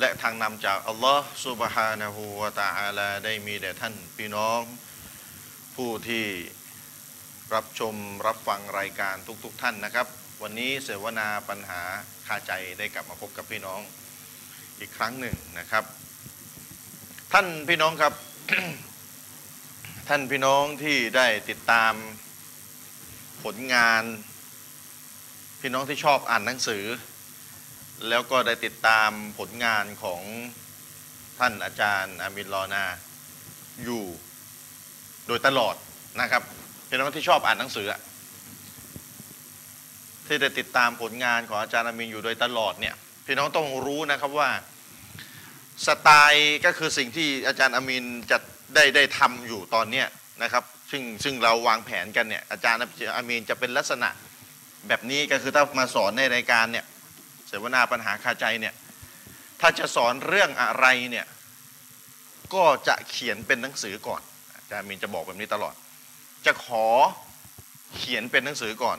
และทางนำจากอัลลอฮ์ซุบฮานะฮูวะตะอาลาได้มีแด่ท่านพี่น้อง ผู้ที่รับชมรับฟังรายการทุกๆทท่านนะครับ วันนี้เสวนาปัญหาคาใจได้กลับมาพบกับพี่น้องอีกครั้งหนึ่งนะครับ ท่านพี่น้องครับ ท่านพี่น้องที่ได้ติดตามผลงาน พี่น้องที่ชอบอ่านหนังสือ แล้วก็ได้ติดตามผลงานของท่านอาจารย์อามินลอนาอยู่โดยตลอดนะครับพี่น้องที่ชอบอ่านหนังสืออะที่ได้ติดตามผลงานของอาจารย์อามินอยู่โดยตลอดเนี่ยพี่น้องต้องรู้นะครับว่าสไตล์ก็คือสิ่งที่อาจารย์อามินจะได้ได้ทำอยู่ตอนเนี้ยนะครับซึ่งซึ่งเราวางแผนกันเนี่ยอาจารย์อามินจะเป็นลักษณะแบบนี้ก็คือถ้ามาสอนในรายการเนี่ย เสวนาปัญหาคาใจเนี่ย ถ้าจะสอนเรื่องอะไรเนี่ย ก็จะเขียนเป็นหนังสือก่อน อาจารย์มินจะบอกแบบนี้ตลอด จะขอเขียนเป็นหนังสือก่อน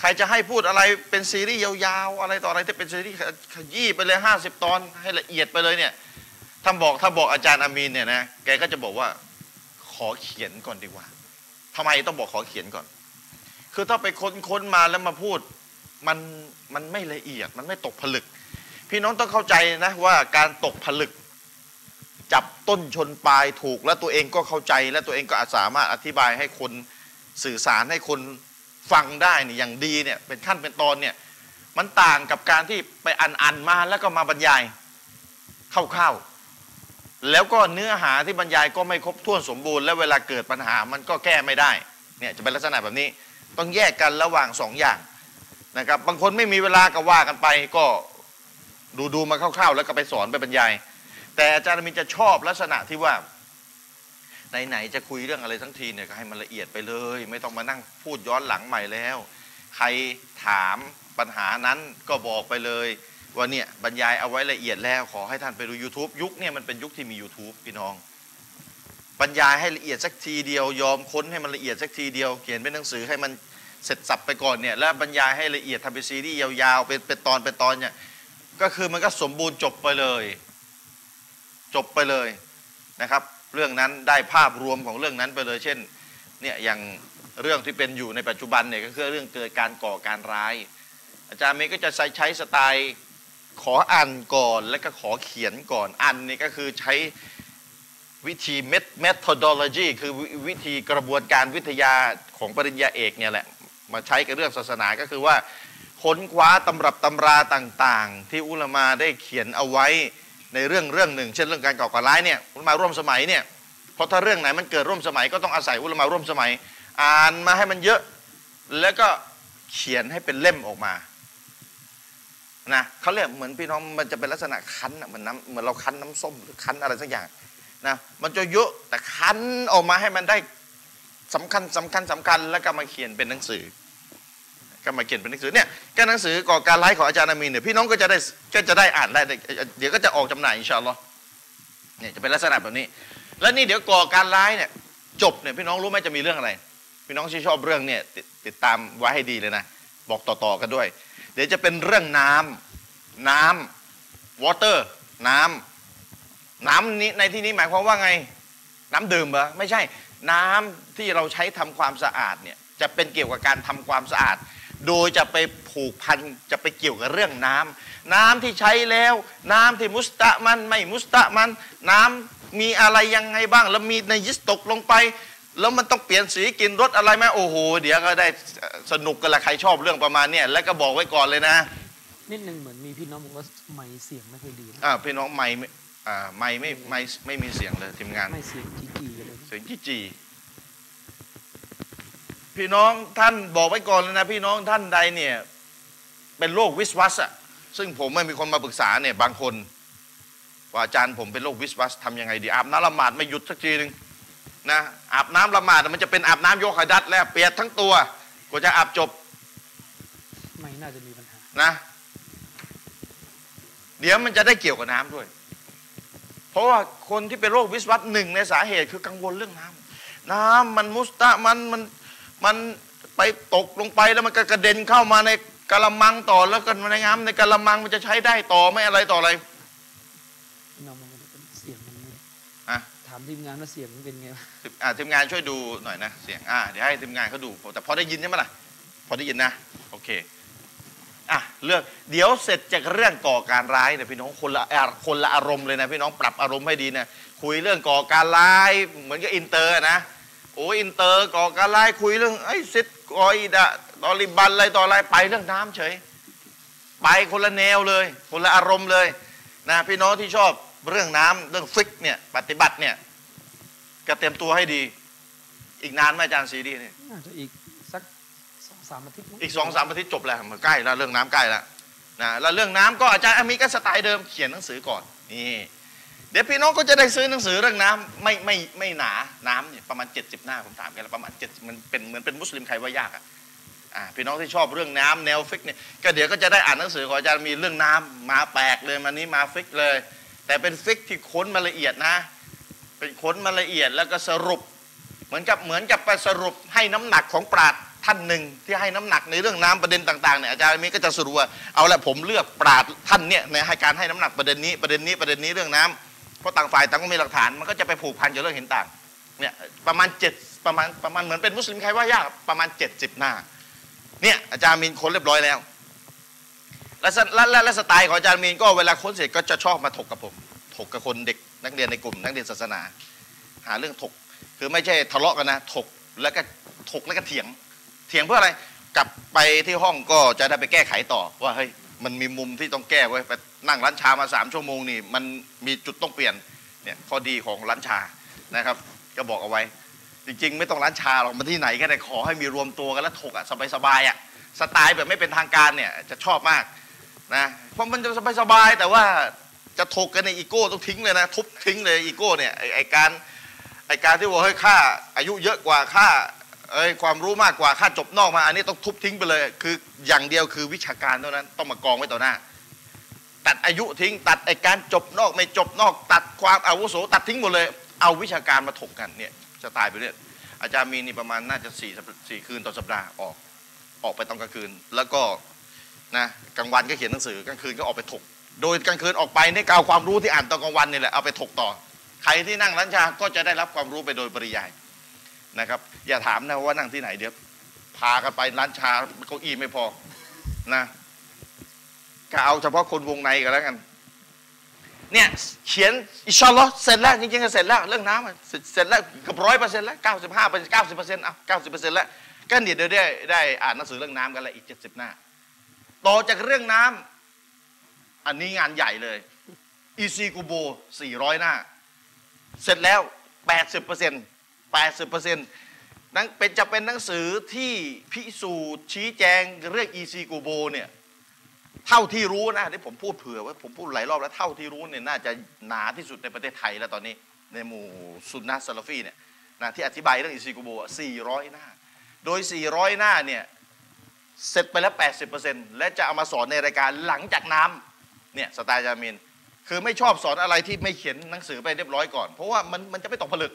ใครจะให้พูดอะไรเป็นซีรีส์ยาวๆ อะไรต่ออะไรที่เป็นซีรีส์ขยี้ไปเลย 50 ตอนให้ละเอียดไปเลยเนี่ยถ้าบอกถ้าบอกอาจารย์อามีนเนี่ยนะ แกก็จะบอกว่าขอเขียนก่อนดีกว่าทำไมต้องบอกขอเขียนก่อน คือถ้าไปค้นๆมาแล้วมาพูด มันมันไม่ละเอียดมันไม่ตกผลึก พี่น้องต้องเข้าใจนะว่าการตกผลึก จับต้นชนปลายถูก และตัวเองก็เข้าใจและตัวเองก็อาจสามารถอธิบายให้คนสื่อสารให้คนฟังได้เนี่ยอย่างดีเนี่ยเป็นขั้นเป็นตอนเนี่ยมันต่างกับการที่ไปอ่านอ่านมาแล้วก็มาบรรยายคร่าวๆแล้วก็เนื้อหาที่บรรยายก็ไม่ครบถ้วนสมบูรณ์และเวลาเกิดปัญหามันก็แก้ไม่ได้เนี่ยจะเป็นลักษณะแบบนี้ต้องแยกกันระหว่างสองอย่าง นะครับบางคนไม่มีเวลาก็ว่ากันไปก็ดูดูมาคร่าวๆ แล้วก็ไปสอนไปบรรยาย แต่อาจารย์อามินจะชอบลักษณะที่ว่าไหนๆจะคุยเรื่องอะไรทั้งทีเนี่ยก็ให้มันละเอียดไปเลย ไม่ต้องมานั่งพูดย้อนหลังใหม่แล้ว ใครถามปัญหานั้นก็บอกไปเลย ว่าเนี่ยบรรยายเอาไว้ละเอียดแล้วขอให้ท่านไปดู YouTube ยุคเนี่ยมันเป็นยุคที่มี YouTube พี่น้อง บรรยายให้ละเอียดสักทีเดียวยอมค้นให้มันละเอียดสักทีเดียวเขียนเป็นหนังสือให้มัน เสร็จสับไปก่อนเนี่ยแล้วบรรยายให้ละเอียดทำเป็นซีรีส์ยาวๆเป็นเป็นตอนเป็นตอนเนี่ยก็คือมันก็สมบูรณ์จบไปเลย จบไปเลยนะครับ เรื่องนั้นได้ภาพรวมของเรื่องนั้นไปเลย เช่นเนี่ยอย่างเรื่องที่เป็นอยู่ในปัจจุบันเนี่ยก็คือเรื่องเกิดการก่อการร้าย อาจารย์เมย์ก็จะใช้ใช้สไตล์ขออ่านก่อน แล้วก็ขอเขียนก่อนอ่านนี่ก็คือใช้ วิธี met- methodology คือวิวิธีกระบวนการวิทยาของปริญญาเอกเนี่ยแหละ มาใช้กับเรื่องศาสนาก็คือว่า ค้นคว้าตำรับตำราต่างๆ ที่อุลามาได้เขียนเอาไว้ในเรื่องเรื่องหนึ่ง เช่นเรื่องการก่อการร้ายเนี่ยอุลามาร่วมสมัยเนี่ยเพราะถ้าเรื่องไหนมันเกิดร่วมสมัยก็ต้องอาศัยอุลามาร่วมสมัย อ่านมาให้มันเยอะ แล้วก็เขียนให้เป็นเล่มออกมานะเขาเรียกเหมือนพี่น้องมันจะเป็นลักษณะคั้นอะเหมือนน้ำเหมือนเราคั้นน้ำส้มหรือคั้นอะไรสักอย่าง นะมันจะเยอะแต่คั้นออกมาให้มันได้สำคัญสำคัญสำคัญแล้วก็มาเขียนเป็นหนังสือ ก็มาเขียนเป็นหนังสือเนี่ยก็หนังสือก่อการร้ายของอาจารย์อามีนเนี่ยพี่น้องก็จะได้ก็จะได้อ่านได้ได้เดี๋ยวก็จะออกจำหน่ายอินชาอัลลอฮ์เนี่ยจะเป็นลักษณะแบบนี้ แล้วนี่เดี๋ยวก่อการร้ายเนี่ยจบเนี่ยพี่น้องรู้ไหมจะมีเรื่องอะไร พี่น้องที่ชอบเรื่องเนี่ยติดติดตามไว้ให้ดีเลยนะบอกต่อๆกันด้วย เดี๋ยวจะเป็นเรื่องน้ำน้ำ water น้ำ น้ำนี้ในที่นี้หมายความว่าไง น้ำดื่มเหรอไม่ใช่ น้ำที่เราใช้ทำความสะอาดเนี่ยจะเป็นเกี่ยวกับการทำความสะอาด โดยจะไปผูกพันจะไปเกี่ยวกับเรื่องน้ำน้ำที่ใช้แล้ว น้ำที่มุสตะมันไม่มุสตะมัน น้ำมีอะไรยังไงบ้าง แล้วมีในยิสตกลงไป แล้วมันต้องเปลี่ยนสีกลินรสอะไรไหมโอ้โหเดี๋ยวก็ได้เอ่อสนุกกันละใครชอบเรื่องประมาณเนี่ยแล้วก็บอกไว้ก่อนเลยนะ นิดนึงเหมือนมีพี่น้องบอกว่าไม่เสียงไม่ค่อยดีนะ อ่าพี่น้องไม่ไม่อ่าไม่ไม่ไม่ไม่มีเสียงเลยทีมงาน ไม่เสียงจีจีเลย เสียงจีจีพี่น้องท่านบอกไว้ก่อนเลยนะ พี่น้องท่านใดเนี่ย เป็นโรควิสวัสอะ ซึ่งผมไม่มีคนมาปรึกษาเนี่ยบางคน ว่าอาจารย์ผมเป็นโรควิสวัสทำยังไงดีอาบน้ำละหมาดไม่หยุดสักทีหนึ่งนะอาบน้ำละหมาดมันจะเป็นอาบน้ำโยคะดัดแล้วเปียกทั้งตัวกว่าจะอาบจบ ไม่น่าจะมีปัญหา นะ เดี๋ยวมันจะได้เกี่ยวกับน้ำด้วย เพราะว่าคนที่เป็นโรควิสวัสหนึ่งในสาเหตุคือกังวลเรื่องน้ำน้ำมันมุสตะมันมันมันไปตกลงไปแล้วมันก็กระเด็นเข้ามาในกะละมังต่อแล้วกันในน้ำในกะละมังมันจะใช้ได้ต่อไม่อะไรต่ออะไร พี่น้องมันเป็นเสียงมันไม่ อ่ะ ถามทีมงานว่าเสียงมันเป็นไงวะ อ่าทีมงานช่วยดูหน่อยนะเสียงอ่าเดี๋ยวให้ทีมงานเขาดูแต่พอได้ยินใช่ไหมล่ะพอได้ยินนะโอเคอ่ะเลือกเดี๋ยวเสร็จจากเรื่องก่อการร้ายเนี่ยพี่น้องคนละอ่ะคนละอารมณ์เลยนะพี่น้องปรับอารมณ์ให้ดีนะคุยเรื่องก่อการร้ายเหมือนกับอินเตอร์นะโอ้ยอินเตอร์ก่อการร้ายคุยเรื่องไอ้ซิดกอยดะตอริบันอะไรต่ออะไรไปเรื่องน้ำเฉย ไปคนละแนวเลย คนละอารมณ์เลยนะพี่น้องที่ชอบเรื่องน้ำเรื่องฟิกเนี่ยปฏิบัติเนี่ย ก็เตรียมตัวให้ดี อีกนานไหมอาจารย์ซีดีนี่ น่าจะอีกสักสองสามอาทิตย์มั้ อีกสองสามอาทิตย์จบแล้วมันใกล้แล้วเรื่องน้ำใกล้แล้วนะแล้วเรื่องน้ำก็อาจารย์อามีก็สไตล์เดิมเขียนหนังสือก่อนนี่เดี๋ยวพี่น้องก็จะได้ซื้อหนังสือเรื่องน้ำไม่ไม่ไม่หนาน้ำเนี่ยประมาณ 70 หน้าผมถามแกันแล้วประมาณ70มันเป็นเหมือนเป็นมุสลิมใครว่ายากอ่ะอ่าพี่น้องที่ชอบเรื่องน้ำแนวฟิกเนี่ยก็เดี๋ยวก็จะได้อ่านหนังสือของอาจารย์มีเรื่องน้ำมาแปลกเลยมานี้มาฟิกเลย แต่เป็นฟิกที่ค้นมาละเอียดนะ เป็นค้นมาละเอียดแล้วก็สรุป เหมือนกับเหมือนกับไปสรุปให้น้ำหนักของปราดท่านหนึ่งที่ให้น้ำหนักในเรื่องน้ำประเด็นต่างๆเนี่ยอาจารย์มีก็จะสรุปว่าเอาละผมเลือกปราดท่านเนี่ยในให้การให้น้ำหนักประเด็นนี้ประเด็นนี้ประเด็นนี้เรื่องน้ำเพราะต่างฝ่ายต่างก็มีหลักฐานมันก็จะไปผูกพันกับเรื่องเห็นต่างเนี่ยประมาณเจ็ดประมาณประมาณเหมือนเป็นมุสลิมใครว่ายากประมาณ 70 หน้าเนี่ยอาจารย์มีนค้นเรียบร้อยแล้วและสไและและและสไตล์ของอาจารย์มีนก็เวลาค้นเสร็จก็จะชอบมาถกกับผมถกกับคนเด็กนักเรียนในกลุ่มนักเรียนศาสนา หาเรื่องถก คือไม่ใช่ทะเลาะกันนะ ถกแล้วก็ถกแล้วก็เถียง เถียงเพื่ออะไร กลับไปที่ห้องก็จะได้ไปแก้ไขต่อ ว่าเฮ้ยมันมีมุมที่ต้องแก้ไว้ยไปนั่งร้านชามาสามชั่วโมงนี่มันมีจุดต้องเปลี่ยนเนี่ยข้อดีของร้านชานะครับ ก็บอกเอาไว้ จริงๆ ไม่ต้องร้านชาหรอกมันที่ไหนก็ได้ขอให้มีรวมตัวกันแล้วถกอ่ะสบายๆอ่ะสไตล์แบบไม่เป็นทางการเนี่ยจะชอบมากนะเพราะมันจะสบายๆแต่ว่าจะถกกันในยอีโก้ต้องทิ้งเลยนะทุบทิ้งเลยอีโก้เนี่ยไอ้ไอ้การ ไอการที่ว่าเฮ้ยข้าอายุเยอะกว่าข้าเอ้ยความรู้มากกว่าข้าจบนอกมาอันนี้ต้องทุบทิ้งไปเลย คืออย่างเดียวคือวิชาการเท่านั้นต้องมากองไว้ต่อหน้า ตัดอายุทิ้ง ตัดไอการจบนอกไม่จบนอก ตัดความอาวุโสตัดทิ้งหมดเลย เอาวิชาการมาถกกันเนี่ยจะตายไปเรื่อยอาจารย์มีนี่ประมาณน่าจะสี่สัปสี่คืนต่อสัปดาห์ออกออกไปตอนกลางคืน แล้วก็นะกลางวันก็เขียนหนังสือกลางคืนก็ออกไปถก โดยกลางคืนออกไปนี่ก็เอาความรู้ที่อ่านตอนกลางวันนี่แหละเอาไปถกต่อ ใครที่นั่งร้านชาก็จะได้รับความรู้ไปโดยปริยายนะครับ อย่าถามนะว่านั่งที่ไหนเดี๋ยวพากันไปร้านชาเก้าอี้ไม่พอนะก็เอาเฉพาะคนวงในก็แล้วกัน เนี่ยเขียนอินชาอัลลอฮ์เสร็จแล้วจริงๆก็เสร็จแล้วเรื่องน้ำอะเสร็จเสร็จแล้วเกับร้อยเปอร์เซ็นต์แล้วเก้าสิบห้าเปอร์เซ็นต์เก้าสิบเปอร์เซ็นต์เอาเก้าสิบเปอร์เซ็นต์แล้วก็เนี่ยเดี๋ยวได้ได้อ่านหนังสือเรื่องน้ำกันแล้วอีกเจ็ดสิบหน้า ต่อจากเรื่องน้ำอันนี้งานใหญ่เลยอีซีกูโบสี่ร้อยหน้า เสร็จแล้ว 80% 80%นั่นเป็นจะเป็นหนังสือที่พิสูจน์ชี้แจงเรื่อง EC กูโบเนี่ย เท่าที่รู้นะที่ผมพูดเผื่อไว้ผมพูดหลายรอบแล้วเท่าที่รู้เนี่ยน่าจะหนาที่สุดในประเทศไทยแล้วตอนนี้ ในหมู่ซุนนะซาลาฟีเนี่ยนะที่อธิบายเรื่อง EC กูโบอะ400 หน้า โดย 400 หน้าเนี่ย เสร็จไปแล้ว 80%และจะเอามาสอนในรายการหลังจากน้ำเนี่ยสไตล์จามิน คือไม่ชอบสอนอะไรที่ไม่เขียนหนังสือไปเรียบร้อยก่อน เพราะว่ามันมันจะไม่ตกผลึก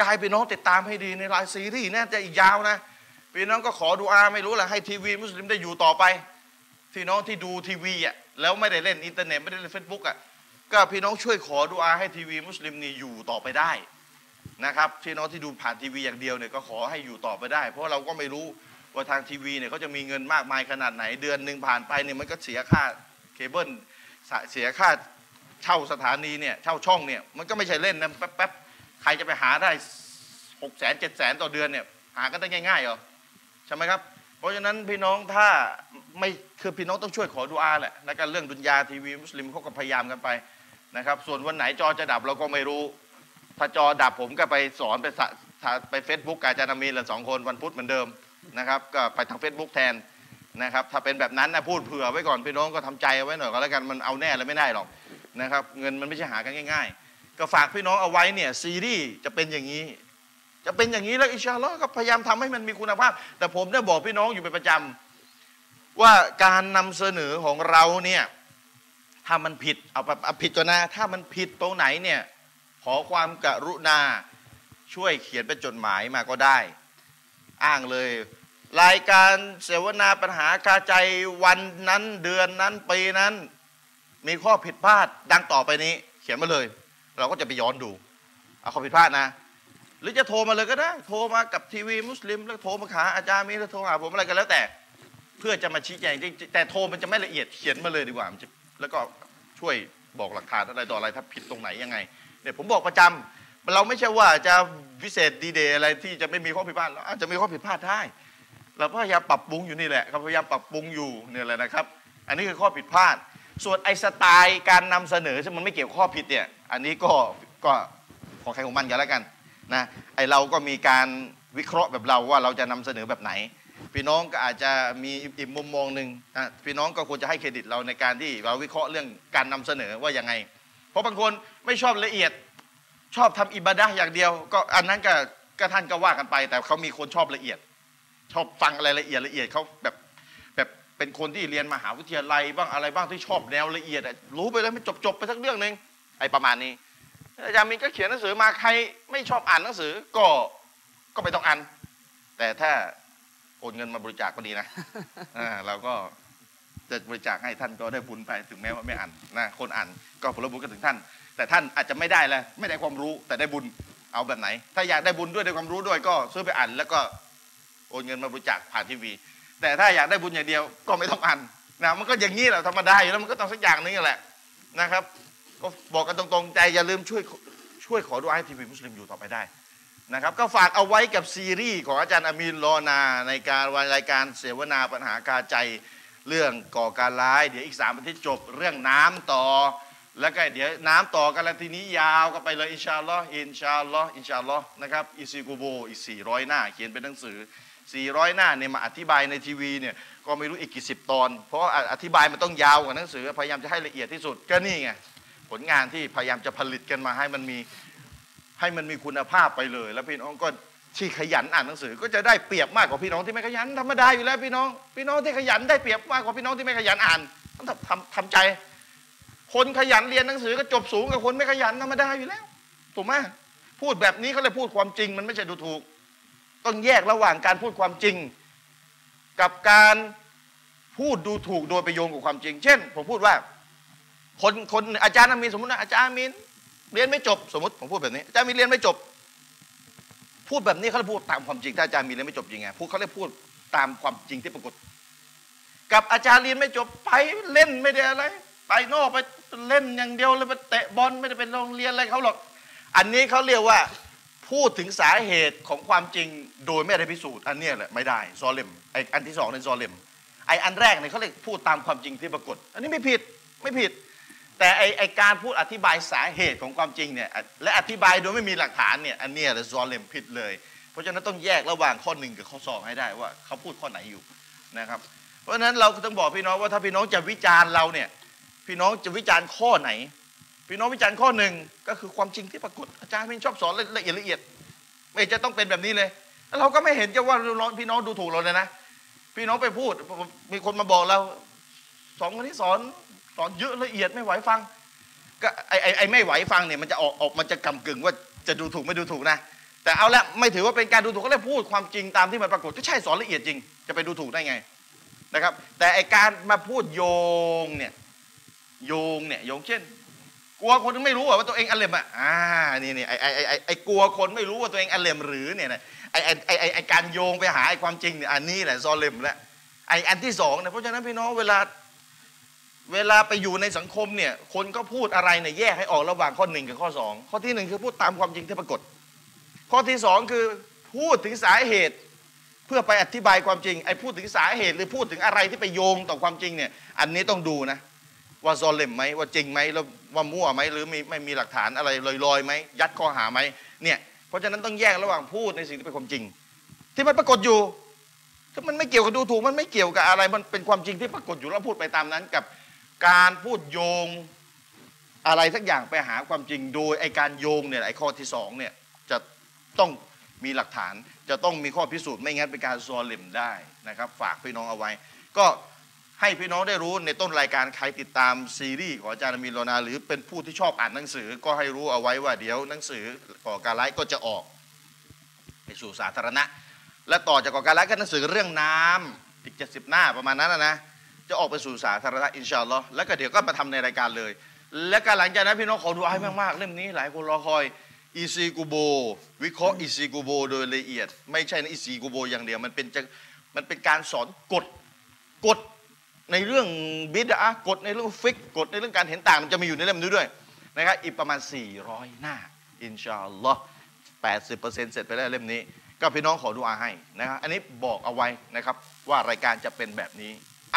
กลายเป็นน้องติดตามให้ดีในรายซีรีส์น่าจะอีกยาวนะพี่น้องก็ขอดูอาไม่รู้แหละให้ทีวีมุสลิมได้อยู่ต่อไป ที่น้องที่ดูทีวีอ่ะแล้วไม่ได้เล่นอินเทอร์เน็ตไม่ได้เล่นเฟซบุ๊กอ่ะก็พี่น้องช่วยขอดูอาให้ทีวีมุสลิมนี่อยู่ต่อไปได้นะครับพี่น้องที่ดูผ่านทีวีอย่างเดียวเนี่ยก็ขอให้อยู่ต่อไปได้ เพราะเราก็ไม่รู้ว่าทางทีวีเนี่ยเขาจะมีเงินมากมายขนาดไหนเดือนหนึ่งผ่านไปเนี่ยมันก็เสียค่าเคเบิลเสียค่า เช่าสถานีเนี่ยเช่าช่องเนี่ยมันก็ไม่ใช่เล่นนะแป๊บๆใครจะไปหาได้หกแสนเจ็ดแสนต่อเดือนเนี่ยหากันได้ง่ายๆเหรอใช่ไหมครับ เพราะฉะนั้นพี่น้องถ้าไม่คือพี่น้องต้องช่วยขอดูอาแหละแล้วก็เรื่องดุนยาทีวีมุสลิมเขาก็พยายามกันไปนะครับ ส่วนวันไหนจอจะดับเราก็ไม่รู้ ถ้าจอดับผมก็ไปสอนไปสะไปเฟซบุ๊กกบอาจารย์อามีนละสองคนวันพุธเหมือนเดิมนะครับก็ไปทาง Facebook แทน นะครับถ้าเป็นแบบนั้นนะพูดเผื่อไว้ก่อนพี่น้องก็ทำใจเอาไว้หน่อยก็แล้วกันมันเอาแน่แล้วไม่ได้หรอกนะครับเงินมันไม่ใช่หากันง่าย ๆ ก็ฝากพี่น้องเอาไว้เนี่ยซีรีส์จะเป็นอย่างนี้ จะเป็นอย่างนี้แล้วอินชาอัลลอฮ์ก็พยายามทำให้มันมีคุณภาพ แต่ผมได้บอกพี่น้องอยู่เป็นประจำว่าการนำเสนอของเราเนี่ยถ้ามันผิดเอาแบบเอาผิดก่อนนะถ้ามันผิดตรงไหนเนี่ยขอความกรุณาช่วยเขียนเป็นจดหมายมาก็ได้ อ้างเลย รายการเสวนาปัญหาคาใจวันนั้นเดือนนั้นปีนั้น มีข้อผิดพลาดดังต่อไปนี้ เขียนมาเลย เราก็จะไปย้อนดูเอาข้อผิดพลาดนะ หรือจะโทรมาเลยก็ได้ โทรมากับทีวีมุสลิม แล้วโทรมาหาอาจารย์มีแล้วโทรหาผมอะไรก็แล้วแต่ เพื่อจะมาชี้แจงจริงๆแต่โทรมันจะไม่ละเอียดเขียนมาเลยดีกว่ามันจะแล้วก็ช่วยบอกหลักฐานอะไรต่ออะไรถ้าผิดตรงไหนยังไงเนี่ยผมบอกประจำเราไม่ใช่ว่าจะพิเศษดีเดย์อะไรที่จะไม่มีข้อผิดพลาดเราอาจจะมีข้อผิดพลาดได้ เราพยายามปรับปรุงอยู่นี่แหละครับพยายามปรับปรุงอยู่เนี่ยแหละนะครับ อันนี้คือข้อผิดพลาด ส่วนไอ้สไตล์การนำเสนอซึ่งมันไม่เกี่ยวข้อผิดเนี่ยอันนี้ก็ก็ของใครของมันกันแล้วกันนะไอ้เราก็มีการวิเคราะห์แบบเราว่าเราจะนำเสนอแบบไหน พี่น้องก็อาจจะมีอีกมุมมองหนึ่งนะพี่น้องก็ควรจะให้เครดิตเราในการที่เราวิเคราะห์เรื่องการนำเสนอว่ายังไง เพราะบางคนไม่ชอบละเอียด ชอบทำอิบาดะห์อย่างเดียว ก็อันนั้นก็ก็ท่านก็ว่ากันไป แต่เขามีคนชอบละเอียด ชอบฟังอะไรละเอียดละเอียดเขาแบบแบบเป็นคนที่เรียนมหาวิทยาลัยบ้างอะไรบ้างที่ชอบแนวละเอียดอะรู้ไปแล้วไม่จบจบไปสักเรื่องหนึ่งไอ้ประมาณนี้อาจารย์มินก็เขียนหนังสือมาใครไม่ชอบอ่านหนังสือก็ก็ไม่ต้องอ่านแต่ถ้าโอนเงินมาบริจาคก็ดีนะอ่าเราก็จะบริจาคให้ท่านก็ได้บุญไปถึงแม้ว่าไม่อ่านนะคนอ่านก็ผลบุญก็ถึงท่าน แต่ท่านอาจจะไม่ได้แล้วไม่ได้ความรู้แต่ได้บุญเอาแบบไหน ถ้าอยากได้บุญด้วยได้ความรู้ด้วยก็ซื้อไปอ่านแล้วก็ โอนเงินมาบริจาคผ่านทีวี แต่ถ้าอยากได้บุญอย่างเดียวก็ไม่ต้องอันนะมันก็อย่างนี้แหละธรรมดาอยู่แล้วมันก็ต้องสักอย่างนึงแหละนะครับ ก็บอกกันตรงๆใจอย่าลืมช่วยช่วยขอดูให้ทีวีมุสลิมอยู่ต่อไปได้นะครับ ก็ฝากเอาไว้กับซีรีส์ของอาจารย์อามีนรอนาในการวันรายการเสวนาปัญหาคาใจเรื่องก่อการร้าย เดี๋ยวอีกสามอาทิตย์จบเรื่องน้ำต่อ แล้วก็เดี๋ยวน้ำต่อกันแล้วทีนี้ยาวกันไปเลยอินชาอัลลอฮ์อินชาอัลลอฮ์อินชาอัลลอฮ์นะครับอิซิกูโบอีก400 หน้า เขียนเป็นหนังสือ 400 หน้าเนี่ยมาอธิบายในทีวีเนี่ยก็ไม่รู้อีกกี่สิบตอน เพราะอ่ะอธิบายมันต้องยาวกว่าหนังสือ พยายามจะให้ละเอียดที่สุดก็นี่ไง ผลงานที่พยายามจะผลิตกันมาให้มันมีให้มันมีคุณภาพไปเลย แล้วพี่น้องก็ที่ขยันอ่านหนังสือ ก็จะได้เปรียบมากกว่าพี่น้องที่ไม่ขยันธรรมดาอยู่แล้วพี่น้อง พี่น้องที่ขยันได้เปรียบมากกว่าพี่น้องที่ไม่ขยันอ่านต้องทำทำทำใจ คนขยันเรียนหนังสือก็จบสูงกว่าคนไม่ขยันธรรมดาอยู่แล้วถูกไหมพูดแบบนี้เขาเลยพูดความจริง มันไม่ใช่ดูถูก ต้องแยกระหว่างการพูดความจริง กับการพูดดูถูกโดยไปโยงกับความจริง เช่น ผมพูดว่า คนคนอาจารย์อามีนสมมตินะอาจารย์อามีนเรียนไม่จบสมมติผมพูดแบบนี้อาจารย์อามีนเรียนไม่จบ พูดแบบนี้เขาเรียกพูดตามความจริงถ้าอาจารย์อามีนเรียนไม่จบจริงไงพูดเขาเรียกพูดตามความจริงที่ปรากฏ กับอาจารย์เรียนไม่จบไปเล่นไม่ได้อะไร ไปนอกไปเล่นอย่างเดียวเลยไปเตะบอลไม่ได้เป็นโรงเรียนอะไรเขาหรอก อันนี้เขาเรียกว่า พูดถึงสาเหตุของความจริงโดยไม่ได้พิสูจน์อันเนี้ยแหละไม่ได้ซอเลมไออันที่สองในยซอเลมไออันแรกเนี่ยเขาเรียกพูดตามความจริงที่ปรากฏ อันนี้ไม่ผิดไม่ผิด แต่ไอไอการพูดอธิบายสาเหตุของความจริงเนี่ยอ่ะและอธิบายโดยไม่มีหลักฐานเนี่ยอันเนี้ยแหละซอเลมผิดเลย เพราะฉะนั้นต้องแยกระหว่างข้อหนึ่งกับข้อสองให้ได้ว่าเขาพูดข้อไหนอยู่นะครับ เพราะฉะนั้นเราก็ต้องบอกพี่น้องว่าถ้าพี่น้องจะวิจารณ์เราเนี่ย พี่น้องจะวิจารณ์ข้อไหน พี่น้องวิจารณ์ข้อหนึ่งก็คือความจริงที่ปรากฏอาจารย์พี่ชอบสอนละเอียดละเอียด ไม่จะต้องเป็นแบบนี้เลยแล้วเราก็ไม่เห็นจะว่าเราพี่น้องดูถูกเราเลยนะ พี่น้องไปพูดมีคนมาบอกเราสองคนที่สอนสอนเยอะละเอียดไม่ไหวฟัง ก็ไอไอ้ไอไม่ไหวฟังเนี่ยมันจะออกออกมันจะกำกึ่งว่าจะดูถูกไม่ดูถูกนะ แต่เอาละไม่ถือว่าเป็นการดูถูกก็เลยพูดความจริงตามที่มันปรากฏก็ใช่สอนละเอียดจริงจะไปดูถูกได้ไงนะครับ แต่ไอการมาพูดโยงเนี่ยโยงเนี่ยโยงเช่น กลัวคนไม่รู้อะว่าตัวเองอัลเลมอ่ะ อ่า นี่นี่ไอไอไอ้ไอไอกลัวคนไม่รู้ว่าตัวเองอัลเลมหรือเนี่ยนะไอไอไอไอ้ไอการโยงไปหาไอความจริงเนี่ยอันนี้แหละซอเลมแหละไออันที่สองเนี่ยเพราะฉะนั้นพี่น้องเวลา เวลาไปอยู่ในสังคมเนี่ย คนก็พูดอะไรเนี่ยแยกให้ออกระหว่างข้อหนึ่งกับข้อสองข้อที่หนึ่งคือพูดตามความจริงที่ปรากฏ ข้อที่สองคือพูดถึงสาเหตุ เพื่อไปอธิบายความจริงไอ้พูดถึงสาเหตุ หรือพูดถึงอะไรที่ไปโยงต่อความจริงเนี่ย อันนี้ต้องดูนะ ว่าซอลเลมไหมว่าจริงไหมแล้วว่ามั่วไหมหรือมีไม่มีหลักฐานอะไรลอยๆไหมยัดข้อหาไหมเนี่ยเพราะฉะนั้นต้องแยกระหว่างพูดในสิ่งที่เป็นความจริง ที่มันปรากฏอยู่ ก็มันไม่เกี่ยวกับดูถูกมันไม่เกี่ยวกับอะไร มันเป็นความจริงที่ปรากฏอยู่แล้วพูดไปตามนั้น กับการพูดโยงอะไรสักอย่างไปหาความจริงโดยไอการโยงเนี่ยไอข้อที่สองเนี่ยจะต้องมีหลักฐาน จะต้องมีข้อพิสูจน์ไม่งั้นเป็นการซอเหล่มได้นะครับ ฝากพี่น้องเอาไว้ ก็ให้พี่น้องได้รู้ในต้นรายการใครติดตามซีรีส์ของอาจารย์อามีนโลนา หรือเป็นผู้ที่ชอบอ่านหนังสือ ก็ให้รู้เอาไว้ว่าเดี๋ยวหนังสือก่อการร้ายก็จะออก ไปสู่สาธารณะ และต่อจากก่อการร้ายก็หนังสือเรื่องน้ำอีกเจ็ดสิบหน้าประมาณนั้นนะนะจะออกไปสู่สาธารณะอินชาอัลลอฮ์แล้วก็เดี๋ยวก็มาทำในรายการเลย และการหลังจากนั้นพี่น้องขอดูอาให้มากๆเล่มนี้หลายคนรอคอยอีซีกูโบวิเคราะห์อีซีกูโบโดยละเอียด ไม่ใช่นะอีซีกูโบอย่างเดียวมันเป็นจะมันเป็นการสอนกฎกฎในเรื่องบิดอะห์กฎในเรื่องฟิกกฎในเรื่องการเห็นต่างมันจะมีอยู่ในเล่มนี้ด้วยนะครับอีกประมาณ 400 หน้าอินชาอัลลอฮ์ 80%เสร็จไปแล้วเล่มนี้ ก็พี่น้องขอดูอาให้นะครับอันนี้บอกเอาไว้นะครับ ว่ารายการจะเป็นแบบนี้อ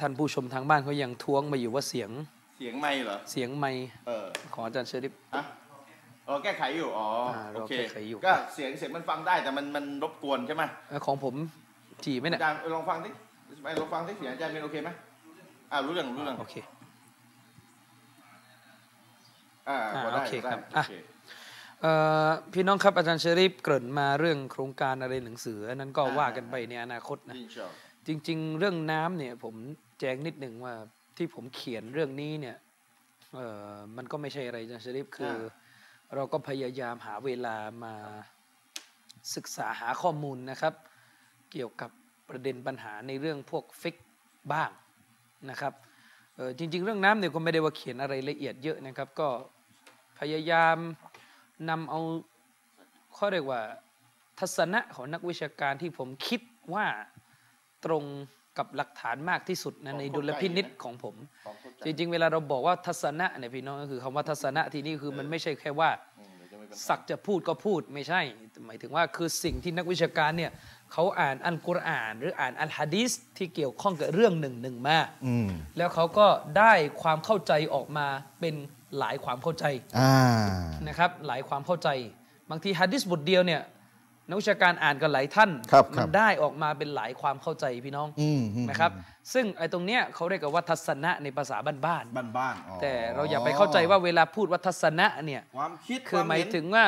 ท่านผู้ชมทางบ้านเขายังท้วงมาอยู่ว่าเสียง เสียงไม่เหรอ เสียงไม่ เออ ขออาจารย์เชอริฟ อะเราแก้ไขอยู่ อ๋ออา เรา โอเค แก้ไขอยู่ ก็เสียงเสียงมันฟังได้แต่มันมันรบกวนใช่ไหม เอ่อของผมถี่ไหมเนี่ย อาจารย์ลองฟังดิไปลองฟังดิเสียงอาจารย์เป็นโอเคไหมอ่ารู้เรื่องรู้เรื่อง โอเค哎 อ่า อ่า พอได้ โอเค ได้ ครับ โอ อ่ะ เค เอ่อพี่น้องครับอาจารย์เชอริฟเกริ่นมาเรื่องโครงการอะไรหนังสืออันนั้นก็ อ่า ว่ากันไปในอนาคตนะ อินชาอัลลอฮ์ จริง ๆ เรื่องน้ำเนี่ยผมแจ้งนิดหนึ่งว่าที่ผมเขียนเรื่องนี้เนี่ยเอ่อมันก็ไม่ใช่อะไรอาจารย์เชอริฟคือ เราก็พยายามหาเวลามาศึกษาหาข้อมูลนะครับ เกี่ยวกับประเด็นปัญหาในเรื่องพวกฟิกบ้างนะครับเอ่อจริง ๆ เรื่องน้ำเนี่ยก็ไม่ได้ว่าเขียนอะไรละเอียดเยอะนะครับ ก็พยายามนำเอาข้อเรียกว่า ทัศนะของนักวิชาการที่ผมคิดว่าตรงกับหลักฐานมากที่สุดนะในดุลพินิษของผม ลองเข้าใจ จริงๆ เวลาเราบอกว่าทัศนะเนี่ยพี่น้องก็คือคำว่าทัศนะที่นี่คือมันไม่ใช่แค่ว่า อืมเดี๋ยวจะไม่เป็น สักจะพูดก็พูดไม่ใช่ หมายถึงว่าคือสิ่งที่นักวิชาการเนี่ยเขาอ่านอัลกุรอาน หรืออ่านอัลฮะดีสที่เกี่ยวข้องกับเรื่องหนึ่งหนึ่งๆมา อืม แล้วเขาก็ได้ความเข้าใจออกมาเป็นหลายความเข้าใจ อ่า นะครับ หลายความเข้าใจ บางทีฮะดีสบทเดียวเนี่ยนักวิชาการอ่านกันหลายท่าน ครับค มั รับ ได้ออกมาเป็นหลายความเข้าใจพี่น้อง อืมอืม นะครับ ซึ่งไอ้ตรงเนี้ยเขาเรียกกันว่าทัศนะในภาษาบ้านๆ บ้านบ้านๆอ๋อ แต่เราอย่าไปเข้าใจว่าเวลาพูดว่าทัศนะเนี่ย ความคิด คือ ว หมาย เน ถึงว่า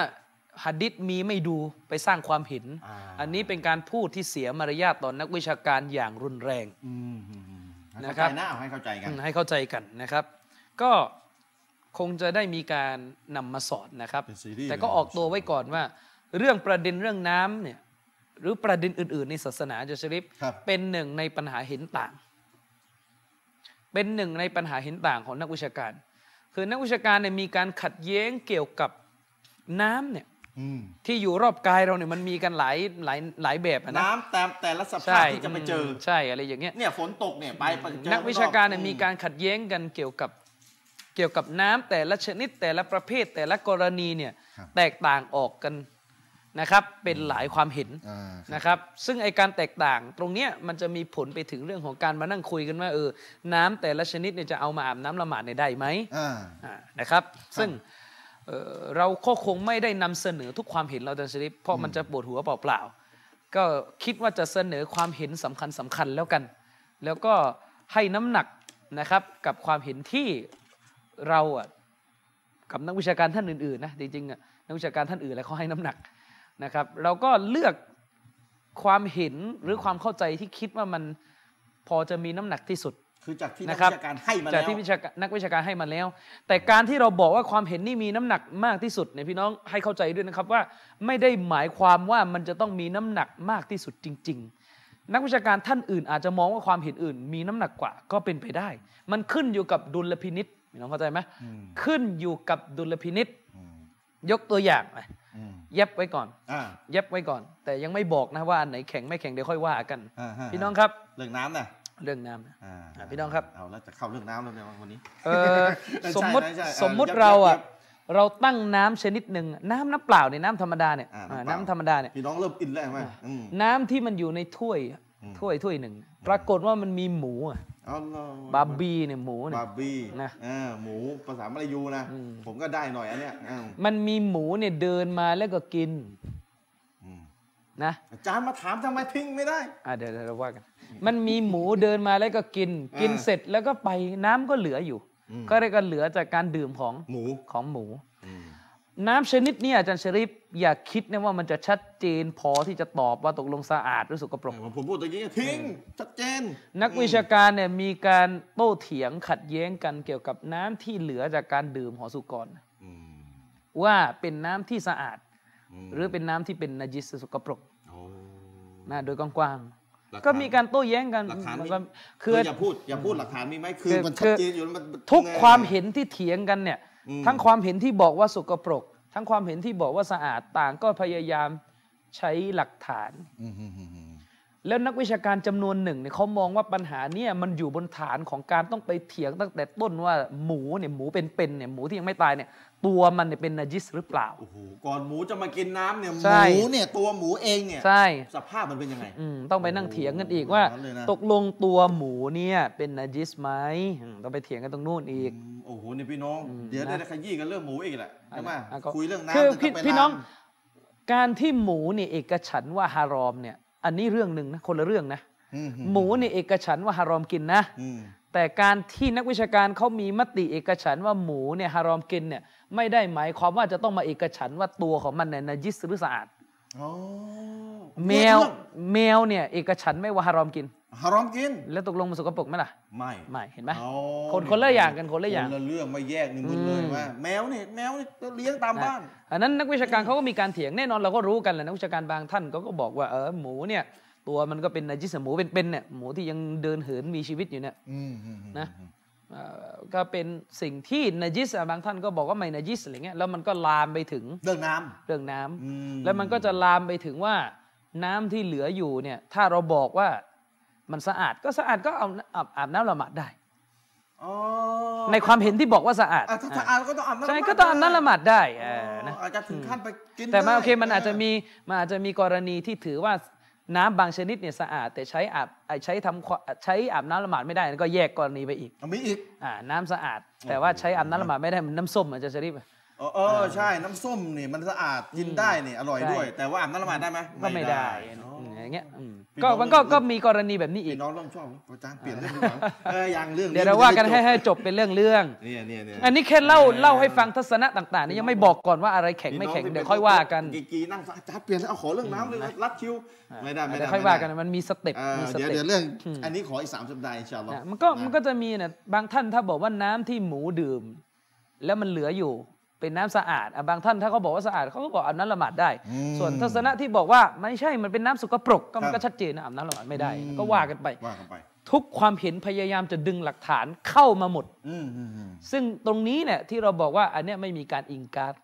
หัดดิษมีไม่ดูไปสร้างความเห็น อ่า อันนี้เป็นการพูดที่เสียมารยาทต่อนนักวิชาการอย่างรุนแรง อืมอืมอืมให้ นะ เข้า ค ใจ รับ นะเอาให้เข้าใจกัน อืมให้เข้าใจกันนะครับ ก็คงจะได้มีการนำมาสอนนะครับ เป็นซีรีส์ แต่ก็ เลย ออกตัวไว้ก่อนว่า เรื่องประเด็นเรื่องน้ำเนี่ยหรือประเด็นอื่น ๆ ในศาสนาจะชริป ครับ เป็นหนึ่งในปัญหาเห็นต่าง เป็นหนึ่งในปัญหาเห็นต่างของนักวิชาการ คือนักวิชาการเนี่ยมีการขัดแย้งเกี่ยวกับน้ำเนี่ย อืม ที่อยู่รอบกายเราเนี่ยมันมีกันหลายหลายหลายแบบอะนะ น้ำแต่แต่ละสภาพ ใช่ ที่จะไปเจอ มใช่อะไรอย่างเงี้ย เนี่ยฝนตกเนี่ยไปไปเจอ นักวิชาการเนี่ย อื มีการขัดแย้งกันเกี่ยวกับเกี่ยวกับน้ำแต่ละชนิดแต่ละประเภทแต่ละกรณีเนี่ย ครับ แตกต่างออกกันนะครับเป็นหลายความเห็น อ่า นะครับซึ่งไอการแตกต่างตรงเนี้ยมันจะมีผลไปถึงเรื่องของการมานั่งคุยกันว่าเออน้ำแต่ละชนิดเนี่ยจะเอามาอาบน้ำละหมาดเนี่ยได้ไหม อ่า อ่านะครับซึ่งเอ่อเราก็คงไม่ได้นำเสนอทุกความเห็นเราจันทริปเพราะมันจะปวดหัวเปล่าๆ ก็คิดว่าจะเสนอความเห็นสำคัญสำคัญแล้วกัน แล้วก็ให้น้ำหนักนะครับกับความเห็นที่เราอ่ะกับนักวิชาการท่านอื่นๆนะจริงๆอ่ะนักวิชาการท่านอื่นแล้วเขาให้น้ำหนักนะครับ เราก็เลือกความเห็นหรือความเข้าใจที่คิดว่ามันพอจะมีน้ำหนักที่สุด คือจากที่นัก นะครับ วิชาการให้มา จาก แล้ว ที่วิชาการนักวิชาการให้มาแล้ว แต่การที่เราบอกว่าความเห็นนี่มีน้ำหนักมากที่สุดเนี่ยพี่น้องให้เข้าใจด้วยนะครับว่าไม่ได้หมายความว่ามันจะต้องมีน้ำหนักมากที่สุดจริง ๆ นักวิชาการท่านอื่นอาจจะมองว่าความเห็นอื่น มีน้ำหนักกว่าก็เป็นไปได้ มันขึ้นอยู่กับดุลพินิษพี่น้องเข้าใจไหมขึ้นอยู่กับดุลพินิษ ยกตัวอย่างไป อืม เย็บไว้ก่อน อ่า เย็บไว้ก่อน แต่ยังไม่บอกนะว่าอันไหนแข็งไม่แข็งเดี๋ยวค่อยว่ากัน อ่าฮะ พี่น้องครับ เรื่องน้ำนะ เรื่องน้ำนะ อ่า อ่ะพี่น้องครับ เอาแล้วจะเข้าเรื่องน้ำแล้วเนี่ยวันนี้ เออ ใช่ สมมติ ใช่ใช่เออ สมมติ ยับยับ เราอ่ะ ยับ เราตั้งน้ำชนิดหนึ่งน้ำน้ำเปล่าเนี่ยน้ำธรรมดาเนี่ย อ่า อ่า น้ำเปล่า น้ำธรรมดาเนี่ย พี่น้องเริ่มอินแล้วใช่ไหมอืม น้ำที่มันอยู่ในถ้วยอะ อืม ถ้วยถ้วยหนึ่ง ปรากฏว่ามันมีหมูอะ เอาเรา บาร์บี้เนี่ยหมูเนี่ย บาร์บี้ นะ อ่าหมูภาษามลายูนะ อืม ผมก็ได้หน่อยอันเนี้ยอ้าว มันมีหมูเนี่ยเดินมาแล้วก็กิน อืม นะ อาจารย์มาถามทำไมทิ้งไม่ได้ อ่ะเดี๋ยวเดี๋ยวเราว่ากัน มันมีหมูเดินมาแล้วก็กิน กินเสร็จแล้วก็ไปน้ำก็เหลืออยู่ อืม ก็เรียกว่าเหลือจากการดื่มของ หมู ของหมู อืม น้ำชนิดเนี้อาจารย์ชริฟอย่าคิดนะว่ามันจะชัดเจนพอที่จะตอบว่าตกลงสะอาดหรือสกปรก ผมพูดตะกี้ไงทิ้งชัดเจน นักวิชาการเนี่ยมีการโต้เถียงขัดแย้งกันเกี่ยวกับน้ำที่เหลือจากการดื่มของสุกร อืม ว่าเป็นน้ำที่สะอาด ม หรือเป็นน้ำที่เป็นนาจิสสกปรก โอ้ นะโดยกว้าง หลัก ๆ ฐาน ก็มีการโต้แย้งกัน หลักฐานมี มันก็ คื คือ อ อย่าพูดอย่าพูดหลักฐานมีไหมคือ คือ มัน คือ ชัดเจนอยู่แล้วมันมัน ทุก ไง ความเห็นที่เถียงกันเนี่ย อืม ทั้งความเห็นที่บอกว่าสกปรก ทั้งความเห็นที่บอกว่าสะอาดต่างก็พยายามใช้หลักฐาน อืมอืมอืมอืม แล้วนักวิชาการจำนวนหนึ่งเนี่ยเขามองว่าปัญหาเนี่ยมันอยู่บนฐานของการต้องไปเถียงตั้งแต่ต้นว่าหมูเนี่ยหมูเป็นๆเนี่ยหมูที่ยังไม่ตายเนี่ยตัวมันเนี่ยเป็นนาจิสหรือเปล่า โอ้โหก่อนหมูจะมากินน้ำเนี่ย ใช่ หมูเนี่ยตัวหมูเองเนี่ย ใช่ สภาพมันเป็นยังไง อืมต้องไปนั่งเถียงกันอีก โอ้โห ว่า อย่างนั้นเลยนะ ตกลงตัวหมูเนี่ยเป็นนาจิสไหมอืมต้องไปเถียงกันตรงนู้นอีก อืมโอ้โหเนี่ยพี่น้องเดี๋ยวได้ขยี้กันเรื่องหมูอีกแหละใช่ไหม อ่ะก็ คุยเรื่องน้ำ คือ จะ พี่ ไป พี่น้อง ำ การที่หมูเนี่ยเอกฉันท์ว่าฮารอมเนี่ยอันนี้เรื่องหนึ่งนะคนละเรื่องนะ อืม หมูเนี่ยเอกฉันท์ว่าฮารอมกินนะ อืม แต่การที่นักวิชาการเขามีมติเอกฉันท์ว่าหมูเนี่ยฮารอมกินเนี่ยไม่ได้หมายความว่าจะต้องมาเอกฉันท์ว่าตัวของมันเนี่ยนาจิสหรือสะอาด อ๋อ แมวแมวเนี่ยเอกฉันท์ไม่ว่าฮารอมกิน ฮารอมกิน แล้วตกลงมันสกปรกไหมล่ะ ไม่ ไม่เห็นไหม อ๋อ คนคนละอย่างกันคนละอย่าง คนละเรื่องไม่แยกนี่มึนเลยว่าแมวเนี่ยแมวเนี่ยเลี้ยงตามบ้าน อันนั้นนักวิชาการเขาก็มีการเถียงแน่นอนเราก็รู้กันแหละนักวิชาการบางท่านเขาก็บอกว่าเออหมูเนี่ยตัวมันก็เป็นนาจิสหมูเป็นๆเนี่ยหมูที่ยังเดินเหินมีชีวิตอยู่เนี่ย อืมอืมอืม นะ เอ่อก็เป็นสิ่งที่นาจิสอะบางท่านก็บอกว่าไม่นาจิสอะไรเงี้ยแล้วมันก็ลามไปถึง เรื่องน้ เรื่องน้ำ ำอื แล้วมันก็จะลามไปถึงว่าน้ำที่เหลืออยู่เนี่ยถ้าเราบอกว่ามันสะอาดก็สะอาดก็เอาอาบอาบน้ำละหมาดได้ อ๋อ ในความเห็นที่บอกว่าสะอาด อ่ะถ้าถ้าอ่านก็ต้องอ่าน ใช่ก็ต้องอาบน้ำละหมาดได้เออนะ อาจจะถึงขั้นไปกิน แต่มา ได้ โอเคมันอาจจะมีมันอาจจะมีกรณีที่ถือว่าน้ำบางชนิดเนี่ยสะอาด แต่ใช้อาบใช้ทำความใช้อาบน้ำละหมาดไม่ได้นั่นก็แยกกรณีไปอีก มีอีก อ่าน้ำสะอาด แต่ว่าใช้อาบน้ำละหมาดไม่ได้มันน้ำส้มอาจจะชริบ เออเออใช่น้ำส้มเนี่ยมันสะอาดกินได้เนี่ยอร่อยด้วย ได้ แต่ว่าอาบน้ำละหมาดได้ไหม ก็ไม่ได้ อ๋อ อย่างเงี้ยอืม พี่ ก็ น้อง มันก็ เรื่อง ก็มีกรณีแบบนี้อีก พี่น้องต้องชอบอาจารย์เปลี่ยนเรื่องดีกว่าเอออย่างเรื่อง เดี๋ยวเราว่ากันให้ให้จบเป็นเรื่องเรื่อง เนี่ยเนี่ยเนี่ย อันนี้แค่เล่าเล่าให้ฟังทัศนะต่างๆนี่ยังไม่บอกก่อนว่าอะไรแข็งไม่แข็งเดี๋ยวค่อยว่ากัน กีกีนั่งฟังอาจารย์เปลี่ยนแล้วเอาขอเรื่องน้ำเลยรัดคิวไม่ได้ไม่ เดี๋ ได้ ยวค่อยว่ากันมันมีสเต็ป เออ มีส เดี๋ยเต็วป เดี๋ยวเรื่องอันนี้ขออีกสามสัปดาห์อินชาอัลลอฮ์ นะมันก็มันก็จะมีเนี่ยบางท่านถ้าบอกว่าน้ำที่หมูดื่ม แล้วมันเหลืออยู่เป็นน้ำสะอาดอ่ะบางท่านถ้าเขาบอกว่าสะอาดเขาก็บอกอาบน้ำละหมาดได้ ส่วนทัศนะที่บอกว่าไม่ใช่มันเป็นน้ำสกปรกก็มันก็ชัดเจนนะอาบน้ำละหมาดไม่ได้ ก็ว่ากันไป ว่ากันไป ทุกความเห็นพยายามจะดึงหลักฐานเข้ามาหมด อืมอืมอืม ซึ่งตรงนี้เนี่ยที่เราบอกว่าอันเนี้ยไม่มีการอิงการด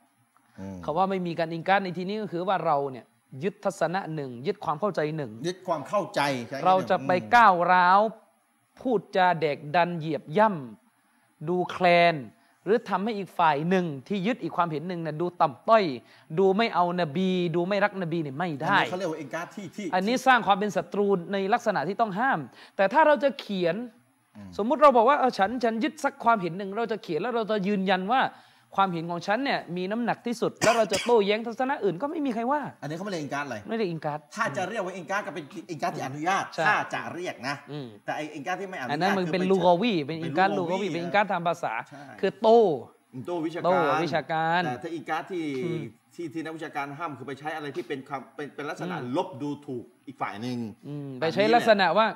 อืม คำว่าไม่มีการอิงการดในที่นี้ก็คือว่าเราเนี่ยยึดทัศนะหนึ่งยึดความเข้าใจหนึ่ง ยึดความเข้าใจใช่หม เราจะไปก้าวร้าว พูดจาเด็กดันเหยียบย่ำดูแคลน หรือทำให้อีกฝ่ายหนึ่งที่ยึดอีกความเห็นหนึ่งนะดูต่ำต้อย ดูไม่เอานบี ดูไม่รักนบีเนี่ยไม่ อัน ได้ นี้เขาเรียกว่าเอ็นการ์ดที่ที่ อันนี้สร้างความเป็นศัตรูในลักษณะที่ต้องห้าม แต่ถ้าเราจะเขียน สมมุติเราบอกว่าเออฉันฉันยึดสักความเห็นหนึ่งเราจะเขียนแล้วเราจะยืนยันว่าความเห็นของฉันเนี่ยมีน้ำหนักที่สุด แล้วเราจะโต้แย้งทัศนะอื่นก็ไม่มีใครว่า อันนี้เขาไม่เรียกเอ็นการ์ดอะไร ไม่ได้อิงการ์ด ถ้าจะเรียกว่าเอ็นการ์ดก็เป็นเอ็นการ์ดที่อนุญาต ใช่ ถ้าจะเรียกนะ อืม แต่ไอ้เอ็นการ์ดที่ไม่อนุญาต อันนั้นมันเป็น คื ลูกอ ไป วีเป็นอิงการ์ดลูกอวีเป็นอิงการ์ดทางภาษา ใช่ คือโต้ โต้วิชา โต้ การ วิชาการ แต่ถ้าอีกการ์ดที่ที่ที่นักวิชาการห้ามคือไปใช้อะไรที่เป็นคำเป็นเป็นลักษณะลบดูถูกอีกฝ่ายหนึ่ง อืมไปใช้ลักษณะว่า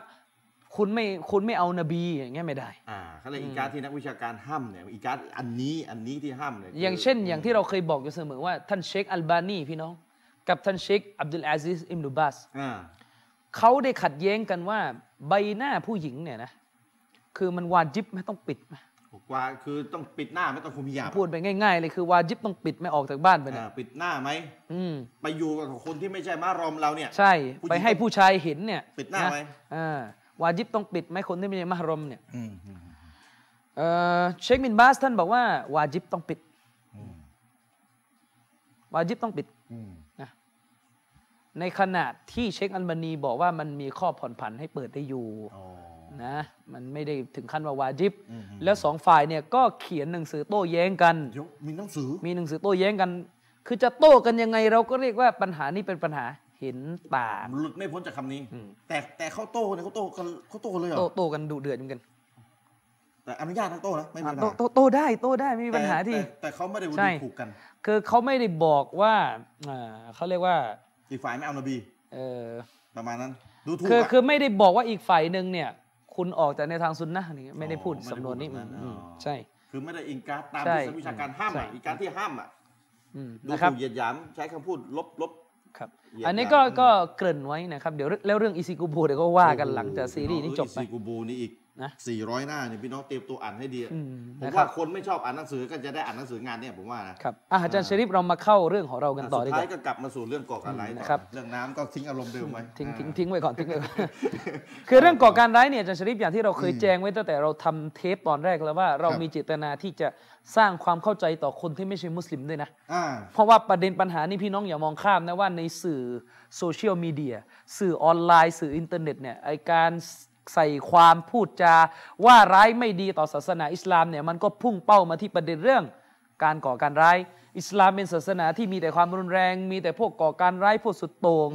คุณไม่คุณไม่เอานบีอย่างเงี้ยไม่ได้ อ่าเขาเรียกอีกการ์ดที่นักวิชาการห้ามเนี่ยอีกการ์ดอันนี้อันนี้ที่ห้ามเนี่ย อย่างเช่น อย่างที่เราเคยบอกอยู่เสมอว่าท่านเชคอัลบานีพี่น้อง กับท่านเชคอับดุลอาซิสอิมดุบาส อ่า เขาได้ขัดแย้งกันว่าใบหน้าผู้หญิงเนี่ยนะ คือมันวาจิบไหมต้องปิดไหม โอ้ กว่าคือต้องปิดหน้าไม่ต้องคุมหยาบ พูดไปง่าย ๆ เลยคือวาจิบต้องปิดไม่ออกจากบ้านไปเนี่ย อ่าปิดหน้าไหม อืม ไปอยู่กับคนที่ไม่ใช่มารอมเราเนี่ย ใช่ ผู้หญิง ไปให้ผู้ชายเห็นเนี่ย ปิดหน้าไว้ อ่าวาจิบต้องปิดไหมคนที่ไม่ใช่มหรมเนี่ย อืม เอ่อเชคมินบาสท่านบอกว่าวาจิบต้องปิด วาจิบต้องปิด อืม ในขณะที่เชคอัลบานีบอกว่ามันมีข้อผ่อนผันให้เปิดได้อยู่ อ๋อ นะ มันไม่ได้ถึงขั้นว่าวาจิบ อืม แล้วสองฝ่ายเนี่ยก็เขียนหนังสือโต้แย้งกัน เดี๋ยวมีหนังสือ มีหนังสือโต้แย้งกัน คือจะโต้กันยังไงเราก็เรียกว่าปัญหานี้เป็นปัญหาเห็นต่าง หลุดไม่พ้นจากคำนี้ อืม แต่แต่เขาโต้เนี่ยเขาโต้กันเขาโต้เลยเหร โต้ อ โต้กันดุเดือดเหมือนกัน แต่อนุญาตทั้งโต้นะไม่มีปัญหา โต้โต้โต้ได้โต้ได้ไม่มีปัญหาที่ แต่แต่แต่เขาไม่ได้ ใช่ ดูถูกกัน คือเขาไม่ได้บอกว่าอ่าเขาเรียกว่า อีกฝ่ายไม่เอานบี เออ ประมาณนั้น ดูถูก คือ อะ คือไม่ได้บอกว่าอีกฝ่ายหนึ่งเนี่ย คุณออกจากในทางซุนนะห์นี่ไม่ได้พูดสำนวนนี้อืมอืมใช่ คือไม่ได้อิงการดตาม ใช่ ที่สำนักวิชาการห้าม ใช่ อะอีกการที่ห้ามอะ อืม ดู นะครับ ถูกเหยียดหยามใช้คำพูดลบลบ ครับ เหยียด อันนี้ก็ หยาม ก็เกริ่นไว้นะครับ เดี๋ยวเรื่องแล้วเรื่องอิซิกุบูเดี๋ยวก็ว่ากันหลังจากซีรีส์นี้จบไป ซีกูบูนี่อีก นะ สี่ร้อยหน้าเนี่ยพี่น้องเตรียมตัวอ่านให้ดีอะ อืม ผม นะครั ว่า บ คนไม่ชอบอ่านหนังสือก็จะได้อ่านหนังสืองานเนี่ยผมว่านะครับ อ่ะอาจารย์ชริฟเรามาเข้าเรื่องของเรากันต่อดี สุกดท้า ว่า ยก็กลับมาสู่เรื่องก่อการร้ายต่อ นะครับ เรื่องน้ำก็ทิ้งอารมณ์เดิมไว้ ทิ้งทิ้ง อ่า ทิ้งไว้ก่อนทิ้งไว้ก่อน คือเรื่องก่อการร้ายเนี่ยอาจารย์ชริฟอย่างที่เราเคยแจ้งไว้ตั้งแต่เราทำเทปตอนแรกแล้วว่าเรา ครับ มีเจตนาที่จะสร้างความเข้าใจต่อคนที่ไม่ใช่มุสลิมด้วยนะ อ่า เพราะว่าประเด็นปัญหานี่พี่น้องอย่ามองข้ามนะว่าในสื่อโซเชียลมีเดียสื่อออนไลน์สื่ออินเทอร์เน็ตเนี่ยไอการใส่ความพูดจา ว่าร้ายไม่ดีต่อศาสนาอิสลามเนี่ยมันก็พุ่งเป้ามาที่ประเด็นเรื่อง การก่อการร้าย อิสลามเป็นศาสนาที่มีแต่ความรุนแรง มีแต่พวกก่อการร้ายพวกสุดโต่ง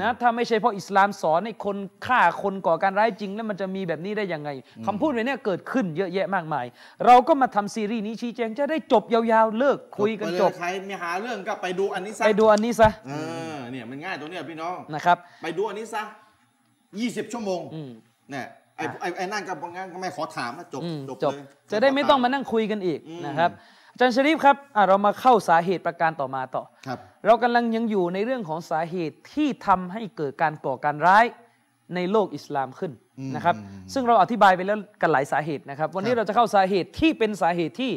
นะถ้าไม่ใช่เพราะอิสลามสอนให้คนฆ่าคนก่อการร้ายจริง แล้วมันจะมีแบบนี้ได้ยังไงคำพูดแบบเนี้ยเกิดขึ้นเยอะแยะมากมาย เราก็มาทำซีรีส์นี้ชี้แจงจะได้จบยาวๆเลิกคุยกันจบ ไปเลยใครมีหาเรื่องก็ไปดูอันนี้ซะ ไปดูอันนี้ซะ เออเนี่ยมันง่ายตรงเนี้ยพี่น้อง นะครับ ไปดูอันนี้ซะยี่สิบชั่วโมง อืม เนี่ยไอ้ไอ้ไอ้นั่นก็บอกงั้นก็ไม่ขอถามนะจบ อืม จบ จบ เลย จะได้ไม่ต้องมา ขถ นั่งคุยกันอีก อืม นะครับอาจารย์ชริฟครับอ่ะเรามาเข้าสาเหตุประการต่อมาต่อ ครับ เรากำลังยังอยู่ในเรื่องของสาเหตุที่ทำให้เกิดการก่อการร้ายในโลกอิสลามขึ้น อืม นะครับ ซึ่งเราอธิบายไปแล้วกันหลายสาเหตุนะครับ วันนี้ ครับ เราจะเข้าสาเหตุที่เป็นสาเหตุที่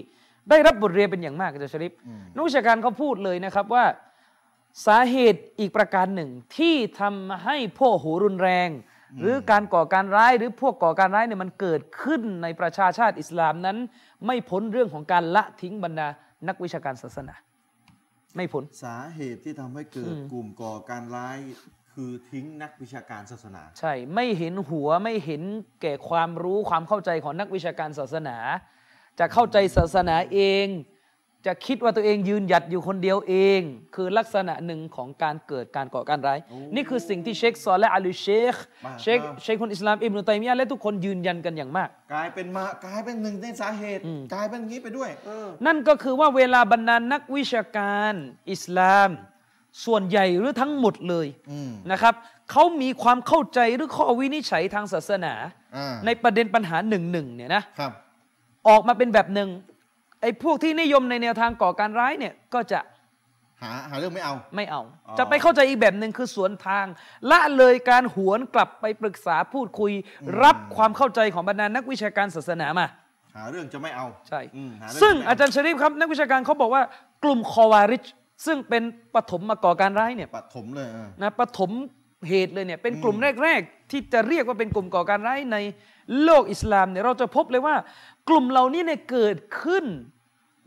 ได้รับบทเรียนเป็นอย่างมากอาจารย์ชริฟ อืม นักวิชาการเขาพูดเลยนะครับว่า สาเหตุอีกประการหนึ่งที่ทำให้พวกหูรุนแรง หรือการก่อการร้ายหรือพวกก่อการร้ายเนี่ยมันเกิดขึ้นในประชาชาติอิสลามนั้น ไม่พ้นเรื่องของการละทิ้งบรรดานักวิชาการศาสนา ไม่พ้น สาเหตุที่ทำให้เกิด อืม กลุ่มก่อการร้าย คือทิ้งนักวิชาการศาสนา ใช่ ไม่เห็นหัวไม่เห็นแก่ความรู้ความเข้าใจของนักวิชาการศาสนา จะเข้าใจศาสนาเอง จะคิดว่าตัวเองยืนหยัดอยู่คนเดียวเอง คือลักษณะหนึ่งของการเกิดการก่อการร้าย นี่คือสิ่งที่เชคซอลและอาลูเชค มาก เชคเชคคนอิสลามอิบนุตัยมียะห์และทุกคนยืนยันกันอย่างมาก กลายเป็นมากลายเป็นหนึ่งในสาเหตุ กลายเป็นอย่างนี้ไปด้วย เออ นั่นก็คือว่าเวลาบรรดานนักวิชาการอิสลาม ส่วนใหญ่หรือทั้งหมดเลย อืม นะครับเขามีความเข้าใจหรือข้อวินิจฉัยทางศาสนา อ่า ในประเด็นปัญหาหนึ่งหนึ่งเนี่ยนะครับ ออกมาเป็นแบบหนึ่งไอ้พวกที่นิยมในแนวทางก่อการร้ายเนี่ยก็จะ หาหาเรื่องไม่เอา ไม่เอา อ๋อ จะไปเข้าใจอีกแบบหนึ่งคือสวนทาง ละเลยการหวนกลับไปปรึกษาพูดคุย รับความเข้าใจของบรรดานักวิชาการศาสนามา หาเรื่องจะไม่เอา ใช่ อืมหาเรื่ ซึ่ง จะไม่เ อาจารย์ชริฟครับ นักวิชาการเขาบอกว่ากลุ่มคอวาริชซึ่งเป็นปฐมมาก่อการร้ายเนี่ย ปฐมเลยเออ นะปฐมเหตุเลยเนี่ยเป็นกลุ่มแรก ๆ ที่จะเรียกว่าเป็นกลุ่มก่อการร้ายในโลกอิสลามเนี่ยเราจะพบเลยว่ากลุ่มเหล่านี้เนี่ยเกิดขึ้น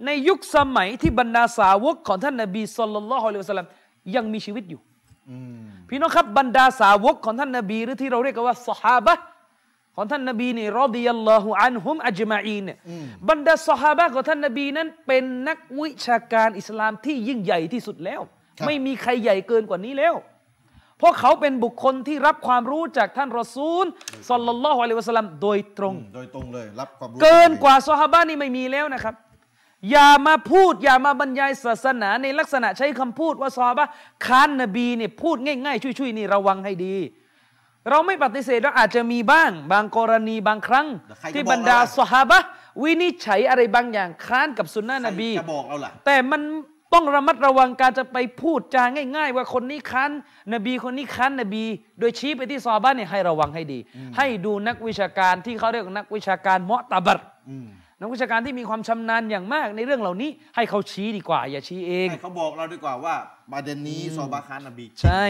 ในยุคสมัยที่บรรดาสาวกของท่านนบีสุลต่านละฮ์อะลัยฮิวะสัลลัมยังมีชีวิตอยู่ อืม พี่น้องครับบรรดาสาวกของท่านนบีหรือที่เราเรียกกันว่าสหาบะห์ของท่านนบีนี่รอดิยัลลอฮุอันฮุมอัจมาอีนเนี่ยบรรดาสหาบะห์ของท่านนบีนั้นเป็นนักวิชาการอิสลามที่ยิ่งใหญ่ที่สุดแล้ว ครับ ไม่มีใครใหญ่เกินกว่านี้แล้ว เพราะเขาเป็นบุคคลที่รับความรู้จากท่านรอซูลสัลลัลลอฮุอะลัยฮิวะสัลลัมโดยตรง โดยตรงเลยรับความรู้ เกินกว่าซอฮาบะห์นี่ไม่มีแล้วนะครับ อย่ามาพูด อย่ามาบรรยายศาสนาในลักษณะใช้คำพูดว่าซอฮาบะห์ค้านนบีเนี่ยพูดง่ายๆ ช่วยๆนี่ระวังให้ดี เราไม่ปฏิเสธว่าอาจจะมีบ้าง บางกรณีบางครั้ง ที่บรรดาซอฮาบะห์วินิจฉัยอะไรบางอย่างค้านกับสุนนะ ใคร นบี จะบอกเราล่ะ แต่มันต้องระมัดระวังการจะไปพูดจาง่าย ๆ ว่าคนนี้ค้านนบีคนนี้ค้านนบี โดยชี้ไปที่ซอฮาบ้านเนี่ยให้ระวังให้ดี ให้ดูนักวิชาการที่เขาเรียกนักวิชาการเมาะตะบัด นักวิชาการที่มีความชำนาญอย่างมากในเรื่องเหล่านี้ ให้เขาชี้ดีกว่า อย่าชี้เอง ให้เขาบอกเราดีกว่าว่าประเด็นนี้ซอบาคานนบี ใช่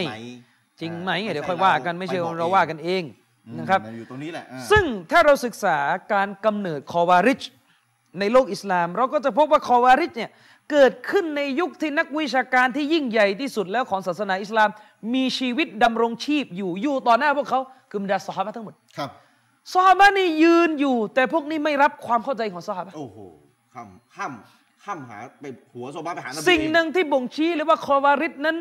จริงจริงไหมไหม ใช่ เดี๋ยวค่อยว่ากันไม่ใช่ ปบอก เราว่ากันเอง อืม นะครับ อยู่ตรงนี้แหละอ่า ซึ่งถ้าเราศึกษาการกำเนิดคอวาริชในโลกอิสลาม เราก็จะพบว่าคอวาริชเนี่ยเกิดขึ้นในยุคที่นักวิชาการที่ยิ่งใหญ่ที่สุดแล้วของศาสนาอิสลาม มีชีวิตดำรงชีพอยู่อยู่ต่อหน้าพวกเขาคือบรรดาสหายทั้งหมด ครับ สหายนี่ยืนอยู่ แต่พวกนี้ไม่รับความเข้าใจของสหาย โอ้โหข้ามข้ามข้ามหาไปหัวโซบาไปหานบี สิ่งหนึ่ เอง ที่บ่งชี้เลยว่าคอวาริชนั้น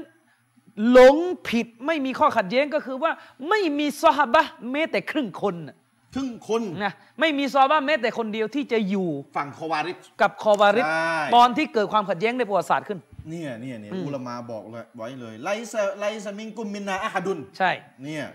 หลงผิดไม่มีข้อขัดแย้งก็คือว่าไม่มีสหายแม้แต่ครึ่งคนน่ะ ครึ่งคน นะไม่มีสหายแม้แต่คนเดียวที่จะอยู่ ฝั่งคอวาริช กับคอวาริส ใช่ ตอนที่เกิดความขัดแย้งในประวัติศาสตร์ขึ้น เนี่ยเนี่ยเนี่ยอุลามาบอกเลยไว้เลยไลซะไลซะมิงกุมมินนาอะฮะดุน ใช่ เนี่ย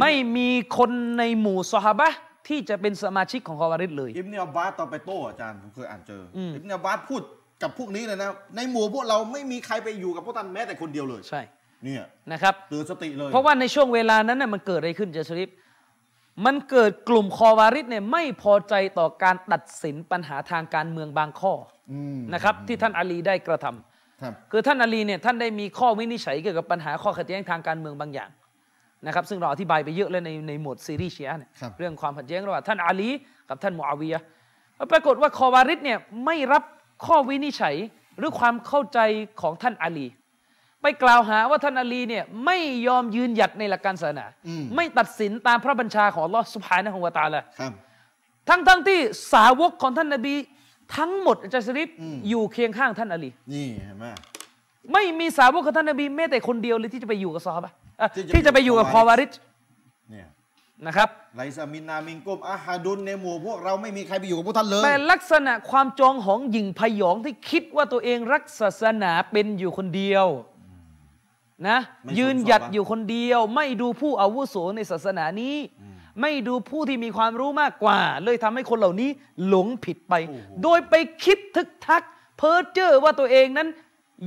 ไม่มีคนในหมู่ซอฮาบะห์ที่จะเป็นสมาชิกของคอวาริสเลย อิบเนียบาสตอนไปโต้อาจารย์ผมเคยอ่านเจออ ม อิบเนียบาสพูดกับพวกนี้เลยนะ ในหมู่พวกเราไม่มีใครไปอยู่กับพวกท่านแม้แต่คนเดียวเลย ใช่ เนี่ย นะครับ เตือนสติเลย เพราะว่าในช่วงเวลานั้นน่ะมันเกิดอะไรขึ้นเจชริฟมันเกิดกลุ่มคอวาริสเนี่ยไม่พอใจต่อการตัดสินปัญหาทางการเมืองบางข้อ อืม นะครับ ที่ท่านอาลีได้กระทำ ครับ คือท่านอาลีเนี่ยท่านได้มีข้อวินิจฉัยเกี่ยวกับปัญหาข้อขัดแย้งทางการเมืองบางอย่างนะครับ ซึ่งเราอธิบายไปเยอะแล้วในในหมวดซีรีส์เชียร์เนี่ย ครับ เรื่องความขัดแย้งระหว่างท่านอาลีกับท่านมูอาวิยะห์แล้วปรากฏว่าคอวาริดเนี่ยไม่รับข้อวินิจฉัยหรือความเข้าใจของท่านอาลี ไปกล่าวหาว่าท่านอาลีเนี่ยไม่ยอมยืนหยัดในหลักการศาสนา อืม ไม่ตัดสินตามพระบัญชาของอัลลอฮ์สุภานะของวะตะอาลา ครับ ทั้งทั้งที่สาวกของท่านนบีทั้งหมดอาจารย์ชริป อืม อยู่เคียงข้างท่านอาลี นี่เห็นไหม ไม่มีสาวกของท่านนบีแม้แต่คนเดียวเลยที่จะไปอยู่กับซอฮาบะห์เอ่อ ที่จะ ที่จะไปอยู่กับ อยู่ ค กั อคอวาวบา ริ ริ ด ด เนี่ย นะครับ ไลซามินนามิงกุมอาฮาดุนในหมู่พวกเราไม่มีใครไปอยู่กับพวกท่านเลย แต่ลักษณะความจองหองหยิ่งพยองที่คิดว่าตัวเองรักศาสนาเป็นอยู่คนเดียวนะ ไม่ ยืนหยัด สนใจ อยู่คนเดียว ไม่ดูผู้อาวุโสในศาสนานี้ ไม่ดูผู้ที่มีความรู้มากกว่า เลยทำให้คนเหล่านี้หลงผิดไป โดยไปคิดทึกทัก เพ้อเจ้อว่าตัวเองนั้น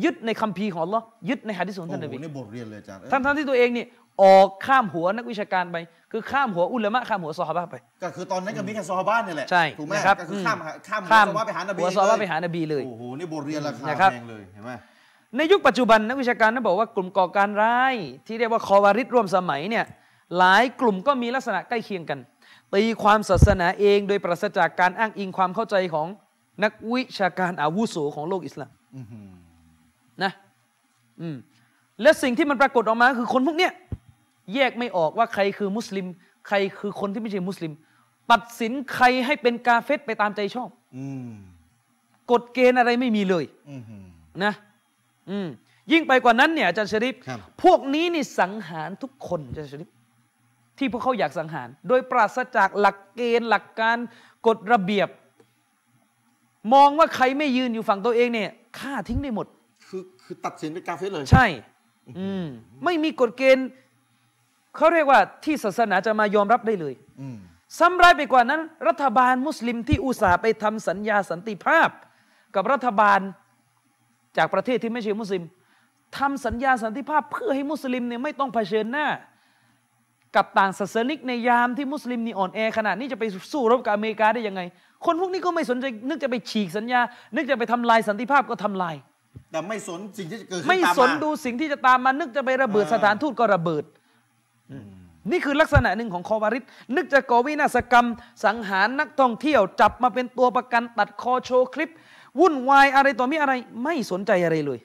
ยึดในคัมภีร์ของอัลลอฮ์ยึดในหะดิษของ โอ้ ท่านน โห บี นี่บทเรียนเลยอาจารย์เอ้ย ทั้งๆที่ตัวเองนี่ออกข้ามหัวนักวิชาการไป คือข้ามหัวอุลามะข้ามหัวซอฮาบะห์ไป ก็คือตอนนั้นก็มีแค่ซอฮาบ้านเนี่ยแหละ ใช่ ถูกไหม นะครับ ก็คือข้ามหาข้ามหัว ข้าม ซอฮาบ้าไปหานบี หัวซอฮาบะห์ไปหานบีเลย โอ้โหนี่บทเรียนราคา นะครับ แพงเลยเห็นไหม ในยุคปัจจุบันนักวิชาการนั้นบอกว่ากลุ่มก่อการร้าย ที่เรียกว่าคอวาริดร่วมสมัยเนี่ยหลายกลุ่มก็มีลักษณะใกล้เคียงกัน ตีความศาสนาเองโดยปราศจากการอ้างอิงความเข้าใจของนักวิชาการอาวุโสของโลกอิสลามนะอืมและสิ่งที่มันปรากฏออกมาคือคนพวกเนี้ยแยกไม่ออกว่าใครคือมุสลิม ใครคือคนที่ไม่ใช่มุสลิม ตัดสินใครให้เป็นกาเฟตไปตามใจชอบ อืม กฎเกณฑ์อะไรไม่มีเลย อืม นะอืมยิ่งไปกว่านั้นเนี่ยอาจารย์ชริป ครับ พวกนี้นี่สังหารทุกคนอาจารย์ชริปที่พวกเขาอยากสังหาร โดยปราศจากหลักเกณฑ์หลักการกฎระเบียบ มองว่าใครไม่ยืนอยู่ฝั่งตัวเองเนี่ยฆ่าทิ้งได้หมด คือคือตัดสินเป็นกาเฟสเลย ใช่ อืมไม่มีกฎเกณฑ์เขาเรียกว่าที่ศาสนาจะมายอมรับได้เลย อืม ซ้ำร้ายไปกว่านั้น รัฐบาลมุสลิมที่อุตส่าห์ไปทำสัญญาสันติภาพ กับรัฐบาลจากประเทศที่ไม่ใช่มุสลิมทำสัญญาสันติภาพเพื่อให้มุสลิมเนี่ยไม่ต้องเผชิญหน้า กับต่างศาสนิกในยามที่มุสลิมนี่อ่อนแอขนาดนี้จะไปสู้รบกับอเมริกาได้ยังไง คนพวกนี้ก็ไม่สนใจนึกจะไปฉีกสัญญา นึกจะไปทำลายสันติภาพก็ทำลาย แต่ไม่สนสิ่งที่จะเกิดขึ้น ไม่ ตาา สนดูสิ่งที่จะตามมา นึกจะไประเบิด อ่า สถานทูตก็ระเบิด นี่คือลักษณะหนึ่งของคอวาริสนึกจะก่อวินาศกรรม สังหารนักท่องเที่ยวจับมาเป็นตัวประกันตัดคอโชว์คลิป วุ่นวายอะไรต่อมีอะไร ไม่สนใจอะไรเลย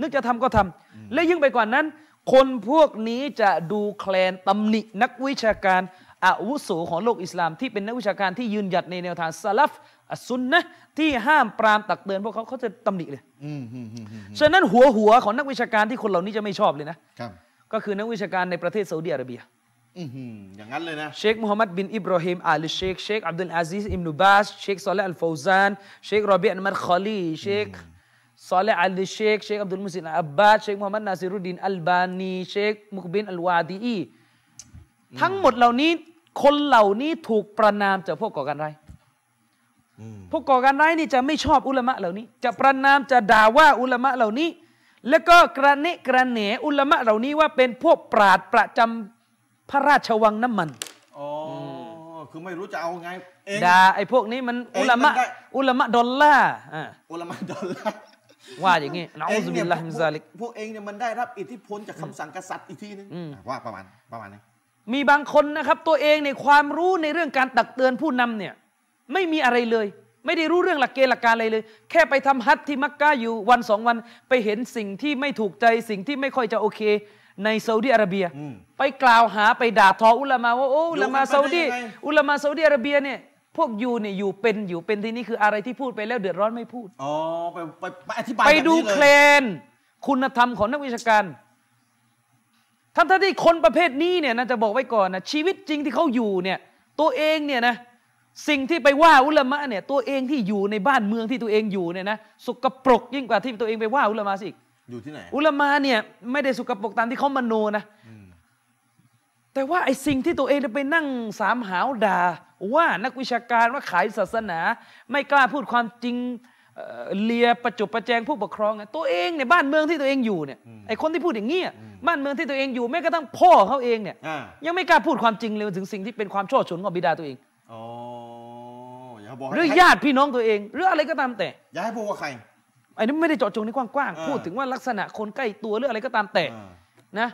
นึกจะทำก็ทำและยิ่งไปกว่านั้น คนพวกนี้จะดูแคลนตำหนินักวิชาการอาวุโสของโลกอิสลาม ที่เป็นนักวิชาการที่ยืนหยัดในแนวทางซาลฟอัสซุนนะห์ที่ห้ามปรามตักเตือนพวกเขาเขาจะตำหนิเลย อืมอืมอืมอืม ฉะนั้นหัวหัวของนักวิชาการที่คนเหล่านี้จะไม่ชอบเลยนะ ครับ ก็คือนักวิชาการในประเทศซาอุดีอาระเบีย อือหืออย่างนั้นเลยนะ เชคมูฮัมหมัดบินอิบรอฮิมอาลีเชคเชคอับดุลอาซิสอิมนุบาสเชคซอเลห์อัลฟาวซานเชครอบีอันมัดคอลีเชคซอเลห์อัลเชคเชคอับดุลมุสลิมอับบาสเชคมูฮัมหมัดนาซิรุดดินอัลบานีเชคมุกบินอัลวาดีอีทั้งหมดเหล่านี้คนเหล่านี้ถูกประนามจากพวกก่อการร้าย พวกก่อการร้ายนี่จะไม่ชอบอุลามะเหล่านี้ จะประนามจะด่าว่าอุลามะเหล่านี้ แล้วก็กระเนะกระเหนอุลามะเหล่านี้ว่าเป็นพวกปราดประจำพระราชวังน้ำมัน อ๋อ คือไม่รู้จะเอาไงเอง ด่าไอ้พวกนี้มัน เอ๊ะ อุลามะ มันได้ อุลามะดอลล่าร์อ่า อุลามะดอลลาร์ ว่าอย่างงี้นะ เอ อู ง ซุบิ เนี่ย ลลาฮิมินซาลิก พวพวกเองเนี่ยมันได้รับอิทธิพลจากคำสั่งกษัตริย์อีกทีนึง อืม อ่ะว่าประมาณประมาณนี้ มีบางคนนะครับ ตัวเองในความรู้ในเรื่องการตักเตือนผู้นำเนี่ย ไม่มีอะไรเลย ไม่ได้รู้เรื่องหลักเกณฑ์หลักการอะไรเลย แค่ไปทำฮัทที่มักกะอยู่วันสองวันไปเห็นสิ่งที่ไม่ถูกใจสิ่งที่ไม่ค่อยจะโอเค ในซาอุดีอาระเบีย อืม ไปกล่าวหาไปด่าทออุลามาว่าโอ้อุลามา อยู่กันไปได้ ซาอุดี ยังไง อุลามาซาอุดีอาระเบียเนี่ยพวกยูเนี่ยอยู่เป็นอยู่เป็นที่นี่คืออะไรที่พูดไปแล้วเดือดร้อนไม่พูด อ๋อไปไปไปอธิบาย ไปดู แบบนี้ เคล เลย นคุณธรรมของนักวิชาการท่านท่านที่คนประเภทนี้เนี่ยนะจะบอกไว้ก่อนนะชีวิตจริงที่เขาอยู่เนี่ย ตัวเองเนี่ยนะสิ่งที่ไปว่าอุลามะเนี่ยตัวเองที่อยู่ในบ้านเมืองที่ตัวเองอยู่เนี่ยนะสกปรกยิ่งกว่าที่ตัวเองไปว่าอุลามะสิอีก อยู่ที่ไหน อุลามะเนี่ยไม่ได้สกปรกตามที่เขามโนนะแต่ว่าไอ้สิ่งที่ตัวเองจะไปนั่งสามหาวด่าว่านักวิชาการว่าขายศาสนา ไม่กล้าพูดความจริงเอ่อเลียประจบประแจงผู้ปกครองอะตัวเองเนี่ยบ้านเมืองที่ตัวเองอยู่เนี่ยไอ้คนที่พูดอย่างเงี้ยบ้านเมืองที่ตัวเองอยู่แม้กระทั่งพ่อเขาเองเนี่ย อ่า ยังไม่กล้าพูดความจริงเลยถึงสิ่งที่เป็นความโชดชนของบิดาตัวเอง อ๋ออย่าบอก หรือ ให้ ญาติพี่น้องตัวเอง หรืออะไรก็ตามแต่ อย่าให้พูดว่าใคร ไอ้นี่ไม่ได้เจาะจงในกว้าง อ่า ๆพูดถึงว่าลักษณะคนใกล้ตัวหรืออะไรก็ตามแต่ อ่า นะ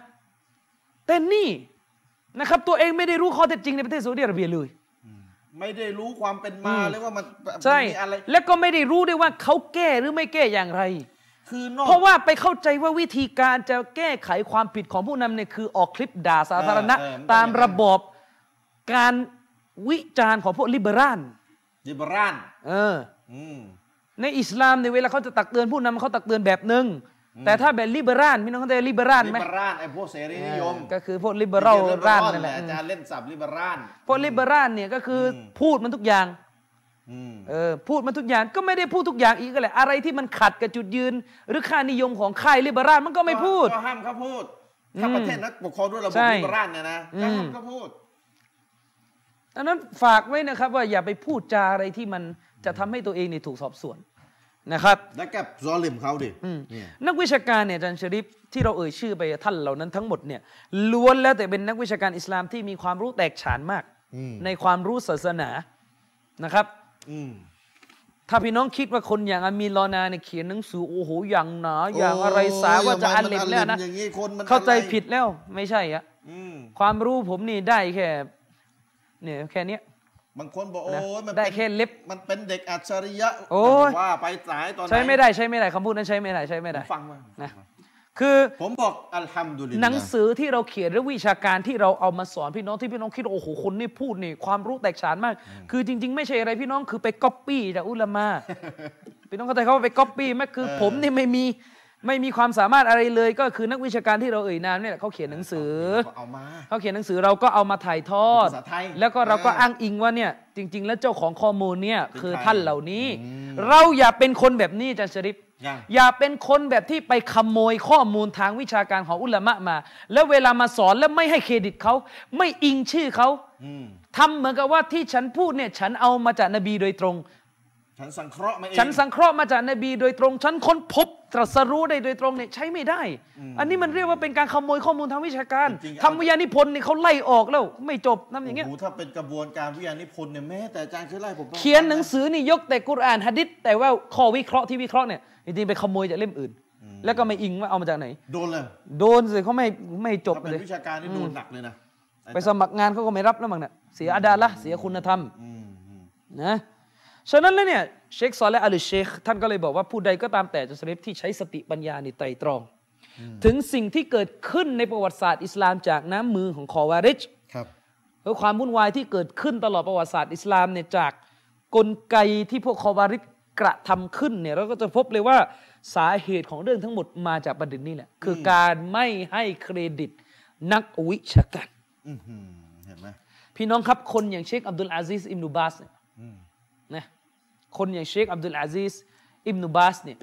แต่นี่นะครับ ตัวเองไม่ได้รู้ข้อเท็จจริงในประเทศซาอุดิอาระเบียเลย ไม่ได้รู้ความเป็นมา อืม เลยว่ามันมัน ใช่ มีอะไร แล้วก็ไม่ได้รู้ด้วยว่าเขาแก้หรือไม่แก้อย่างไร คือนอก เพราะว่าไปเข้าใจว่าวิธีการจะแก้ไขความผิดของผู้นำเนี่ยคือออกคลิปด่าสาธารณะ ตามระบอบการวิจารณ์ของพวกลิเบอรัล ลิเบอรัล เออ อืม ในอิสลามในยเวลาเขาจะตักเตือนผู้นำเขาตักเตือนแบบหนึ่งแต่ถ้าแบบลิเบอรัลพี่น้องเข้าใจลิเบอรัล ลิ ไหม เบอรัลไอ้พวกเสรีนิยม เออก็คือพวกลิเบอรัล ลิเบอ รัล ล นั่น แห แห ละ ละ อาจารย์เล่นศัพท์ลิเบอรัล เพราะลิเบอรัลเนี่ยก็คืออ ม พูดมันทุกอย่าง อืม เออพูดมันทุกอย่างก็ไม่ได้พูดทุกอย่างอีกก็แหละอะไรที่มันขัดกับจุดยืน หรือค่านิยมของค่ายลิเบอรัลมันก็ไม่พูด ก็ห้ามเขาพูด อืม ถ้าประเทศนั้นปกครองด้วยระบ ใช่ บลิเบอรัลเนี่ยนะ อืม ก็ห้ามเขาพูด ดังนั้นฝากไว้นะครับว่าอย่าไปพูดจาอะไรที่มันจะทำให้ตัวเองเนี่ยถูกสอบสวนนะครับ แล้วกับซอลิมเขาดิ อืม เนี่ย นักวิชาการเนี่ยอาจารย์ชริฟที่เราเอ่ยชื่อไปท่านเหล่านั้นทั้งหมดเนี่ยล้วนแล้วแต่เป็นนักวิชาการอิสลามที่มีความรู้แตกฉานมาก อืม ในความรู้ศาสนานะครับ อืม ถ้าพี่น้องคิดว่าคนอย่างอามีลอนาเนี่ยเขียนหนังสือโอ้โหอย่างหนาอย่างอะไร โอ้ย สาว่าจะ อย่า อั มา ลเลม มัน แล้วนะ อัลเลมอย่างนี้คนมันอะไร เข้าใจผิดแล้วไม่ใช่อะ อืม ความรู้ผมนี่ได้แค่เนี่ยแค่เนี้ย บางคนบอก นะ โอ้ยมัน ได้ ป็น แค่เล็บ มันเป็นเด็กอัจฉริยะ โอ้ย ว่าไปสายตอนหน ใช้ไม่ได้ใช้ไม่ได้คำพูดนั้นใช้ไม่ได้ใช้ไม่ ผ ได้ มฟังมา นะ คือ ผมบอกอัลฮัมดุลิลลาห์ หนังสือที่เราเขียนหรือวิชาการที่เราเอามาสอนพี่น้องที่พี่น้องคิดว่าโอ้โหคนนี่พูดนี่ความรู้แตกฉานมาก คือจริง ๆ ไม่ใช่อะไรพี่น้องคือไปก๊อปปี้จากอุลามา พี่น้องเข้าใจเขาว่าไปก๊อปปี้ไหมคือ เออ ผมนี่ไม่มีไม่มีความสามารถอะไรเลย ก็คือนักวิชาการที่เราเอ่ยนามเนี่ยแหละเขาเขียนหนังสือ เอามา เขาเขียนหนังสือเราก็เอามาถ่ายทอด เป็นภาษาไทย แล้วก็เราก็ อ่า อ้างอิงว่าเนี่ยจริง ๆ แล้วเจ้าของข้อมูลเนี่ยคือ เป็นใคร ท่านเหล่านี้ เราอย่าเป็นคนแบบนี้อาจารย์ชริฟ ยัง อย่าเป็นคนแบบที่ไปขโมยข้อมูลทางวิชาการของอุลามะมา แล้วเวลามาสอนแล้วไม่ให้เครดิตเขาไม่อิงชื่อเขา อืม ทำเหมือนกับว่าที่ฉันพูดเนี่ยฉันเอามาจากนบีโดยตรง ฉันสังเคราะห์มาเอง ฉันสังเคราะห์มาจากนบีโดยตรง ฉันค้นพบตรัสรู้ได้โดยตรงเนี่ยใช้ไม่ได้ อันนี้มันเรียกว่าเป็นการขโมยข้อมูลทางวิชาการ จริงๆ ทำวิทยานิพนธ์เนี่ยเขาไล่ออกแล้ว ไม่จบทำอย่างเงี้ย โโหถ้าเป็นกระบวนการวิทยานิพนธ์เนี่ยแม้แต่อาจารย์เคยไล่ผมไป เขียนหนังสือนี่ยกแต่กุรอานฮะดิษแต่ว่าข้อวิเคราะห์ที่วิเคราะห์เนี่ยจริงๆไปขโมยจากเล่มอื่น แล้วก็ไม่อิงว่าเอามาจากไหน โดนเลย โดนสิเขาไม่ไม่จบ ถ้าเป็น เลย วิชาการนี่โดนหนักเลยนะ ไปสมัครงานเขาก็ไม่รับแล้วมั้งเนี่ยเสียอาดาละเสียคุณธรรม อืมอืม นะฉะนั้นแล้วเนี่ยเชคซอลและอัลเชคท่านก็เลยบอกว่าผู้ใดก็ตามแต่จะสริฟที่ใช้สติปัญญาในไตรตรอง ถึงสิ่งที่เกิดขึ้นในประวัติศาสตร์อิสลามจากน้ำมือของคอวาริจ ครับ และความวุ่นวายที่เกิดขึ้นตลอดประวัติศาสตร์อิสลามเนี่ยจากกลไกที่พวกคอวาริจกระทำขึ้นเนี่ยเราก็จะพบเลยว่าสาเหตุของเรื่องทั้งหมดมาจากประเด็นนี้แหละคืออการไม่ให้เครดิตนักวิชาการ อื้อหือเห็นไหม พี่น้องครับคนอย่างเชคอับดุลอาซิสอิมนุบาสเนี่ยนะคนอย่างเชคอับดุลอาซิสอิมนุบาสเนี่ย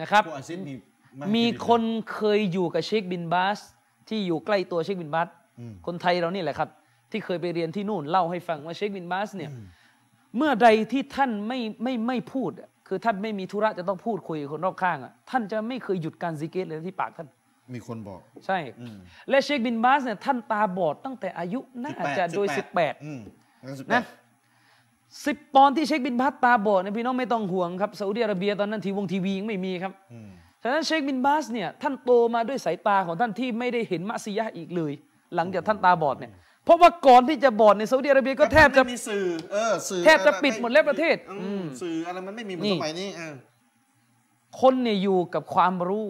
นะครับ พวกอาซิดมีมาก มี ที่สุด คนเคยอยู่กับเชคบินบาส ที่อยู่ใกล้ตัวเชคบินบาส คนไทยเรานี่แหละครับ ที่เคยไปเรียนที่นู่นเล่าให้ฟังว่าเชคบินบาสเนี่ยเมื่อใดที่ท่านไม่ไม่ไม่พูดอะคือท่านไม่มีธุระจะต้องพูดคุยกับคนรอบข้างอ่ะท่านจะไม่เคยหยุดการซิกเกตเลยที่ปากท่าน มีคนบอก ใช่ และเชคบินบาสเนี่ยท่านตาบอดตั้งแต่อายุน่า 18 จะโดย 18 18 อืม นะสิบปอนด์ที่เช็คบินบัสตาบอดเนี่ยพี่น้องไม่ต้องห่วงครับซาอุดิอาระเบียตอนนั้นทีวงทีวียังไม่มีครับฉะนั้นเชคบินบัสเนี่ยท่านโตมาด้วยสายตาของท่านที่ไม่ได้เห็นมัสยิดอีกเลย หลังจากท่านตาบอดเนี่ยเพราะว่าก่อนที่จะบอดในยซาอุดิอาระเบียก็แทบจะ ไม่มีสื่อเออสื่อ แทบจะปิดหมดแล้วประเทศ อืม อืม สื่ออะไรมันไม่มีเหมือน นี่ สมัยนี้เออ คนเนี่ยอยู่กับความรู้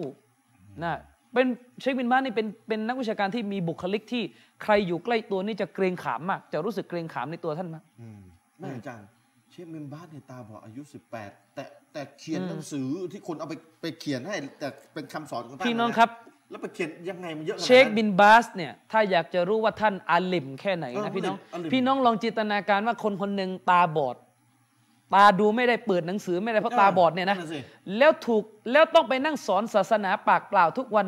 นะเป็นเชคบินบาสนี่เป็นเป็นนักวิชาการที่มีบุคลิกที่ใครอยู่ใกล้ตัวนี่จะเกรงขามมาก จะรู้สึกเกรงขามในตัวท่านมาก อืมแม่อาจารย์เชฟเมมบาสเนี่ยตาบอกอายุ 18 แต่แต่เขียนหนังสือที่คนเอาไปไปเขียนให้ แต่เป็นคำสอนของท่าน พี่น้อง ะ ครับ แล้วไปเขียนยังไงมันเยอะขาด เช นั้น คบินบาสเนี่ยถ้าอยากจะรู้ว่าท่านอาลิมแค่ไหน เออ นะพี่น้อง อาลิม พี่น้องลองจินตนาการว่าคนคนหนึ่งตาบอด ตาดูไม่ได้เปิดหนังสือไม่ได้เพราะตาบอดเนี่ยนะ สิ แล้วถูกแล้วต้องไปนั่งสอนศาสนาปากเปล่าทุกวัน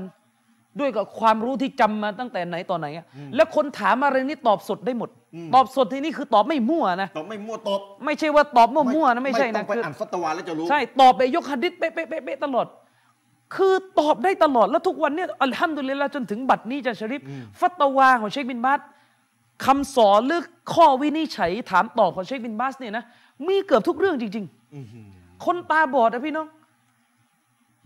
ด้วยกับความรู้ที่จำมาตั้งแต่ไหนต่อไหนอะแล้วคนถามอะไรนี่ตอบสดได้หมด ตอบสดที่นี่คือตอบไม่มั่วนะ ตอบไม่มั่วตบ ไม่ใช่ว่าตอบมั่วๆนะไม่ใช่ ต้อ นะ งไป คือ อ่านฟัตวาแล้วจะรู้ ใช่ตอบไปยกฮัดดิษเป๊ะเป๊ะเป๊ะเป๊ะตลอด คือตอบได้ตลอดแล้วทุกวันเนี่ยอัลฮัมดุลิลละห์จนถึงบัดนี้อาจันชริฟฟัตวาของเชคบินบาสคำสอนหรือข้อวินิจฉัยถามตอบของเชคบินบาสเนี่ยนะมีเกือบทุกเรื่องจริง ๆ คนตาบอดนะพี่น้อง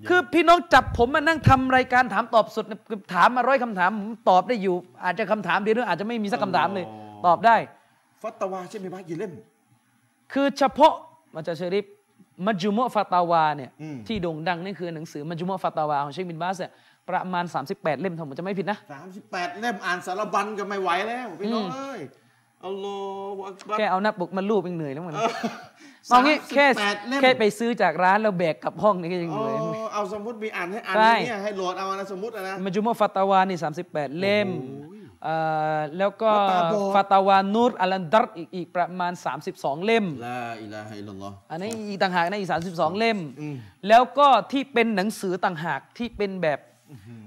คือพี่น้องจับผมมานั่งทำรายการถามตอบสดเนี่ยคือถามมาร้อยคำถามผมตอบได้อยู่ อาจจะคำถามเดียวหรืออาจจะไม่มีสักคำถามเลยตอ๋ออบได้ ฟัตวาเชฟเมมบาสกี่เล่ม คือเฉพาะมัจาเชริฟมัจจุมะฟาตาวาเนี่ย อืม ที่โด่งดังนี่คือหนังสือมัจจุมะฟาตาวาของเชคบินบาสเนี่ยประมาณ 38 เล่มถ้าผมจะไม่ผิดนะ 38 เล่มอ่านสารบัญก็ไม่ไหวแล้วพี่น้องเอ้ยอัลลอฮฺอักบัร แค่เอาหน้าปกมาลูบยังเหนื่อยแล้วมัน สา เอา มสิบแปด งี้แค่ เล่ม แค่ไปซื้อจากร้านแล้วแบกกลับห้องนี่ก็ยัง เอ เหนื่อย อเอาสมมติมีอ่านให้อ่าน ใช่ ในเนี่ยให้โหลดเอานะสมมติอะนะ มัจจุมะฟาตาวานี่ 38 เล่มเอ่อแล้วก็ ฟาตาบอด ฟาตาวานูรอัลันดัรอีกอีกประมาณ 32 เล่ม ลาอิลาฮะอิลลัลลอฮ์ อันนี้อีกต่างหากนะอีกสาสิบสองเล่ม อืม แล้วก็ที่เป็นหนังสือต่างหากที่เป็นแบบ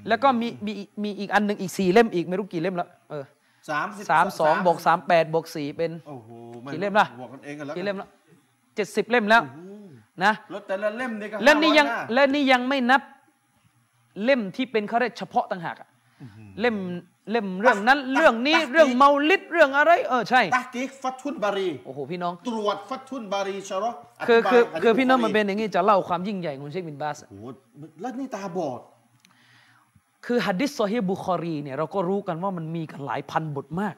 แล้วก็มีมีมีอีกอันหนึ่งอีกสี่เล่มอีกไม่รู้กี่เล่มแล้วเออ สามสิบ สามสองบวกสามแปดบวกสี่เป็น โอ้โหไ กี่เล่มล่ะ บอกกันเองกันแล้ว กี่เล่มแล้วเจ็ดสิบเล่มแล้วนะ แล้วแต่ละเล่มเนี่ยก็ และนี่ยัง ห้าร้อหา และนี่ยังไม่นับเล่มที่เป็นเขาเรียกเฉพาะต่างหากอะเล่มเล่มเรื่องนั้นเรื่องนี้เรื่องเมาลิดเรื่องอะไร เออใช่ ตักกิกฟัตทุนบารี โอ้โหพี่น้อง ตรวจฟัตทุนบารีชะรอ คือ ธิบาย คือ ธิบาย คือพี่น้องมัน บารี เป็นอย่างนี้จะเล่าความยิ่งใหญ่ของเชคบินบาส โอ้โหแล้วนี่ตาบอด คือฮัดดิสซอฮีบุคอรีเนี่ยเราก็รู้กันว่ามันมีกันหลายพันบทมาก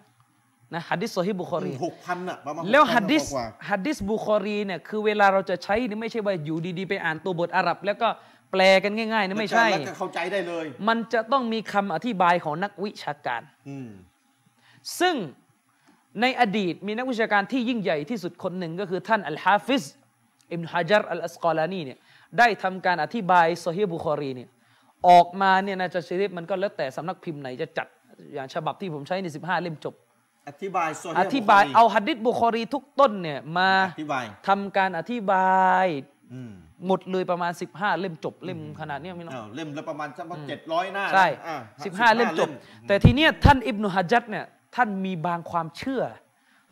นะฮัดดิสซอฮีบุคอรี หกพันอะประมาณ แล้ว 6,000 ฮัดดิส กว่า ฮัดดิสบุคอรีเนี่ยคือเวลาเราจะใช้เนี่ยไม่ใช่ว่าอยู่ดีๆ ไปอ่านตัวบทอาหรับ แล้วก็แปลกันง่ายๆ ๆ นะไม่ใช่ แล้วก็เข้าใจได้เลย มันจะต้องมีคำอธิบายของนักวิชาการ อืม ซึ่งในอดีตมีนักวิชาการที่ยิ่งใหญ่ที่สุดคนหนึ่งก็คือท่านอัลฮาฟิซอิมฮะจัรอัลอัสกอลานีเนี่ยได้ทำการอธิบายซอฮีบุคอรีเนี่ยออกมาเนี่ยนะจะชริฟมันก็แล้วแต่สำนักพิมพ์ไหนจะจัดอย่างฉบับที่ผมใช้ใน 15 เล่มจบ อธิบายโซเฮี อธิบายเอาฮัดดิษบุคอรีทุกต้นเนี่ยมา อธิบาย ทำการอธิบาย อืม หมดเลยประมาณ 15 เล่มจบเล่มขนาดเนี้ยไม่น้อง อ้าวเล่มละประมาณสักเจ็ดร้อยหน้า ใช่ อ่ะ สิบห้าเล่มจบ แต่ทีเนี้ยท่านอิบนุฮะจัดเนี่ยท่านมีบางความเชื่อ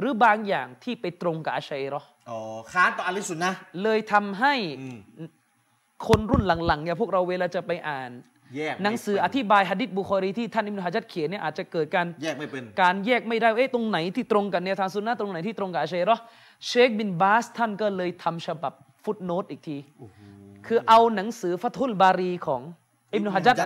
หรือบางอย่างที่ไปตรงกับอาชัยเหรอ อ๋อค้านต่ออาลิสุนนะห์ เลยทำให้ อืม คนรุ่นหลังๆเนี่ยพวกเราเวลาจะไปอ่าน แยก หนังสืออธิบายฮะดิษบุคอรีที่ท่านอิบนุฮะจัดเขียนเนี่ยอาจจะเกิดการ แยกไม่เป็น การแยกไม่ได้ว่าเอ๊ะตรงไหนที่ตรงกับแนวทางซุนนะห์ตรงไหนที่ตรงกับอาชัยเหรอเชคบินบาสท่านก็เลยทำฉบับฟุตโนตอีกที คือเอาหนังสือฟัทุลบารีของอิบนุฮะจัด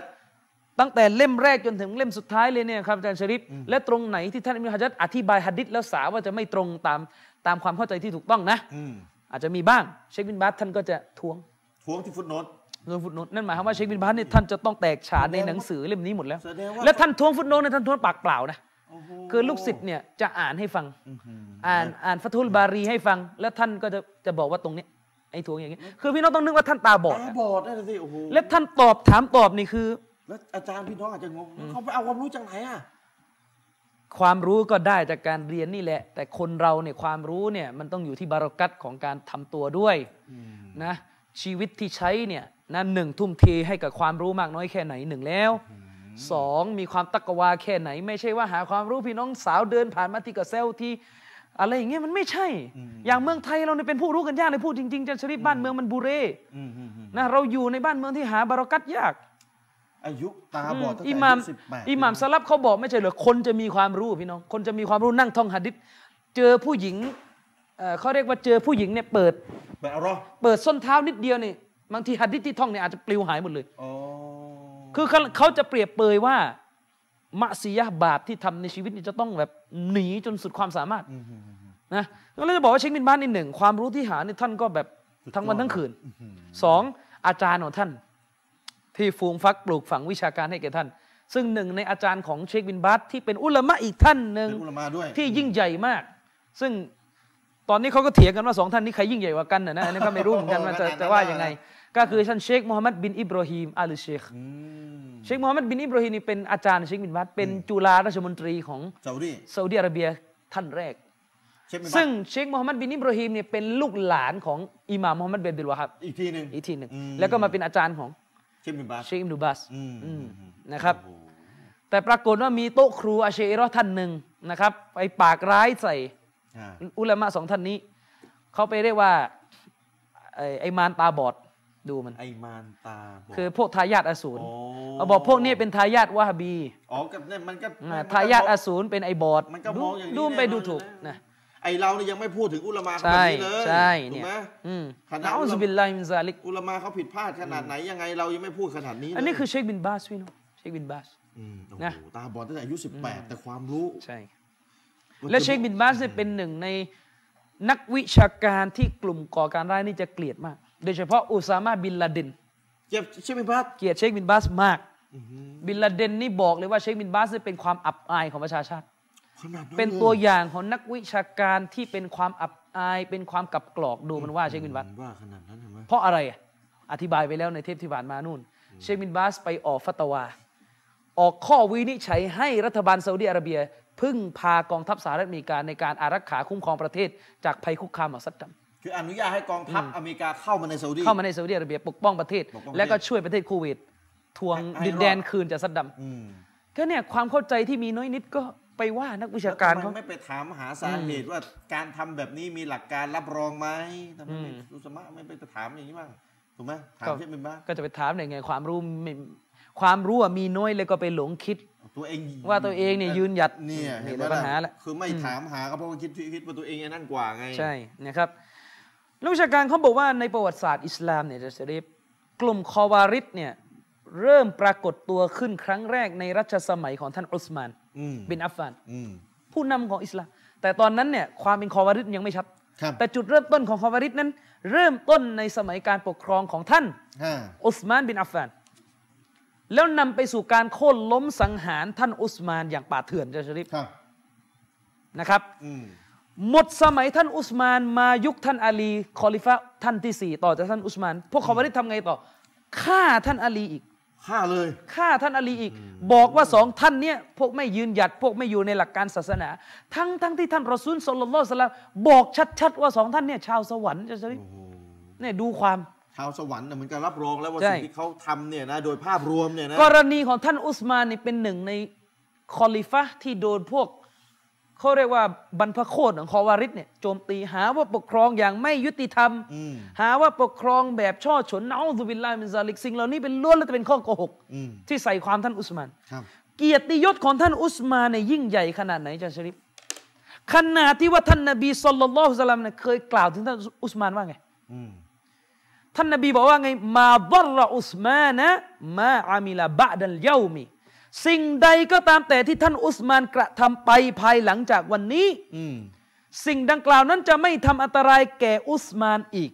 ตั้งแต่เล่มแรกจนถึงเล่มสุดท้ายเลยเนี่ยครับอาจารย์ชริปและตรงไหนที่ท่านอิบนุฮะจัดอธิบายฮัดดิษแล้วสาว่าจะไม่ตรงตามตามความเข้าใจที่ถูกต้องนะ อืม อาจจะมีบ้างเชคบินบาสท่านก็จะทวง ทวงที่ฟุตโนต เรื่องฟุตโนตนั่นหมายความว่าเชคบินบาสเนี่ยท่านจะต้องแตกฉานในหนังสือเล่มนี้หมดแล้ว แสดงว่า และท่านทวงฟุตโนตเนี่ยท่านทวงปากเปล่านะ โโห คือลูกศิษย์เนี่ยจะอ่านให้ฟัง อ่านอ่านฟัทุลบารีให้ฟัง แล้วท่านก็จะจะบอกว่าตรงเนี้ยไอ้ทวงอย่างเงี้ยคือพี่น้องต้องนึกว่าท่านตาบอด ตา อะ บอดนั่นน่ะสิโอ้โห และท่านตอบถามตอบนี่คือ แล้วอาจารย์พี่น้องอาจจะงงเขาไปเอาความรู้จากไหนอ่ะ ความรู้ก็ได้จากการเรียนนี่แหละ แต่คนเราเนี่ยความรู้เนี่ยมันต้องอยู่ที่บารากัตของการทำตัวด้วยนะชีวิตที่ใช้เนี่ยนะหนึ่งทุ่มเทให้กับความรู้มากน้อยแค่ไหนหนึ่งแล้วสองมีความตักวาแค่ไหน ไม่ใช่ว่าหาความรู้พี่น้องสาวเดินผ่านมาที่กับเซลที่อะไรอย่างเงี้ยมันไม่ใช่ อย่างเมืองไทยเราเนี่ยเป็นผู้รู้กันยากเลยพูดจริงๆจันทริปบ้านเมืองมันบุเรนะเราอยู่ในบ้านเมืองที่หาบารากัตยาก อายุตาบอดตั้งแต่ อิ อา หม่าม ยุสิบแปด อิหม่ามสลับเขาบอกไม่ใช่เหรอคนจะมีความรู้พี่น้อง คนจะมีความรู้นั่งท่องหะดิษ เจอผู้หญิงเอ่อเขาเรียกว่าเจอผู้หญิงเนี่ยเปิด แบบเอาเหรอ เปิดส้นเท้านิดเดียวนี่บางทีหัดดิษที่ท่องเนี่ยอาจจะปลิวหายหมดเลย อ๋อ คือเขาเขาจะเปรียบเปรยว่ามะซียะห์บาปที่ทำในชีวิตนี่จะต้องแบบหนีจนสุดความสามารถ มฮึมฮึมฮึม นะก็เลยจะบอกว่าเชคบินบ้านนี่หนึ่งความรู้ที่หาเนี่ยท่านก็แบบ สุดยอด ทั้งวันทั้งคืน อื้อหือ สองอาจารย์ของท่าน ที่ฟูงฟักปลูกฝังวิชาการให้แก่ท่าน ซึ่งหนึ่งในอาจารย์ของเชคบินบัตที่เป็นอุลามะอีกท่านหนึ่ง เป็นอุลามาด้วย ที่ยิ่งใหญ่มาก ซึ่งตอนนี้เขาก็เถียงกันว่าสองท่านนี้ใครยิ่งใหญ่กว่ากันนะนะ อันนี้ก็ไม่รู้เหมือนกันว่าจะจะว่ายังไง ก็คือท่านเชคมูฮัมหมัดบินอิบราฮิมอาลเชค อืม เชคมูฮัมหมัดบินอิบราฮิมนี่เป็นอาจารย์เชคบินบัตเป็นจุฬาราชมนตรีของ ซาอุดี ซาอุดิอาระเบียท่านแรก เชฟเป็น ซึ่งเชคมูฮัมหมัดบินอิบราฮิมเนี่ยเป็นลูกหลานของอิหม่ามมูฮัมหมัดเบนดุลวาฮับ อีกทีหนึ่ง อีกทีหนึ่ง ม แล้วก็มาเป็นอาจารย์ของ เชฟเป็นบาส เชคอิมดุบัส อืม อืมนะครับ โอ้โห แต่ปรากฏว่ามีโต๊ะครูอาเชอรอท่านหนึ่งนะครับไปปากร้ายใส่ อ่า อุลามะสองท่านนี้ เขาไปเรียกว่าไอ้ไอมารตาบอดดูมัน ไอมานตาบด คือพวกทายาทอสูร โ เขาบอกพวกนี้เป็นทายาทวะฮาบี อ๋อกับเนี่ยมันก็ อ่า มันก็ ทายาท ม อ อง สูรเป็นไอบอด มันก็มองอย่างนี้ ดูไป แน่นอน ดูถูก นะ นะ ไอเราเนี่ยยังไม่พูดถึงอุลามาแบบ ใช่ นี้เลย ใช่ ถู เนี่ยกไหม อืม ขนาด นะอุสบิลลาฮิมินซาลิก อุลามาเขาผิดพลาดขนาดไหนยังไงเรายังไม่พูดขนาดนี้เลย อันนี้คือเชคบินบาสพี่น้องเชคบินบาส มโอ้ นะ โหตาบอดตั้งแต่อายุ 18 แต่ความรู้ ใช่ และเชคบินบาสเนี่ยเป็นหนึ่งในนักวิชาการที่กลุ่มก่อการร้ายนี่จะเกลียดมาก โดยเฉพาะอุซามาบินลาเดน เจ็บเชฟเป็นบาส เกลียดเชคบินบาสมาก บินลาเดนนี่บอกเลยว่าเชคบินบาสเนี่ยเป็นความอับอายของประชาชาติ ขนาดนั้น เป็น ลย ตัวอย่างของนักวิชาการที่เป็นความอับอาย เป็นความกลับกรอกดูมันว่าเชคบินบาส ว่าขนาดนั้นเห็นไหม เพราะอะไรอะอธิบายไปแล้วในเทปที่ผ่านมานู่น เชคบินบาสไปออกฟัตวา ออกข้อวินิจฉัยให้รัฐบาลซาอุดิอาระเบีย พึ่งพากองทัพสหรัฐอเมริกาในการอารักขาคุ้มครองประเทศ จากภัยคุกคามของซัดดัม คืออนุญาตให้กองทัพอเมริกาเข้ามาในซาอุดี เข้ามาในซาอุดิอาระเบียปกป้องประเทศ ปกป้องประเทศ และก็ช่วยประเทศคูเวตทวง ให้ให้รอด ดินแดนคืนจากซัดดัม อืม ก็เนี่ยความเข้าใจที่มีน้อยนิดก็ไปว่านักวิชาการเขา ทำไมไม่ไปถามหาสาเหตุว่าการทำแบบนี้มีหลักการรับรองไหมทำไมไม่ อืม อุลามะไม่ไปถามอย่างนี้บ้างถูกไหมถามเชฟเป็นบาส ก็จะไปถามได้ไงความรู้ไม่ความรู้อะมีน้อยเลยก็ไปหลงคิด ตัวเอง ว่าตัวเองเนี่ยยืนหยัด เนี่ยเห็นไหม นี่แหละปัญหาละ คือไม่ถามหาก็เพราะว่าคิดคิดว่าตัวเองไอ้นั่นกว่าไง ใช่นะครับนักวิชาการเขาบอกว่าในประวัติศาสตร์อิสลามเนี่ยจะเรียกกลุ่มคอวาริดเนี่ยเริ่มปรากฏตัวขึ้นครั้งแรกในรัชสมัยของท่านอุสมาน อืม บินอัฟฟาน อืม ผู้นำของอิสลาม แต่ตอนนั้นเนี่ยความเป็นคอวาริดยังไม่ชัด ครับ แต่จุดเริ่มต้นของคอวาริดนั้น เริ่มต้นในสมัยการปกครองของท่าน อ่า อุสมานบินอัฟฟาน แล้วนำไปสู่การโค่นล้มสังหารท่านอุสมานอย่างป่าเถื่อนเจะชริฟ ครับ นะครับ อืม หมดสมัยท่านอุสมานมายุคท่านอาลีคอลิฟะท่านที่สี่ต่อจากท่านอุสมาน พวกคอวาริดทำไงต่อฆ่าท่านอาลีอีก ฆ่าเลย ฆ่าท่านอาลีอีก บอกว่าสองท่านเนี่ยพวกไม่ยืนหยัด พวกไม่อยู่ในหลักการศาสนา ทั้งทั้งที่ท่านรอซูลสลลัลลอฮุอะลัยฮิวะสลามบอกชัดๆว่าสองท่านเนี่ยชาวสวรรค์เจะชริฟ โอ้โห เนี่ยดูความ ชาวสวรรค์เนี่ยเหมือนกันรับรองแล้วว่า ใช่ สิ่งที่เขาทำเนี่ยนะ โดยภาพรวมเนี่ยนะ กรณีของท่านอุสมานนี่เป็นหนึ่งในคอลิฟะห์ที่โดนพวกเขาเรียกว่าบรรพโคตรของคอวาริดเนี่ยโจมตีหาว่าปกครองอย่างไม่ยุติธรรม อืม หาว่าปกครองแบบช่อฉนเอาซุบิลลาฮิมินซาลิกสิ่งเหล่านี้เป็นล้วนแล้วแต่เป็นข้อโกหก อืม ที่ใส่ความท่านอุสมาน ครับ เกียรติยศของท่านอุสมานเนี่ยยิ่งใหญ่ขนาดไหนอาจารย์ชริปขนาดที่ว่าท่านนบีสุลต่านละฮุสลามเนี่ยเคยกล่าวถึงท่านอุสมานว่าไง อืม ท่านนบีบอกว่าไงมาบรรอุสมานะมาอามิลาบะดัลเยามี สิ่งใดก็ตามแต่ที่ท่านอุสมานกระทำไปภายหลังจากวันนี้ อืม สิ่งดังกล่าวนั้นจะไม่ทำอันตรายแก่อุสมานอีก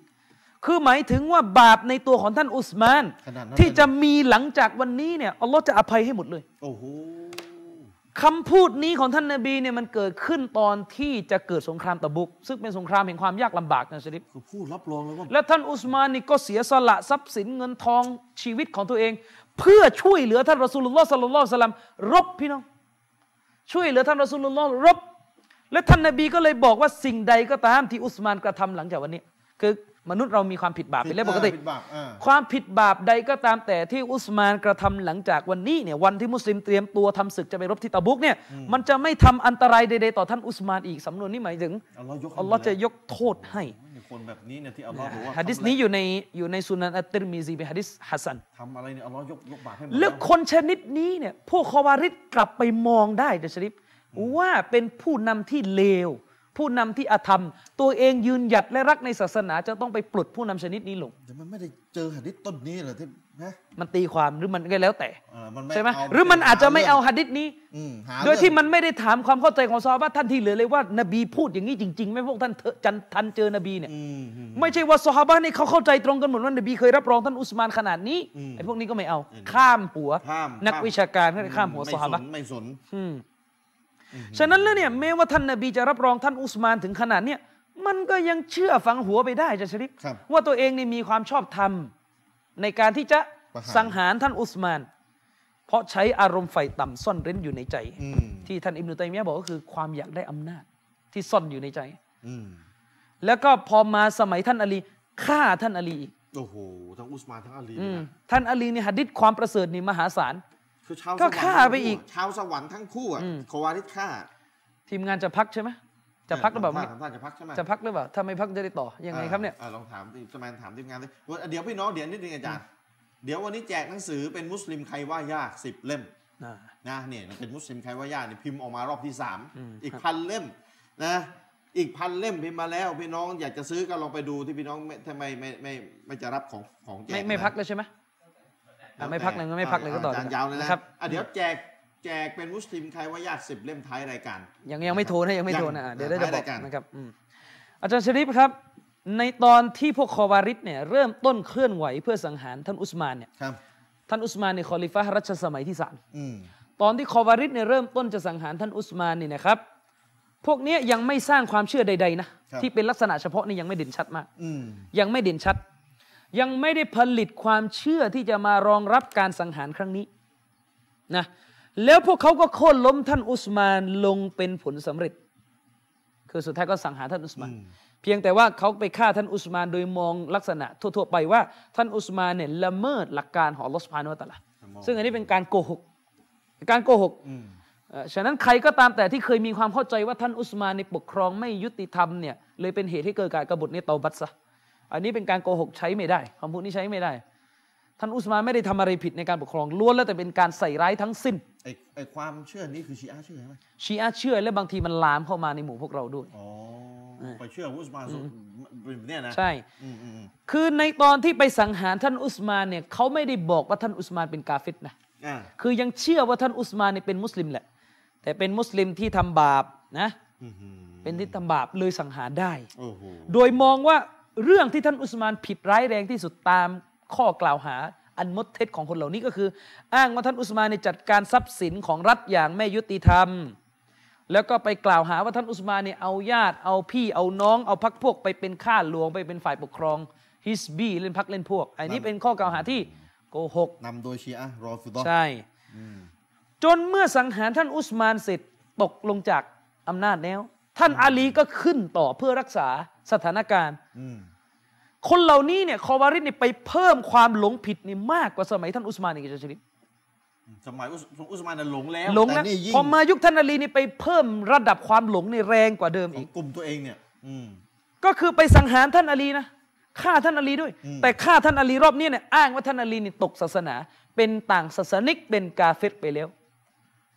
คือหมายถึงว่าบาปในตัวของท่านอุสมาน ขนาดนั้น ที่จะมีหลังจากวันนี้เนี่ยอัลลอฮ์จะอภัยให้หมดเลย โอ้โห คำพูดนี้ของท่านนบีเนี่ยมันเกิดขึ้นตอนที่จะเกิดสงครามตะบุก ซึ่งเป็นสงครามแห่งความยากลำบากนะชริฟ คือพูดรับรองเลยว่า และท่านอุสมานนี่ก็เสียสละทรัพย์สินเงินทองชีวิตของตัวเอง เพื่อช่วยเหลือท่านรอสูลุลลอฮ์สัลลัลลอฮุสลัมรบพี่น้อง ช่วยเหลือท่านรอสูลุลลอฮ์รบ และท่านนบีก็เลยบอกว่าสิ่งใดก็ตามที่อุสมานกระทำหลังจากวันนี้ คือมนุษย์เรามีความผิดบาปเป็นเรื่องปกติ ผิดบาปอ่า ความผิดบาปใดก็ตามแต่ที่อุสมานกระทำหลังจากวันนี้เนี่ยวันที่มุสลิมเตรียมตัวทำศึกจะไปรบที่ตะบุกเนี่ยมันจะไม่ทำอันตรายใดๆต่อท่านอุสมานอีกสำนวนนี้หมายถึง อัลลอฮ์ยกให้ อัลลอฮ์จะ หมดเลย ยกโทษให้ เนี่ยคนแบบนี้เนี่ยที่อัลลอฮ์บอกว่า ฮะดิษ ทำอะไร นี้อยู่ในอยู่ในสุนันอัตติรมีซีเป็นฮะดิษฮัสซัน ทำอะไรเนี่ยอัลลอฮ์ยกยกบาปให้หมด แล้ว นะ คนชนิดนี้เนี่ยพวกคอวาริดกลับไปมองได้เดชริฟว่าเป็นผู้นำที่เลว ผู้นำที่อาธรรม ตัวเองยืนหยัดและรักในศาสนาจะต้องไปปลดผู้นำชนิดนี้ลง แต่มันไม่ได้เจอหะดิษต้นนี้เหรอที่นะ มันตีความหรือมันก็แล้วแต่ เออมันไม่ ใช่ไหม เา หรือมันอาจจะไม่เอาหะดิษนี้ อืมหา โดยที่ เรื่อง มันไม่ได้ถามความเข้าใจของซอฮาบะห์ท่านที่เหลือเลยว่า นบีพูดอย่างนี้จริงๆไหม่พวกท่านเถอะจันทันเจอนบีเนี่ย อืมอืม ไม่ใช่ว่าซอฮาบะห์นี่เขาเข้าใจตรงกันหมดว่านบีเคยรับรองท่านอุสมานขนาดนี้ อืม ไอ้พวกนี้ก็ไม่เอา อืม ข้ามหัว ข้าม นัก ข้ม วิชาการก็เลยข้ามหัว ไ ซอฮาบะห์ นไม่สน อืมฉะนั้นแล้วเนี่ยแม้ว่าท่านนบีจะรับรองท่านอุสมานถึงขนาดเนี่ยมันก็ยังเชื่อฝังหัวไปได้จะชริป ครับ ว่าตัวเองนี่มีความชอบธรรม ในการที่จะ ประหาร สังหารท่านอุสมาน เพราะใช้อารมณ์ไฟต่ำซ่อนเร้นอยู่ในใจ อืม ที่ท่านอิมนุตัยมียะห์บอกก็คือความอยากได้อำนาจที่ซ่อนอยู่ในใจ อืม แล้วก็พอมาสมัยท่านอาลีฆ่าท่านอาลีอีก โอ้โหทั้งอุสมานทั้งอาลี อืม นะ ท่านอาลีนี่หะดิษความประเสริฐนี่มหาศาล คือชาวสวรรค์ ก็ ทั้งคู่ ฆ่าไปอีก ชาวสวรรค์ทั้งคู่อ่ะ อืม โควาริดฆ่า ทีมงานจะพักใช่ไหมจะพักหรือเปล่า ทำท่ท่านจะพักใช่ไหม จะพักหรือเปล่าถ้าไม่พักจะได้ต่อยังไงครับเนี่ย อ่าอ่าลองถามดิสมัยถามทีมงานเลยเดี๋ยวพี่น้องเดี๋ยวนิดนึงอาจารย์ เดี๋ยววันนี้แจกหนังสือเป็นมุสลิมใครว่ายากสิบเล่ม อ่า นะเนี่ยเป็นมุสลิมใครว่ายากเนี่ยพิมพ์ออกมารอบที่สาม อืม อีก ครับ พันเล่มนะอีกพันเล่มพิมพ์มาแล้วพี่น้องอยากจะซื้อก็ลองไปดูที่พี่น้องไม่ทำไมไม่ไม่ไม่จะรับของของแจก ไม่ไม่พัก นะ เลยใช่ไหมอ่ะ แล้ว ไม่พักเลยงั้นไม่พักเลยก็ต่อ อาจารย์ยาวเลยนะครับ อ่ะเดี๋ยวแจกแจกเป็นมุสลิมใครว่ายากสิบเล่มท้ายรายการ ยังยังไม่โทรนะยังไม่โทรนะ ยัง อ่ะเดี๋ยวได้จะ ท้าย บอ ราก ยการ นะครับอืมอาจารย์ชริปครับ ในตอนที่พวกคอวาริดเนี่ยเริ่มต้นเคลื่อนไหวเพื่อสังหารท่านอุสมานเนี่ย ครับ ท่านอุสมานในคอลิฟะห์รัชสมัยที่สาม อืม ตอนที่คอวาริดเนี่ยเริ่มต้นจะสังหารท่านอุสมานนี่นะครับ พวกเนี้ยยังไม่สร้างความเชื่อใดๆนะที่เป็นลักษณะเฉพาะนี่ยังไม่เด่นชัดมาก อืม ยังไม่เด่นชัด ยังไม่ได้ผลิตความเชื่อที่จะมารองรับการสังหารครั้งนี้นะแล้วพวกเขาก็โค่นล้มท่านอุสมานลงเป็นผลสำเร็จ คือสุดท้ายก็สังหารท่านอุสมาน เพียงแต่ว่าเขาไปฆ่าท่านอุสมานโดยมองลักษณะทั่วๆไปว่า ท่านอุสมานเนี่ยละเมิดหลักการของลอสพานุตะอาลาซึ่งอันนี้เป็นการโกหกเป็นการโกหก อืม เอ่อฉะนั้นใครก็ตามแต่ที่เคยมีความเข้าใจว่าท่านอุสมานในยปกครองไม่ยุติธรรมเนี่ยเลยเป็นเหตุให้เกิดการกบฏในเตาบัตซะอันนี้เป็นการโกหกใช้ไม่ได้คำพูดนี้ใช้ไม่ได้ ท่านอุสมานไม่ได้ทำอะไรผิดในการปกครองล้วนแล้วแต่เป็นการใส่ร้ายทั้งสิ้น ไอไอความเชื่อนี้คือชีอาเชื่อใช่ไหม ชีอะห์เชื่อและบางทีมันลามเข้ามาในหมู่พวกเราด้วย อ๋อ ไปเชื่ออุสมานสุเป็นแบบเนี่ยนะ ใช่ อืมอืมอืม คือในตอนที่ไปสังหารท่านอุสมานเนี่ยเขาไม่ได้บอกว่าท่านอุสมานเป็นกาเฟตนะ อ่า คือยังเชื่อว่าท่านอุสมานเนี่ยเป็นมุสลิมแหละ แต่เป็นมุสลิมที่ทำบาปนะ อื้อหือ เป็นที่ทำบาปเลยสังหารได้ โอ้โห โดยมองว่าเรื่องที่ท่านอุสมานผิดร้ายแรงที่สุดตามข้อกล่าวหาอันมดเท็จของคนเหล่านี้ก็คือ อ้างว่าท่านอุสมานเนยจัดการทรัพย์สินของรัฐอย่างไม่ยุติธรรม แล้วก็ไปกล่าวหาว่าท่านอุสมานเนี่ยเอาญาติเอาพี่เอาน้องเอาพักพวกไปเป็นข้าหลวงไปเป็นฝ่ายปกครองฮิสบีเล่นพักเล่นพวก อันนี้ นั่น เป็นข้อกล่าวหาที่โกหก นำโดยชีอะห์รอฟิดอห์ ใช่ จนเมื่อสังหารท่านอุสมานเสร็จตกลงจากอำนาจแล้ว ท่านอาลีก็ขึ้นต่อเพื่อรักษาสถานการณ์ อืม คนเหล่านี้เนี่ยคอวาริดเนี่ยไปเพิ่มความหลงผิดนี่มากกว่าสมัยท่านอุสมานอีกอาจารย์ชลิป สมัยอุสอุสมานน่ะหลงแล้ว หลงนะ แต่นี่ยิ่ง พอมายุคท่านอาลีนี่ไปเพิ่มระดับความหลงในแรงกว่าเดิม ขอ อี ง ก กลุ่มตัวเองเนี่ย อืม ก็คือไปสังหารท่านอาลีนะฆ่าท่านอาลีด้วย อืม แต่ฆ่าท่านอาลีรอบนี้เนี่ยอ้างว่าท่านอาลีนี่ตกศาสนา เป็นต่างศาสนิกเป็นกาเฟตไปแล้ว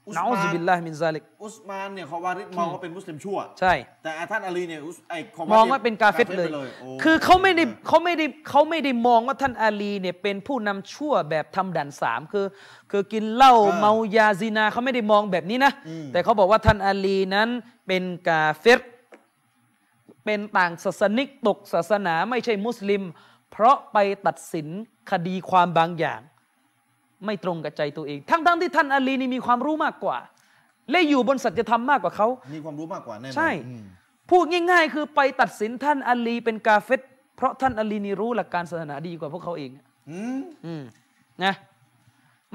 อุส นะอู มา ซ น บิลลาฮิมินซาลิก อุสมานเนี่ยคอวาริดมองว่าเป็นมุสลิมชั่ว ใช่ แต่ท่านอาลีเนี่ยอุสไอคอวาริด มองว่าเป็นกาเฟตเลย ไปโ คือเขาไม่ได้เขาไม่ได้เขาไม่ได้มองว่าท่านอาลีเนี่ยเป็นผู้นำชั่วแบบทำด่านสามคือคือกินเหล้า อ่า เมายาซินาเขาไม่ได้มองแบบนี้นะ อืม แต่เขาบอกว่าท่านอาลีนั้นเป็นกาเฟตเป็นต่างศาสนิกตกศาสนาไม่ใช่มุสลิม เพราะไปตัดสินคดีความบางอย่าง ไม่ตรงกับใจตัวเอง ทั้งๆที่ท่านอาลีนี่มีความรู้มากกว่า และอยู่บนสัจธรรมมากกว่าเขา มีความรู้มากกว่าแน่นอน ใช่ อืม พูดง่ายๆ คือไปตัดสินท่านอาลีเป็นกาเฟตเพราะท่านอาลีนี่รู้หลักการศาสนาดีกว่าพวกเขาเอง อืม อืมนะ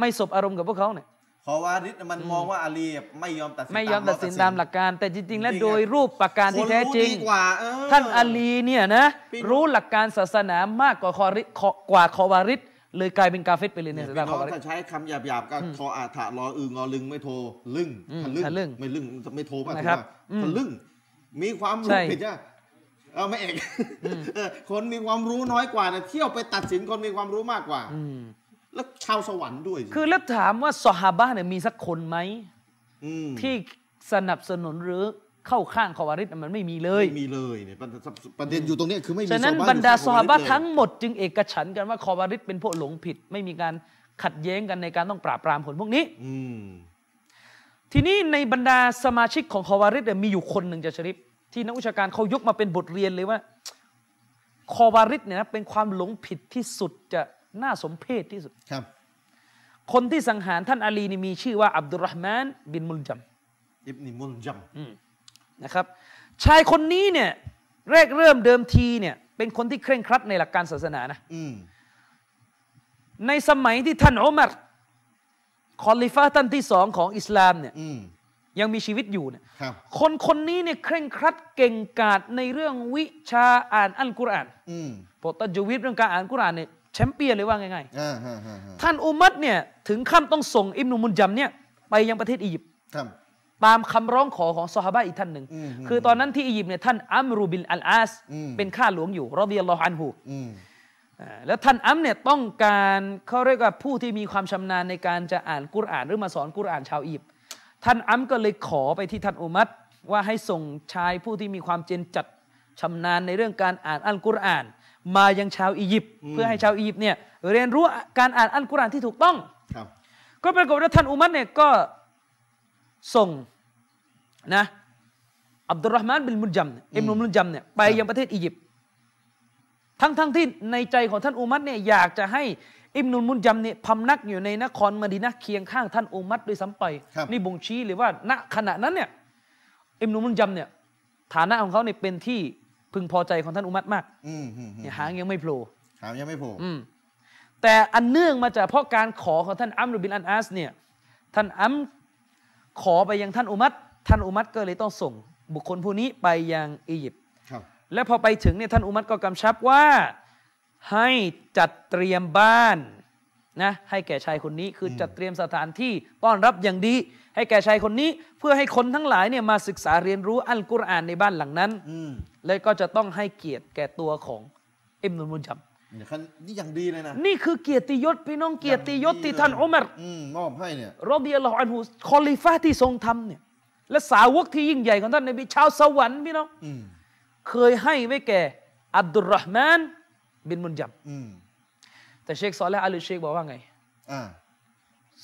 ไม่สบอารมณ์กับพวกเขาเนี่ย คอวาริดมันมองว่าอาลีอ่ะไม่ยอมตัดสิน ไม่ยอม าม ตัดสินตามหลักการ แต่จริงๆ แล้วโดยรูปประการที่ คน แท้จริง ดีกว่าเออ ท่านอาลีเนี่ยนะ พี่น้อง รู้หลักการศาสนามากกว่าคอริคอกว่าคอวาริดเลยกลายเป็นกาเฟตไปเลยใน เนี่ย สาย พี่ ตาคน้อ อง วาริด ถ้าใช้คำหยาบๆก็ทออาถะรออึงงอลึงไม่โทรลึง อืม ทะลึ่ง ทะลึ่ง ไม่ลึงไม่โทรป่ะ นะครับ ถูกป่ะทะลึ่งมีความ ใช่ รู้ผิดจ้ะเออไม่เอกเออคนมีความรู้น้อยกว่านะเที่ยวไปตัดสินคนมีความรู้มากกว่า อืม แล้วชาวสวรรค์ด้วยสิ คือแล้วถามว่าสหาบะห์เนี่ยมีสักคนไหม ม ที่สนับสนุนหรือ เข้าข้างคอวาริดน่ะมันไม่มีเลย ไม่มีเลยเนี่ยประเด็นประเด็นอยู่ตรงเนี้ยคือไม่มี ฉะนั้น ชวบ้ บรรดา อยู่ ซอฮาบะ เลย ทั้งหมดจึงเอกฉันท์กันว่าคอวาริดเป็นพวกหลงผิด ไม่มีการขัดแย้งกันในการต้องปราบปรามคนพวกนี้ อืม ทีนี้ในบรรดาสมาชิกของคอวาริดเนี่ยมีอยู่คนหนึ่งจะชะริฟที่นักวิชาการเขายกมาเป็นบทเรียนเลยว่า คอวาริดเนี่ยนะเป็นความหลงผิดที่สุดจะน่าสมเพชที่สุด ครับ คนที่สังหารท่านอาลีนี่มีชื่อว่าอับดุลเราะห์มานบินมุลจัม อิบนิมุลจัม นะครับชายคนนี้เนี่ยแรกเริ่มเดิมทีเนี่ยเป็นคนที่เคร่งครัดในหลักการศาสนานะ อืม ในสมัยที่ท่านอุมัรคอลิฟะห์ท่านที่สองของอิสลามเนี่ย อืม ยังมีชีวิตอยู่เนี่ย ครับ คนคนนี้เนี่ยเคร่งครัดเก่งกาจในเรื่องวิชาอ่านอัลกุรอาน อืม พวกตัจวิดเรื่องการอ่านกุรอานเนี่ยแชมเปี้ยนเลยว่าง่าย อ่าฮะฮะฮะ ๆท่านอุมัรเนี่ยถึงขั้นต้องส่งอิมนุมุนจัมเนี่ยไปยังประเทศอียิปต์ ครับ ตามคำร้องขอของซอฮาบะอีกท่านหนึ่ง อืม คือตอนนั้นที่อียิปต์เนี่ยท่านอัมรูบินอัลอาส อืม เป็นข้าหลวงอยู่รอดิยัลลอฮุอันฮู อืม อ่าแล้วท่านอัมเนี่ยต้องการเขาเรียกว่าผู้ที่มีความชำนาญในการจะอ่านกุรอานหรือมาสอนกุรอานชาวอียิปต์ท่านอัมก็เลยขอไปที่ท่านอุมัตว่าให้ส่งชายผู้ที่มีความเจนจัดชำนาญในเรื่องการอ่านอัลกุรอาน มายังชาวอียิปต์เพื่อให้ชาวอียิปต์เนี่ยเรียนรู้การอ่านอัลกุรอานที่ถูกต้อง ครับ ก็ปรากฏว่าท่านอุมัรเนี่ยก็ส่งนะอับดุลเราะห์มานบินมุลจัมเนี่ยอิบนุมุลจัมเนี่ยไปยังประเทศอียิปต์ทั้งทั้งที่ในใจของท่านอุมัรเนี่ยอยากจะให้อิบนุมุลจัมเนี่ยพำนักอยู่ในนครมะดีนะห์เคียงข้างท่านอุมัรด้วยซ้ำไป ครับ นี่บ่งชี้เลยว่าณขณะนั้นเนี่ยอิบนุมุลจัมเนี่ยฐานะของเขาเนี่ยเป็นที่พึงพอใจของท่านอุมัรมาก อืมอืมอืม เนี่ยหางยังไม่โผล่ ถามยังไม่โผล่ อืมแต่อันเนื่องมาจากเพราะการขอของท่านอัมรุบินอันอาสเนี่ยท่านอัมขอไปยังท่านอุมัตท่านอุมัตก็เลยต้องส่ง บุคคลผู้นี้ไปยังอียิปต์ ครับ และพอไปถึงเนี่ยท่านอุมัตก็กำชับว่าให้จัดเตรียมบ้านนะให้แก่ชายคนนี้คืออจัดเตรียมสถานที่ต้อนรับอย่างดี ให้แก่ชายคนนี้เพื่อให้คนทั้งหลายเนี่ยมาศึกษาเรียนรู้อัลกุรอานในบ้านหลังนั้น อืม และก็จะต้องให้เกียรติแก่ตัวของอิมนุลมุนจัม เดี๋ยวขั้นนี่อย่างดีเลยนะ นี่คือเกียรติยศพี่น้องเกียรติยศที่ท่านอุมัร อืม มอบให้เนี่ย รอดิยัลลอฮุอันฮุคอลิฟะที่ทรงทำเนี่ยและสาวกที่ยิ่งใหญ่ของท่านนบีชาวสวรรค์พี่น้อง อืม เคยให้ไว้แก่อับดุลเราะห์มานบินมุนจัม อืม แต่เชคซอลและอาลีเชคบอกว่าไง อ่า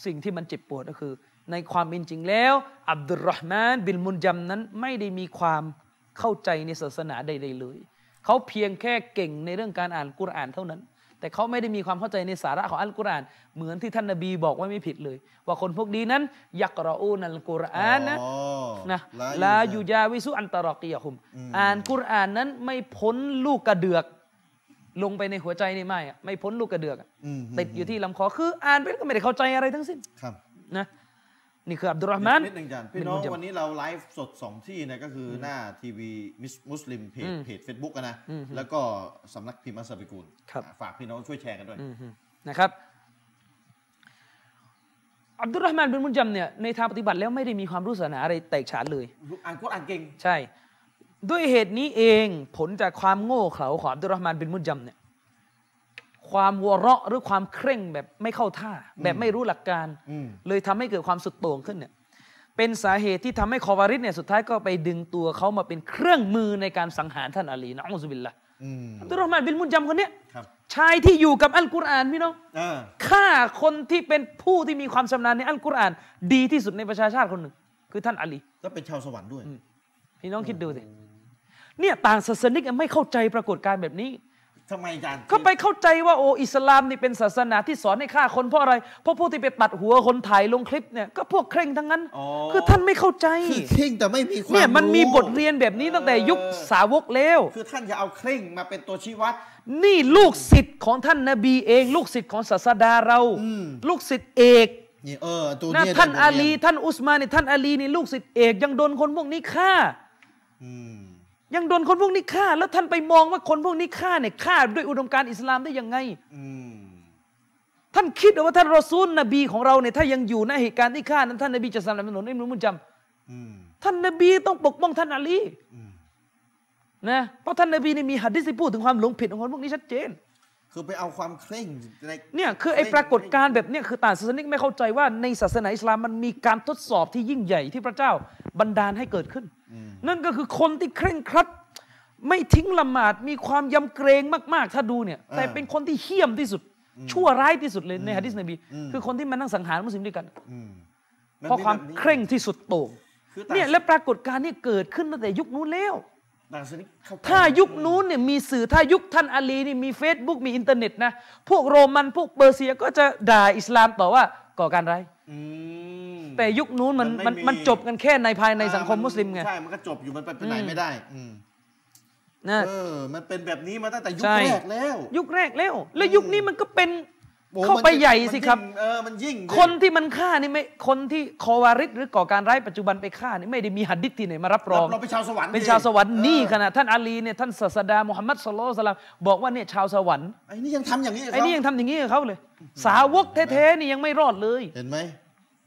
สิ่งที่มันเจ็บปวดก็คือ ในความเป็นจริงแล้วอับดุลเราะห์มานบินมุนจัมนั้นไม่ได้มีความเข้าใจในศาสนาใดๆเลย เขาเพียงแค่เก่งในเรื่องการอ่านกุรอานเท่านั้น แต่เขาไม่ได้มีความเข้าใจในสาระของอัลกุรอาน เหมือนที่ท่านนบีบอกไว้ไม่ผิดเลย ว่าคนพวกนี้นั้น ยักรออูนัลกุรอานนะ อ๋อ นะลา ลา ยู ยู ยาวิสุอันตารอกียะฮุม อ่านกุรอานนั้นไม่พ้นลูกกระเดือก ลงไปในหัวใจนี่ไม่อะไม่พ้นลูกกระเดือกอะ อืม ติดอยู่ที่ลำคอคืออ่านไปก็ไม่ได้เข้าใจอะไรทั้งสิ้น ครับ นะนี่คืออับดุลเราะห์มาน นิดหนึ่งอาจารย์พี่น้อง เป็นมุญจัม วันนี้เราไลฟ์สด 2 ที่นะก็คืออหน้าทีวีมิสมุสลิมเพจเพจเฟซบุ๊กนะ แล้วก็สำนักพิมพ์อัสสาบิกูล ครับ อ่าฝากพี่น้องช่วยแชร์กันด้วย นะครับอับดุลเราะห์มานบินมุนจัมเนี่ยในทางปฏิบัติแล้วไม่ได้มีความรู้ศาสนาอะไรแตกฉานเลย อ่านก็อ่านเก่ง ใช่ ด้วยเหตุนี้เองผลจากความโง่เขลาของอับดุลเราะห์มานบินมุนจัมเนี่ยความวอเราะหรือความเคร่งแบบไม่เข้าท่า แบบไม่รู้หลักการ อืม เลยทำให้เกิดความสุดโต่งขึ้นเนี่ยเป็นสาเหตุที่ทำให้คอวาริดเนี่ยสุดท้ายก็ไปดึงตัวเขามาเป็นเครื่องมือในการสังหารท่านอาลีนะอูซุบิลละ อืม อับดุลเราะห์มานบินมุนจัมคนเนี้ย ครับ ชายที่อยู่กับอัลกุรอานพี่น้อง อ่า ฆ่าคนที่เป็นผู้ที่มีความชำนาญในอัลกุรอาน ดีที่สุดในประชาชาติคนหนึ่ง คือท่านอาลี แล้วเป็นชาวสวรรค์ด้วย พี่น้องคิดดูสิเนี่ยต่างศาสนิกไม่เข้าใจปรากฏการณ์แบบนี้ ทำไมอาจารย์ ก็ไปเข้าใจว่าโออิสลามนี่เป็นศาสนาที่สอนให้ฆ่าคนเพราะอะไร เพราะพวกที่ไปตัดหัวคนถ่ายลงคลิปเนี่ยก็พวกเคร่งทั้งนั้น คือท่านไม่เข้าใจ คือเคร่งแต่ไม่มีความ เนี่ยมันมี รู้ บทเรียนแบบนี้ตั้งแต่ยุคสาวกแล้ว คือท่านอย่าเอาเคร่งมาเป็นตัวชี้วัด นี่ลูกศิษย์ของท่านนบีเอง ลูกศิษย์ของศาสดาเรา อืม ลูกศิษย์เอก นี่เออตัว นะ เนี้ย ท่านอาลี บทเยน ท่านอุสมานเนี่ยท่านอาลีนี่ลูกศิษย์เอกยังโดนคนพวกนี้ฆ่า อืม ยังโดนคนพวกนี้ฆ่า แล้วท่านไปมองว่าคนพวกนี้ฆ่าเนี่ยฆ่าด้วยอุดมการณ์อิสลามได้ยังไง อืม ท่านคิดเอาว่าท่านรอซูลนบีของเราเนี่ยถ้ายังอยู่ในเหตุการณ์ที่ฆ่านั้นท่านนบีจะสนับสนุนอิมรุมุนจัม อืม ท่านนบีต้องปกป้องท่านอาลี อืม นะเพราะท่านนบีนี่มีหะดีษที่พูดถึงความหลงผิดของคนพวกนี้ชัดเจน คือไปเอาความเคร่งใน เนี่ยคือไอ้ปรากฏการณ์แบบเนี่ยคือต่างศาสนิกไม่เข้าใจว่าในศาสนาอิสลามมันมีการทดสอบที่ยิ่งใหญ่ที่พระเจ้าบันดาลให้เกิดขึ้น อืม นั่นก็คือคนที่เคร่งครัด ไม่ทิ้งละหมาดมีความยำเกรงมาก ๆ ถ้าดูเนี่ย อ่า แต่เป็นคนที่เหี้ยมที่สุด ชั่วร้ายที่สุดเลยในฮะดิษนบี อืม คือคนที่มานั่งสังหารมุสลิมด้วยกัน อืมน เพราะความ แบบนี้ เคร่งที่สุดโต่ง คือต่าง เนี่ยและปรากฏการณ์เนี่ยเกิดขึ้นตั้งแต่ยุคนู้นแล้ว ต่างชนิดเข้ไป ถ้ายุคนู้นเนี่ยมีสื่อถ้ายุคท่านอาลีนี่มี Facebook มีอินเทอร์เน็ตนะพวกโรมันพวกเปอร์เซียก็จะด่าอิสลามต่อว่าก่อการร้าย อืม แต่ยุคนู้นมัน มั มัน น ไม่มี มันจบกันแค่ในภายในสังคมมุสลิมไง ใช่ มันก็จบอยู่มันไปไหน อืม ไม่ได้อืม นะ เออ มันเป็นแบบนี้มาตั้งแต่ยุค ใช่ แรกแล้ว ยุคแรกแล้ว แล้วยุคนี้มันก็เป็น โอ้ เข้า มัน ไป ยิ่ง ใหญ่ มัน สิ ยิ่ง ครับ เออมันยิ่งดิ คนที่มันฆ่านี่ไม่คนที่คอวาริดหรือก่อการร้ายปัจจุบันไปฆ่านี่ไม่ได้มีหัดดิษที่ไหนมารับรอง เราเป็นชาวสวรรค์ เป็น ดิ ชาวสวรรค์นี่ เออ ขณะท่านอาลีเนี่ยท่านศาสดามุฮัมมัดสุลลัลสลามบอกว่าเนี่ยชาวสวรรค์ ไอ้นี่ยังทำอย่างนี้ก ไอ้นี่ เหร ยังทำอย่างนี้กับเขาเลย สาวกแท้ๆนี่ยังไม่รอดเลย เห็นไหม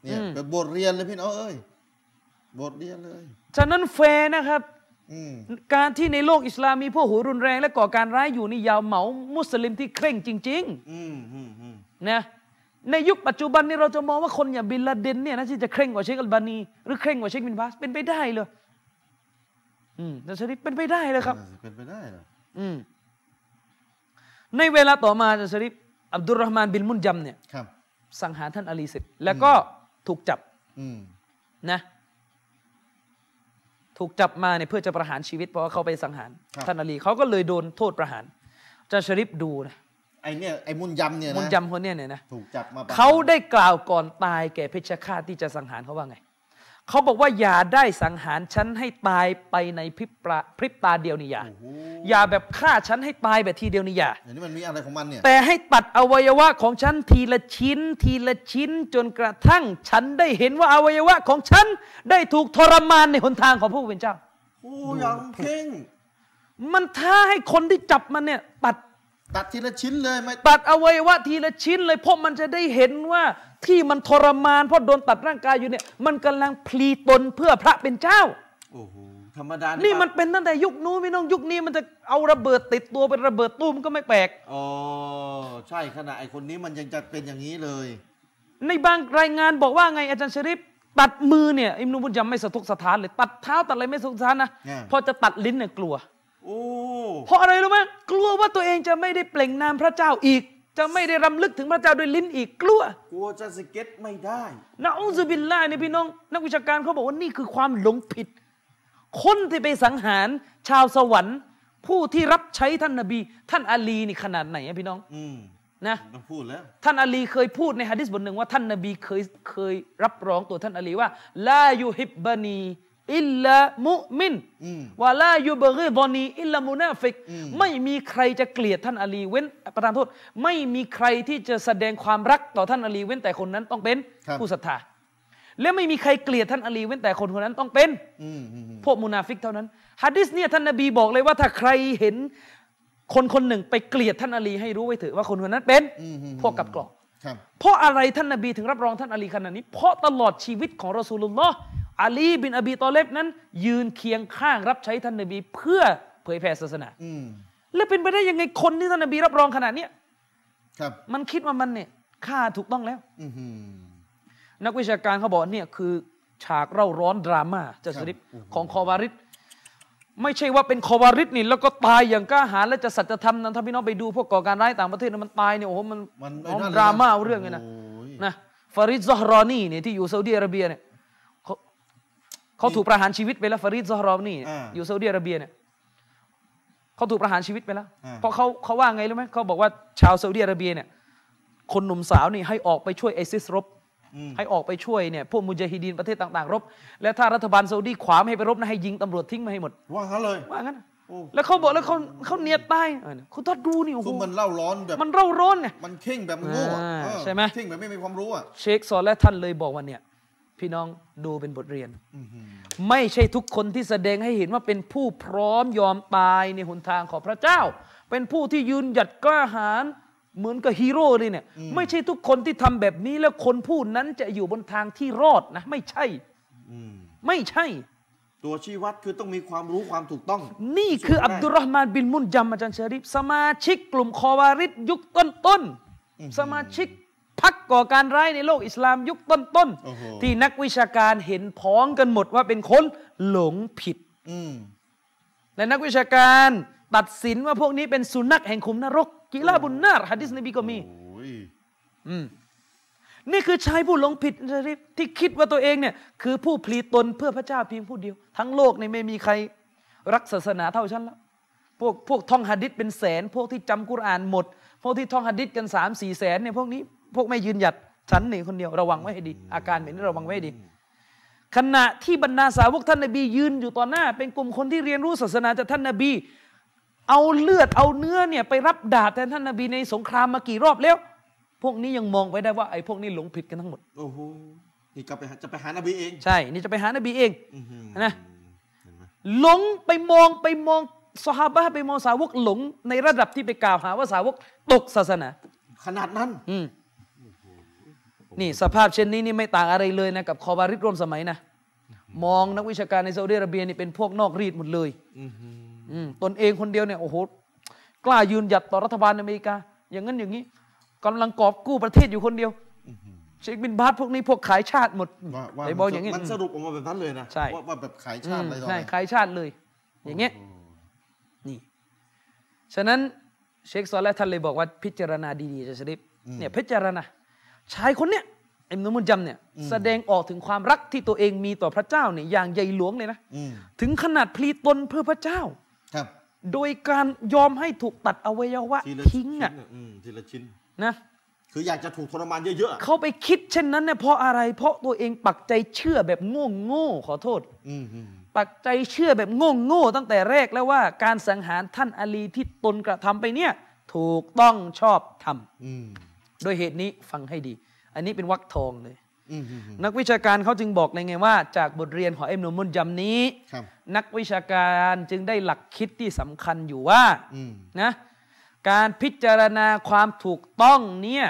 เนี่ย อืม เป็นบทเรียนเลยพี่น้องเอ้ยบทเรียนเลย ฉะนั้นแฟร์นะครับ อืม การที่ในโลกอิสลามมีพวกหัวรุนแรงและก่อการร้ายอยู่นี่อยาวเหมามุสลิมที่เคร่งจริง ๆ อืมอืมอืม นะในยุคปัจจุบันนี้เราจะมองว่าคนอย่างบินลาเดนเนี่ยนะที่จะเคร่งกว่าเชคอัลบานี หรือเคร่งกว่าเชคบินบาสเป็นไปได้เลยอืมนะชริปเป็นไปได้เลยครับ เออเป็นไปได้เหรอ อืมในเวลาต่อมานะชริปอับดุลรหมานบินมุนยัมเนี่ย ครับ สังหารท่านอาลีเสร็จแล้วก็ถูกจับ อืม นะ ถูกจับมาเนี่ยเพื่อจะประหารชีวิตเพราะว่าเขาไปสังหาร ครับ ท่านอาลีเขาก็เลยโดนโทษประหารจะชริปดูนะ ไอเนี่ยไอมุนยำเนี่ยนะ มุนยัมคนเนี่ยเนี่ยนะ ถูกจับมาปะ เขาได้กล่าวก่อนตายแก่เพชฌฆาตที่จะสังหารเขาว่าไง เขาบอกว่าอย่าได้สังหารฉันให้ตายไปในพริบตาพริบตาเดียวนี่อย่า โอ้โห อย่าแบบฆ่าฉันให้ตายแบบทีเดียวนี่อย่า เดี๋ยวนี้มันมีอะไรของมันเนี่ย แต่ให้ตัดอวัยวะของฉันทีละชิ้น ทีละชิ้นจนกระทั่งฉันได้เห็นว่าอวัยวะของฉันได้ถูกทรมานในหนทางของพระผู้เป็นเจ้า โอ้ยยังเพ่ง มันท้าให้คนที่จับมันเนี่ยตัด ตัดทีละชิ้นเลยไม่ ตัดอวัยวะทีละชิ้นเลยเพราะมันจะได้เห็นว่าที่มันทรมานเพราะโดนตัดร่างกายอยู่เนี่ยมันกำลังพลีตนเพื่อพระเป็นเจ้า โอ้โหธรรมดา นี่ นี่ มันเป็นตั้งแต่ยุคนู้นพี่น้องยุคนี้มันจะเอาระเบิดติดตัวเป็นระเบิดตู้มก็ไม่แปลก อ๋อใช่ขนาดไอคนนี้มันยังจะเป็นอย่างนี้เลย ในบางรายงานบอกว่าไงอาจารย์ชริปตัดมือเนี่ยอิมนุบุญยำไม่สะทกสะท้านเลยตัดเท้าตัดอะไรไม่สะทกสะท้านนะ อ่า พอจะตัดลิ้นเนี่ยกลัว โอ้ เพราะอะไรรู้ไหมกลัวว่าตัวเองจะไม่ได้เปล่งนามพระเจ้าอีก จะไม่ได้รำลึกถึงพระเจ้าด้วยลิ้นอีกกลัว กลัวจะสเก็ตไม่ได้ นะอูซุบิลลาห์เนี่ยพี่น้อง นักวิชาการเขาบอกว่านี่คือความหลงผิด คนที่ไปสังหารชาวสวรรค์ ผู้ที่รับใช้ท่านนบี ท่านอาลีนี่ขนาดไหนอะพี่น้อง อืม นะ ต้องพูดแล้ว ท่านอาลีเคยพูดในฮะดิษบทหนึ่งว่าท่านนบีเคยเคยรับรองตัวท่านอาลีว่าลายูฮิบบานีอิลลามุมิน อืม วะลายูบริบอนีอิลลามุนาฟิกไม่มีใครจะเกลียดท่านอาลีเว้นประธานโทษ ไม่มีใครที่จะแสดงความรักต่อท่านอาลีเว้นแต่คนนั้นต้องเป็น ครับ ผู้ศรัทธาและไม่มีใครเกลียดท่านอาลีเว้นแต่คนคนนั้นต้องเป็น อืมอืมอืม พวกมุนาฟิกเท่านั้นฮะดิษเนี่ยท่านนบีบอกเลยว่าถ้าใครเห็นคนคนหนึ่งไปเกลียดท่านอาลีให้รู้ไว้เถอะว่าคนคนนั้นเป็น อืมอืม พวกกับกรอก ครับ เพราะอะไรท่านนบีถึงรับรองท่านอาลีขนาดนี้ เพราะตลอดชีวิตของรอสูลุลลอฮ์อาลีบินอบีตอเลบนั้น ยืนเคียงข้างรับใช้ท่านนบีเพื่อเผยแผ่ศาสนา อืม และเป็นไปได้ยังไงคนที่ท่านนบีรับรองขนาดเนี้ย ครับ มันคิดว่ามันเนี่ยฆ่าถูกต้องแล้ว อืมอืม นักวิชาการเขาบอกเนี่ยคือฉากเร่าร้อนดราม่าเจะสริป ครับ ของคอวาริดไม่ใช่ว่าเป็นคอวาริดนี่แล้วก็ตายอย่างกล้าหาญและจะสัจธรรมนั้นถ้าพี่น้องไปดูพวกก่อการร้ายต่างประเทศนะมันตายเนี่ยโอ้โหมัน มันไอ้ โอ้โห นั่นลยนะ ดราม่าเอาเรื่องเลยนะ โอ้ย นะฟาริดซอฮรอนีเนี่ยที่อยู่ซาอุดีอาระเบียเนี่ยเขาเขาถูกประหารชีวิตไปแล้วฟาริดซอฮรอนีเนี่ย อ่า อยู่ซาอุดีอาระเบียเนี่ยเขาถูกประหารชีวิตไปแล้ว อ่า เพราะเขาเขาว่าไงรู้ไหมเขาบอกว่าชาวซาอุดีอาระเบียเนี่ยคนหนุ่มสาวนี่ให้ออกไปช่วยไอซิสรบ อืม ให้ออกไปช่วยเนี่ยพวกมุญาฮิดีนประเทศต่างๆ รบ และถ้ารัฐบาลซาอุดีขวามให้ไปรบนะให้ยิงตำรวจทิ้งมาให้หมด ว่างั้นเลย ว่างั้นน่ะ โอ้ แล้วเขาบอกแล้วเขาเขาเนียดตายเออคุณถ้าดูนี่โอ้โห คือมันเล่าร้อนแบบ มันเร่าร้อนไง มันเข่งแบบมันโง่อะ อ่า เออ ใช่ไหม เข่งแบบไม่มีความรู้อ่ะ เชคซอลและท่านเลยบอกว่าเนี่ย พี่น้องดูเป็นบทเรียน อื้อหือ ไม่ใช่ทุกคนที่แสดงให้เห็นว่าเป็นผู้พร้อมยอมตายในหนทางของพระเจ้า เป็นผู้ที่ยืนหยัดกล้าหาญเหมือนกับฮีโร่เลยเนี่ย ไม่ใช่ทุกคนที่ทำแบบนี้แล้วคนผู้นั้นจะอยู่บนทางที่รอดนะ ไม่ใช่ อืม ไม่ใช่ ตัวชี้วัดคือต้องมีความรู้ความถูกต้อง นี่คืออับดุลรอฮ์มานบินมุนยัมอาจารย์เชอริฟสมาชิกกลุ่มคอวาริดยุคต้นๆสมาชิก พักก่อการร้ายในโลกอิสลามยุคต้น โอ้โห ๆ ที่นักวิชาการเห็นพ้องกันหมดว่าเป็นคนหลงผิด อืม และนักวิชาการตัดสินว่าพวกนี้เป็นสุนัขแห่งขุมนรกกีลาบุนนาร์ฮะดิษนบีก็มี โอ้ย อืมนี่คือชายผู้หลงผิดนะริบที่คิดว่าตัวเองเนี่ย คือผู้พลีตนเพื่อพระเจ้าเพียงผู้เดียว ทั้งโลกในไม่มีใครรักศาสนาเท่าฉันแล้ว พวกพวกท่องหะดิษเป็นแสน พวกที่จำกุรอานหมด พวกที่ท่องหะดิษกันสามสี่แสนเนี่ยพวกนี้พวกไม่ยืนหยัดฉันนี่คนเดียวระวังไว้ให้ดี อาการแบบนี้ระวังไว้ให้ดี ขณะที่บรรดาสาวกท่านนบียืนอยู่ต่อหน้า เป็นกลุ่มคนที่เรียนรู้ศาสนาจากท่านนบี เอาเลือดเอาเนื้อเนี่ยไปรับดาบแทนท่านนบีในสงครามมากี่รอบแล้ว พวกนี้ยังมองไว้ได้ว่าไอ้พวกนี้หลงผิดกันทั้งหมด โอ้โห นี่กลับไปหาจะไปหานบีเอง ใช่ นี่จะไปหานบีเอง อื้อหือ นะ หลงไปมองไปมองสฮาบะห์ไปมองสาวกหลงในระดับที่ไปกล่าวหาว่าสาวกตกศาสนา ขนาดนั้น อืมนี่สภาพเช่นนี้นี่ไม่ต่างอะไรเลยนะกับคอบาริดร่วมสมัยนะ มองนักวิชาการในซาอุดิอาระเบียนี่เป็นพวกนอกรีดหมดเลยอืมตนเองคนเดียวเนี่ยโอ้โหกล้ายืนหยัดต่อรัฐบาลอเมริกา อย่างนั้นอย่างนี้กำลังกอบกู้ประเทศอยู่คนเดียวเชคบินบาสพวกนี้พวกขายชาติหมด ว่าว่า ไอ้บอลอย่างนี้ มันส อืม รุปออกมาแบบนั้นเลยนะ ใช่ ว่าว่าแบบขายชาติอะไรต่ออะ ใช่ ไร ขายชาติเลย อย่างเงี้ยนี่ ฉะนั้นเชคซอลและท่านเลยบอกว่าพิจารณาดีๆจะชริปเนี่ยพิจารณาชายคนเนี้ยอิมนุมุนจัมเนี่ย แสดงออกถึงความรักที่ตัวเองมีต่อพระเจ้าเนี่ยอย่างใหญ่หลวงเลยนะ อืม ถึงขนาดพลีตนเพื่อพระเจ้า ครับ โดยการยอมให้ถูกตัดอวัยวะ ทีละ ทิ้งอ่ะ ชิ้นมทีละชิ้น นะ คืออยากจะถูกทรมานเยอะๆอะ เขาไปคิดเช่นนั้นเนี่ยเพราะอะไร เพราะตัวเองปักใจเชื่อแบบโง่โง่ๆขอโทษ อืมอืม ปักใจเชื่อแบบโง่โง่ๆตั้งแต่แรกแล้วว่าการสังหารท่านอาลีที่ตนกระทำไปเนี่ย ถูกต้องชอบท อืม ำโดยเหตุนี้ฟังให้ดี อันนี้เป็นวักทองเลย อืมอืมอืม นักวิชาการเขาจึงบอกเลยไงว่า จากบทเรียนของเอ็มนุมุนจำนี้ ครับ นักวิชาการจึงได้หลักคิดที่สำคัญอยู่ว่า อืม นะการพิจารณาความถูกต้องเนี่ย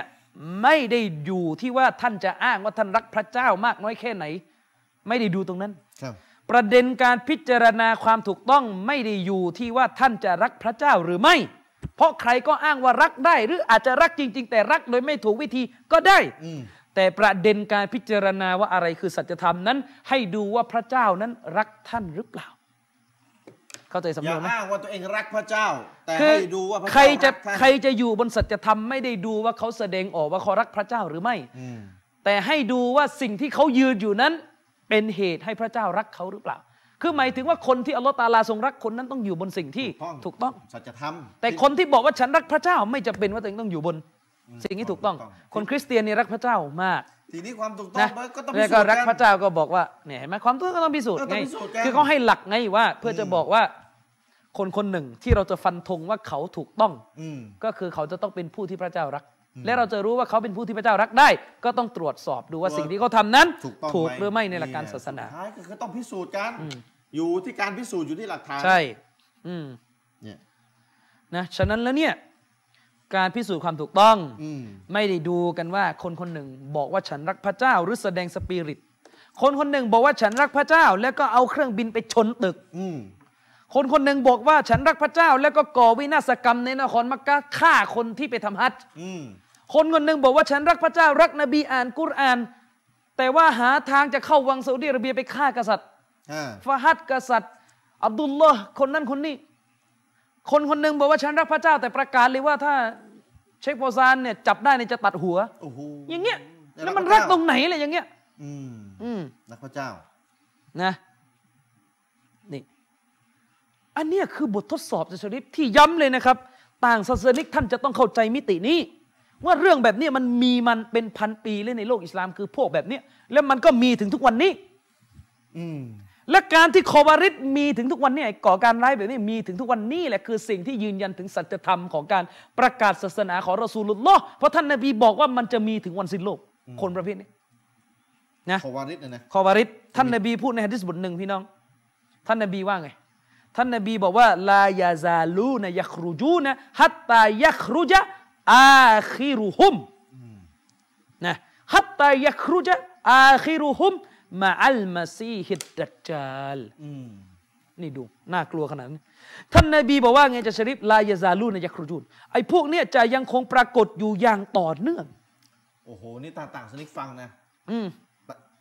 ไม่ได้อยู่ที่ว่าท่านจะอ้างว่าท่านรักพระเจ้ามากน้อยแค่ไหน ไม่ได้ดูตรงนั้น ครับ ประเด็นการพิจารณาความถูกต้องไม่ได้อยู่ที่ว่าท่านจะรักพระเจ้าหรือไม่ เพราะใครก็อ้างว่ารักได้ หรืออาจจะรักจริง ๆ แต่รักโดยไม่ถูกวิธีก็ได้ อืม แต่ประเด็นการพิจารณาว่าอะไรคือสัจธรรมนั้น ให้ดูว่าพระเจ้านั้นรักท่านหรือเปล่า เข้าใจ อ สำน ย่า วนไหม อ้างว่าตัวเองรักพระเจ้า แต่ คือ ให้ดูว่าพระเจ้า ใครจะ กท่าน ใครจะอยู่บนสัจธรรมไม่ได้ดูว่าเขาแสดงออกว่าเขารักพระเจ้าหรือไม่ อืม แต่ให้ดูว่าสิ่งที่เขายืนอยู่นั้นเป็นเหตุให้พระเจ้ารักเขาหรือเปล่า คือหมายถึงว่าคนที่อัลลอฮฺตะอาลาทรงรักคนนั้นต้องอยู่บนสิ่งที่ ถู ถู ก ก ต้ ต้ อ อง ง สัจธรรม แต่คนที่บอกว่าฉันรักพระเจ้าไม่จำเป็นว่าตัวเองต้องอยู่บน สิ่งที่ถูกต้อง ถูกต้อง คนคริสเตียนนี่รักพระเจ้ามาก ทีนี้ความถูกต้อง นะ มันก็ต้อง แล้วก็ พิสูจน์ รัก น พระเจ้าก็บอกว่าเนี่ยเห็นไหมความถูกก็ต้องพิสูจน์ ก็ต้ ไง องพิสูจน์กัน คือเขาให้หลักไงว่า เพื่อจะบอกว่าคนคนหนึ่งที่เราจะฟันธงว่าเขาถูกต้อง อืม ก็คือเขาจะต้องเป็นผู้ที่พระเจ้ารัก และเราจะรู้ว่าเขาเป็นผู้ที่พระเจ้ารักได้ ก็ต้องตรวจสอบดูว่า ว่า สิ่งที่เขาทำนั้น ถูกต้อง หรือไม่ในหลักการศาสนา สุดท้ายก็คือต้องพิสูจน์กัน อยู่ที่การพิสูจน์อยู่ที่หลักฐาน ใช่ อืม เนี่ย นะฉะนั้นแล้วเนี่ยการพิสูจน์ความถูกต้อง อืม ไม่ได้ดูกันว่าคนคนหนึ่งบอกว่าฉันรักพระเจ้าหรือแสดงสปิริต คนคนหนึ่งบอกว่าฉันรักพระเจ้า แล้วก็เอาเครื่องบินไปชนตึก อืม คนคนหนึ่งบอกว่าฉันรักพระเจ้า แล้วก็ก่อวินาศกรรมในนครมักกะฆ่าคนที่ไปทำฮัจญ์ อืม คนคนหนึ่งบอกว่าฉันรักพระเจ้ารักนบีอ่านกุรอาน แต่ว่าหาทางจะเข้าวังซาอุดีอาระเบียไปฆ่ากษัตริย์ อ่า ฟาฮัดกษัตริย์ อับดุลลอฮ์คนนั้นคนนี้ คนคนหนึ่งบอกว่าฉันรักพระเจ้า แต่ประกาศเลยว่าถ้าเชคโบซานเนี่ยจับได้เนี่ยจะตัดหัว โอ้โห อย่างเงี้ยแล้วมันรักตรงไหนอะไรอย่างเงี้ย อืม อืม รักพระเจ้า นะนี่อันเนี้ยคือบททดสอบจะชริปที่ย้ำเลยนะครับ ต่างศาสนิกท่านจะต้องเข้าใจมิตินี้ ว่าเรื่องแบบเนี้ยมันมีมันเป็นพันปีเลยในโลกอิสลามคือพวกแบบเนี้ยแล้วมันก็มีถึงทุกวันนี้ อืม และการที่คอบาริดมีถึงทุกวันนี้ไอ้ก่อการร้ายแบบนี้มีถึงทุกวันนี้แหละคือสิ่งที่ยืนยันถึงสัจธรรมของการประกาศศาสนาของรอซูลุลลอฮ์เพราะท่านนบีบอกว่ามันจะมีถึงวันสิ้นโลก คนประเภทนี้นะ ขอวาริสเนี่ยนะ คอบาริดท่านนบีพูดในฮะดิษบทหนึ่งพี่น้อง ท่านนบีว่าไง ท่านนบีบอกว่าลายาซาลูนะยักรูจูนะฮัตตายักรูจะอาคิรุฮุมนะฮัตตายักรูจะอาคิรุฮุมมาอัลมาซีฮิดดัจจาล อืม นี่ดู น่ากลัวขนาดนี้ท่านนบีบอกว่าไงจะชริฟลายาซาลูนะยักรูจูนไอ้พวกเนี้ยจะยังคงปรากฏอยู่อย่างต่อเนื่อง โอ้โห นี่ตาต่างชนิดฟังนะ อืม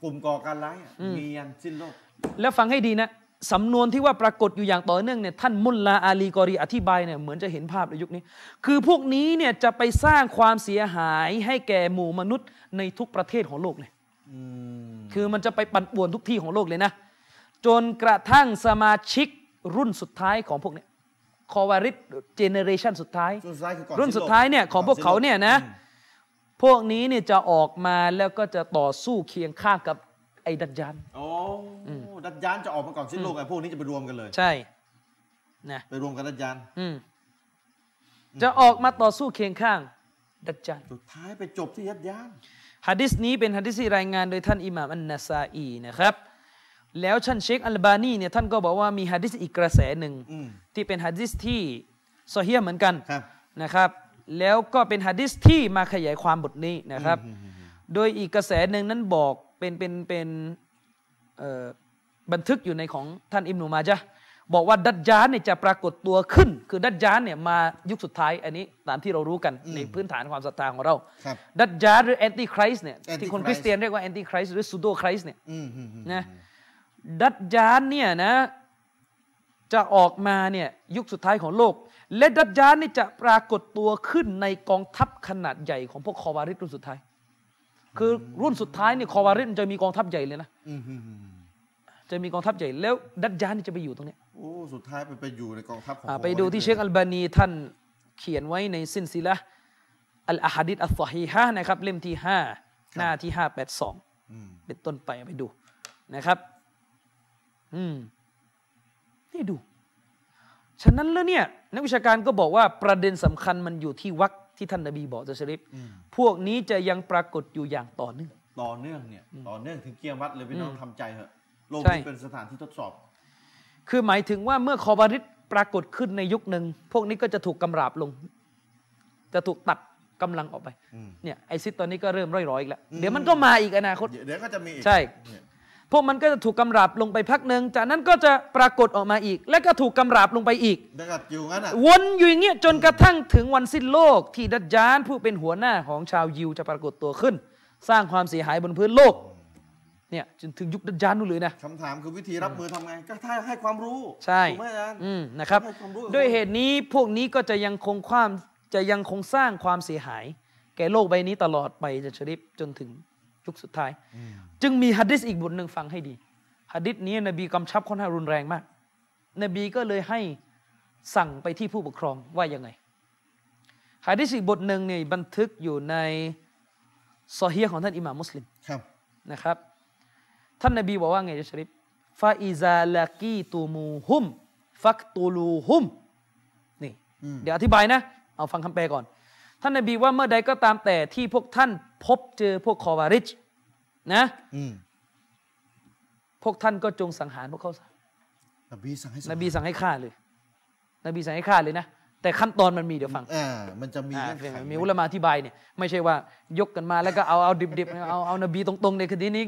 กลุ่มก่อการร้ายอะ อืม มียันสิ้นโลก แล้วฟังให้ดีนะ สำนวนที่ว่าปรากฏอยู่อย่างต่อเนื่องเนี่ยท่านมุลลาอาลีกอรีอธิบายเนี่ยเหมือนจะเห็นภาพในยุคนี้ คือพวกนี้เนี่ยจะไปสร้างความเสียหายให้แก่หมู่มนุษย์ในทุกประเทศของโลกเลย อืม คือมันจะไปปั่นป่วนทุกที่ของโลกเลยนะ จนกระทั่งสมาชิกรุ่นสุดท้ายของพวกเนี้คอวาริสเจเนเรชันสุดท้าย รุ่นสุดท้ายคือก่อน รุ่น สิ้โลก สุดท้ายเนี่ยของพวกเขาเนี่ยนะ อืม พวกนี้เนี่ยจะออกมาแล้วก็จะต่อสู้เคียงข้างกับไอ้ดัจญาน โอ้ดัดยานจะออกมาก่อนสิ้นโลกไอ้พวกนี้จะไปรวมกันเลย ใช่นะ ไปรวมกันดัดยาน อืมจะออกมาต่อสู้เคียงข้าง ดัจจาน สุดท้ายไปจบที่ยัดยาน ฮะดิษนี้เป็นฮะดิษที่รายงานโดยท่านอิหม่ามอันนาซาอีนะครับ แล้วท่านเชคอัลบานีเนี่ยท่านก็บอกว่ามีฮะดิษอีกกระแสหนึ่ง อืม ที่เป็นฮะดิษที่ซอเฮียเหมือนกัน ครับ นะครับ แล้วก็เป็นฮะดิษที่มาขยายความบทนี้นะครับ โดยอีกกระแสหนึ่งนั้นบอกเป็นเป็นเป็นเอ่อบันทึกอยู่ในของท่านอิมนุมาจาบอกว่าดัจญานเนี่ยจะปรากฏตัวขึ้น คือดัจญานเนี่ยมายุคสุดท้ายอันนี้ตามที่เรารู้กันในพื้นฐานความศรัทธาของเรา ครับ ดัจญานหรือแอนติคริสเนี่ย Antichrist ที่คนคริสเตียนเรียกว่าแอนติคริสหรือซูโดคริสเนี่ย อืมอืมอืม นะดัจญานเนี่ยนะจะออกมาเนี่ยยุคสุดท้ายของโลก และดัจญานเนี่ยจะปรากฏตัวขึ้นในกองทัพขนาดใหญ่ของพวกคอวาริสรุ่นสุดท้าย คือรุ่นสุดท้ายเนี่ยคอวาริสมันจะมีกองทัพใหญ่เลยนะ อืมอืมอืม จะมีกองทัพใหญ่แล้วดัจญานเนี่ยจะไปอยู่ตรงเนี้ย โอ้สุดท้ายไปไปอยู่ในกองทัพของ อ่าไปดูที่เชคอัลบานีท่านเขียนไว้ในสินซิละห์อัลอะฮัดิษอัลซอฮีฮะห์นะครับเล่มที่ 5 หน้าที่ 582 อืม เป็นต้นไปไปดูนะครับ อืม นี่ดู ฉะนั้นแล้วเนี่ย นักวิชาการก็บอกว่าประเด็นสำคัญมันอยู่ที่วักที่ท่านนบีบอกจะชริฟพวกนี้จะยังปรากฏอยู่อย่างต่อเนื่อง ต่อเนื่องเนี่ย ต่อเนื่องถึงเกียร์วัดเลยพี่น้องทำใจเถอะ โลก ใช่ นี้เป็นสถานที่ทดสอบ คือหมายถึงว่าเมื่อคอบาริสปรากฏขึ้นในยุคหนึ่ง พวกนี้ก็จะถูกกำราบลง จะถูกตัดกำลังออกไป อืม เนี่ยไอซิสตอนนี้ก็เริ่มร่อยๆอีกแล้ว เดี๋ยวมันก็มาอีกอนาคต เดี๋ยวเดี๋ยวก็จะมีอีก ใช่ เนี่ย พวกมันก็จะถูกกำราบลงไปพักหนึ่งจากนั้นก็จะปรากฏออกมาอีก และก็ถูกกำราบลงไปอีก แล้วก็อยู่งั้นอ่ะ วนอยู่อย่างเงี้ยจนกระทั่งถึงวันสิ้นโลก ที่ดัจจานผู้เป็นหัวหน้าของชาวยิวจะปรากฏตัวขึ้น สร้างความเสียหายบนพื้นโลก เนี่ยจนถึงยุคดัจจานนู่นเลยนะ คำถามคือวิธีรับมือทำไง ก็ถ้าให้ความรู้ ใช่ ถูกไหมอาจารย์ อืมนะครับ ให้ความรู้ ด้วยเหตุนี้พวกนี้ก็จะยังคงความจะยังคงสร้างความเสียหาย แก่โลกใบนี้ตลอดไปจะชริฟจนถึงยุคสุดท้าย จึงมีฮัดดิสอีกบทหนึ่งฟังให้ดีฮัดดิสนี้นบีกำชับค่อนข้างรุนแรงมาก นบีก็เลยให้สั่งไปที่ผู้ปกครองว่ายังไงฮัดดิสอีกบทหนึ่งเนี่ยบันทึกอยู่ในซอฮีฮ์ของท่านอิหม่ามมุสลิม ครับ นะครับ ท่านนบีบอกว่าไงเจะชริฟฟาอิซาลากีตูมูฮุม ฟักตูลูฮุม นี่ เดี๋ยวอธิบายนะ เอาฟังคำแปลก่อน ท่านนบีว่าเมื่อใดก็ตามแต่ที่พวกท่านพบเจอพวกคอวาริชนะ อืม พวกท่านก็จงสังหารพวกเขาซะ นบีสั่งให้สอน บีสั่งให้ฆ่าเลย นบีสั่งให้ฆ่าเลยนะ แต่ขั้นตอนมันมีเดี๋ยวฟัง อ่า มันจะมี อ่า เงื่อนไข เรื่อง ไหม มีอุลามาอธิบายเนี่ยไม่ใช่ว่ายกกันมาแล้วก็เอาเอาดิบๆ เอาเอานบีตรงๆในคดีนี้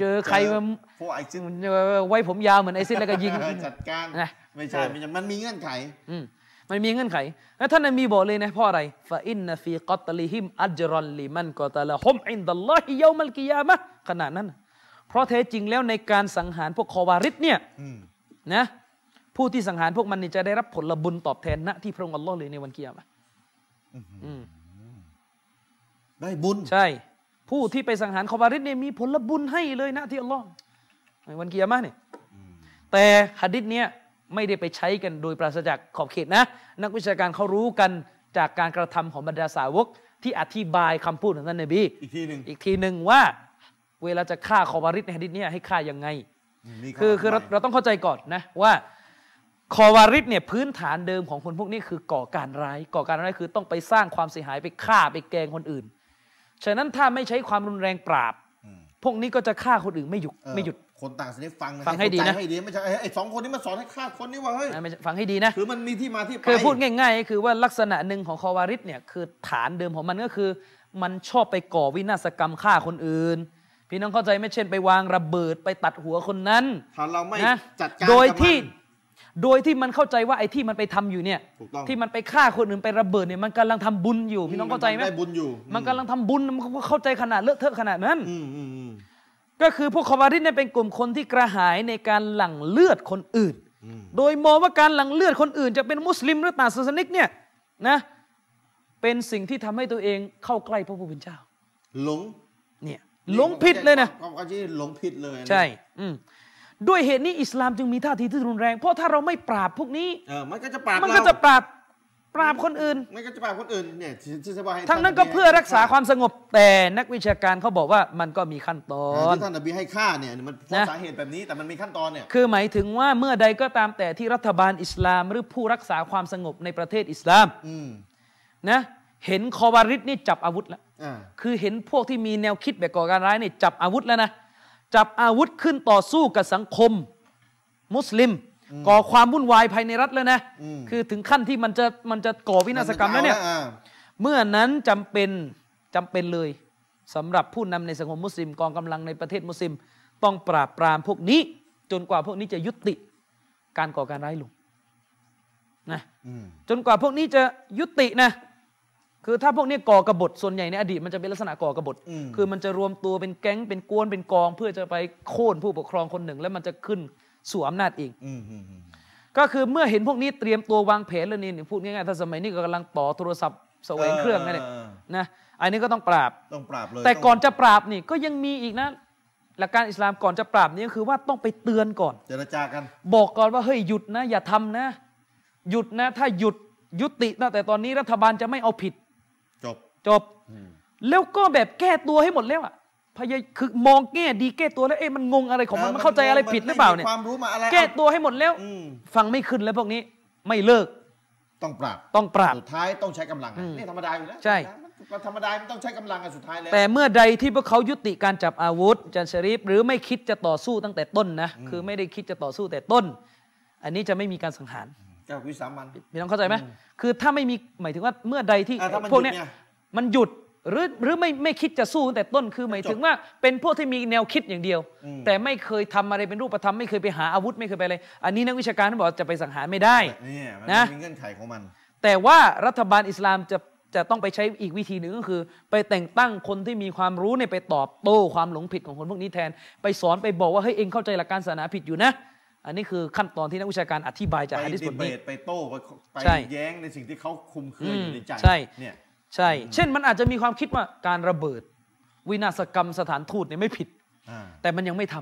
เจอใครมา พวกไอซิส ไว้ผมยาวเหมือนไอซิสแล้วก็ยิง จัดการ นะ ไม่ใช่ไม่ใช่มันมีเงื่อนไข อืมมันมีเงื่อนไข แล้วท่านนบีบอกเลยนะเพราะอะไรฟาอินนฟีกอตลิฮิมอัจรอนลิมันกอตาละฮมอินดัลลอฮิเยามัลกิยามะห์ขนาดนั้นน่ะเพราะแท้จริงแล้วในการสังหารพวกคอวาริดเนี่ย อืม นะผู้ที่สังหารพวกมันนี่จะได้รับผลบุญตอบแทนณที่พระองค์อัลลอฮ์เลยในวันกิยามะห์อืม ได้บุญ ใช่ ผู้ที่ไปสังหารคอบาริสเนี่ยมีผลบุญให้เลยนะที่อัลลอฮ์ในวันกิยามะห์เนี่ยแต่หะดิษเนี่ยไม่ได้ไปใช้กันโดยปราศจากขอบเขตนะ นักวิชาการเขารู้กันจากการกระทำของบรรดาสาวก ที่อธิบายคำพูดของท่านนบี อีกทีหนึ่ง อีกทีหนึ่งว่า เวลาจะฆ่าคอบาริสในหะดิษเนี่ยให้ฆ่ายังไง นี่ คือคือเรา บ เราต้องเข้าใจก่อนนะว่าคอวาริสเนี่ยพื้นฐานเดิมของคนพวกนี้คือก่อการร้าย ก่อการร้ายคือต้องไปสร้างความเสียหายไปฆ่าไปแกล้งคนอื่น ฉะนั้นถ้าไม่ใช้ความรุนแรงปราบ พวกนี้ก็จะฆ่าคนอื่นไม่หยุด เอ่อ ไม่หยุด คนต่างชนิดฟัง ฟังให้ดีนะ เข้าจให้ดีไม่ใช่ไอ้ไอ้สองคนนี้มาสอนให้ฆ่าคนนี่ว่าเฮ้ย นะไม่ใช่ฟังให้ดีนะ คือมันมีที่มาที่ไป คือพูดง่ายๆก็คือว่าลักษณะหนึ่งของคอวาริสเนี่ยคือฐานเดิมของมันก็คือ มันชอบไปก่อวินาศกรรมฆ่าคนอื่น พี่น้องเข้าใจไหม่เช่น ไปวางระเบิดไปตัดหัวคนนั้น ถ้าเราไม่ นะ จัดการ โดย กับมัน ที่ โดยที่มันเข้าใจว่าไอ้ที่มันไปทำอยู่เนี่ย ถูกต้อง ที่มันไปฆ่าคนอื่นไประเบิดเนี่ยมันกำลังทำบุญอยู่พี่น้องเข้าใจไหม ได้บุญอยู่ มันกำลังทำบุญมันก็เข้าใจขนาดเลอะเทอะขนาดนั้น อืมอืมอืม ก็คือพวกคอวาริดเนี่ยเป็นกลุ่มคนที่กระหายในการหลั่งเลือดคนอื่น อืม โดยมองว่าการหลั่งเลือดคนอื่น จะเป็นมุสลิมหรือต่างศาสนิกเนี่ยนะเป็นสิ่งที่ทำให้ตัวเองเข้าใกล้พระผู้เป็นเจ้า หลง เนี่ยหลงผิดเลยนะ ความความที่หลงผิดเลยนะ ใช่อืมด้วยเหตุนี้อิสลามจึงมีท่าทีที่รุนแรง เพราะถ้าเราไม่ปราบพวกนี้ เออมันก็จะปราบ มันก็ เรา จะปราบปราบคนอื่น มันก็จะปราบคนอื่นเนี่ยที่ที่สบายให้ ทั้งนั้นก็เพื่อรักษาความสงบ แต่นักวิชาการเขาบอกว่ามันก็มีขั้นตอ เอน อที่ท่านนบีให้ฆ่าเนี่ยมันเพราะ นะ สาเหตุแบบนี้แต่มันมีขั้นตอนเนี่ย คือหมายถึงว่าเมื่อใดก็ตามแต่ที่รัฐบาลอิสลาม หรือผู้รักษาความสงบในประเทศอิสลาม อืม นะเห็นคอวาริดนี่จับอาวุธแล้ว อ่า คือเห็นพวกที่มีแนวคิดแบบก่อการร้ายเนี่ยจับอาวุธแล้วนะ จับอาวุธขึ้นต่อสู้กับสังคม มุสลิม ก่อความวุ่นวายภายในรัฐแล้วนะ คือถึงขั้นที่มันจะมันจะก่อวินาศกรรมแล้วเนี่ย มัจะอาะอ่า เมื่อนั้นจำเป็นจำเป็นเลยสำหรับผู้นำในสังคมมุสลิมกองกำลังในประเทศมุสลิม ต้องปราบปรามพวกนี้ จนกว่าพวกนี้จะยุติการก่อการร้ายลงนะ อืม จนกว่าพวกนี้จะยุตินะ คือถ้าพวกนี้ก่อกบฏส่วนใหญ่ในอดีตมันจะเป็นลักษณะก่อกบฏคือมันจะรวมตัวเป็นแก๊งเป็นกวนเป็นกอง เพื่อจะไปโค่นผู้ปกครองคนหนึ่ง แล้วมันจะขึ้นสู่อำนาจเอง อืมอืมอืม ก็คือเมื่อเห็นพวกนี้เตรียมตัววางแผนแล้วนี่พูดง่ายๆถ้าสมัยนี้ก็กำลังต่อโทรศัพท์แสวงเครื่องนั่นแหละ ออ นะอันนี้ก็ต้องปราบ ต้องปราบเลย แต่ ง ก่อนจะปราบนี่ก็ยังมีอีกนะ หลักการอิสลามก่อนจะปราบนี่ก็คือว่าต้องไปเตือนก่อน เจรจากัน บอกก่อนว่าเฮ้ยหยุดนะ อย่าทำนะ หยุดนะ ถ้าหยุดยุตินะแต่ตอนนี้รัฐบาลจะไม่เอาผิด จบ จบ แล้วก็แบบแก้ตัวให้หมดแล้วอ่ะพยายคือมองแง่ดีแก้ตัวแล้วเอ๊ะมันงงอะไรของมัน เออ มันเข้าใจอะไร มัน ผิดหรือเปล่าเนี่ย มันไม่มีความรู้มาอะไร แก้ตัวให้หมดแล้ว อืม ฟังไม่ขึ้นแล้วพวกนี้ไม่เลิก ต้องปราบ ต้องปราบ สุดท้ายต้องใช้กำลังอะนี่ธรรมดาอยู่แล้ว ใช่ ธรรมดามันต้องใช้กำลังกันสุดท้ายแล้ว แต่เมื่อใดที่พวกเขายุติการจับอาวุธจันชริฟหรือไม่คิดจะต่อสู้ตั้งแต่ต้นนะ คือไม่ได้คิดจะต่อสู้แต่ต้น อันนี้จะไม่มีการสังหาร ก็วิสามัน พี่น้องเข้าใจไหมคือถ้าไม่มีหมายถึงว่าเมื่อใดที่ อ่ะถ้ามัน พวกเนี้ย หยุดไง มันหยุดหรือหรือไม่ไม่คิดจะสู้ตั้งแต่ต้น คือหมายถึงว่าเป็นพวกที่มีแนวคิดอย่างเดียว แต่ไม่เคยทำอะไรเป็นรูปธรรมไม่เคยไปหาอาวุธไม่เคยไปอะไรอันนี้นักวิชาการเขาบอกว่าจะไปสังหารไม่ได้ เนี่ยมัน นะ มีเงื่อนไขของมัน แต่ว่ารัฐบาลอิสลามจะจะต้องไปใช้อีกวิธีหนึ่งก็คือ ไปแต่งตั้งคนที่มีความรู้เนี่ยไปตอบโต้ความหลงผิดของคนพวกนี้แทน ไปสอนไปบอกว่าเฮ้ยเองเข้าใจหลักการศาสนาผิดอยู่นะ อันนี้คือขั้นตอนที่นักวิชาการอธิบายจาก ไป ฮะดิษ ดี บท เบ นี้ ตไปโต้ไปไป ใช่ แย้งในสิ่งที่เขาคุมเครืออ ม อยู่ในใจ ใช่ เนี่ย ใช่ เช่นมันอาจจะมีความคิดว่าการระเบิด วินาศกรรมสถานทูตเนี่ยไม่ผิด อ่า แต่มันยังไม่ท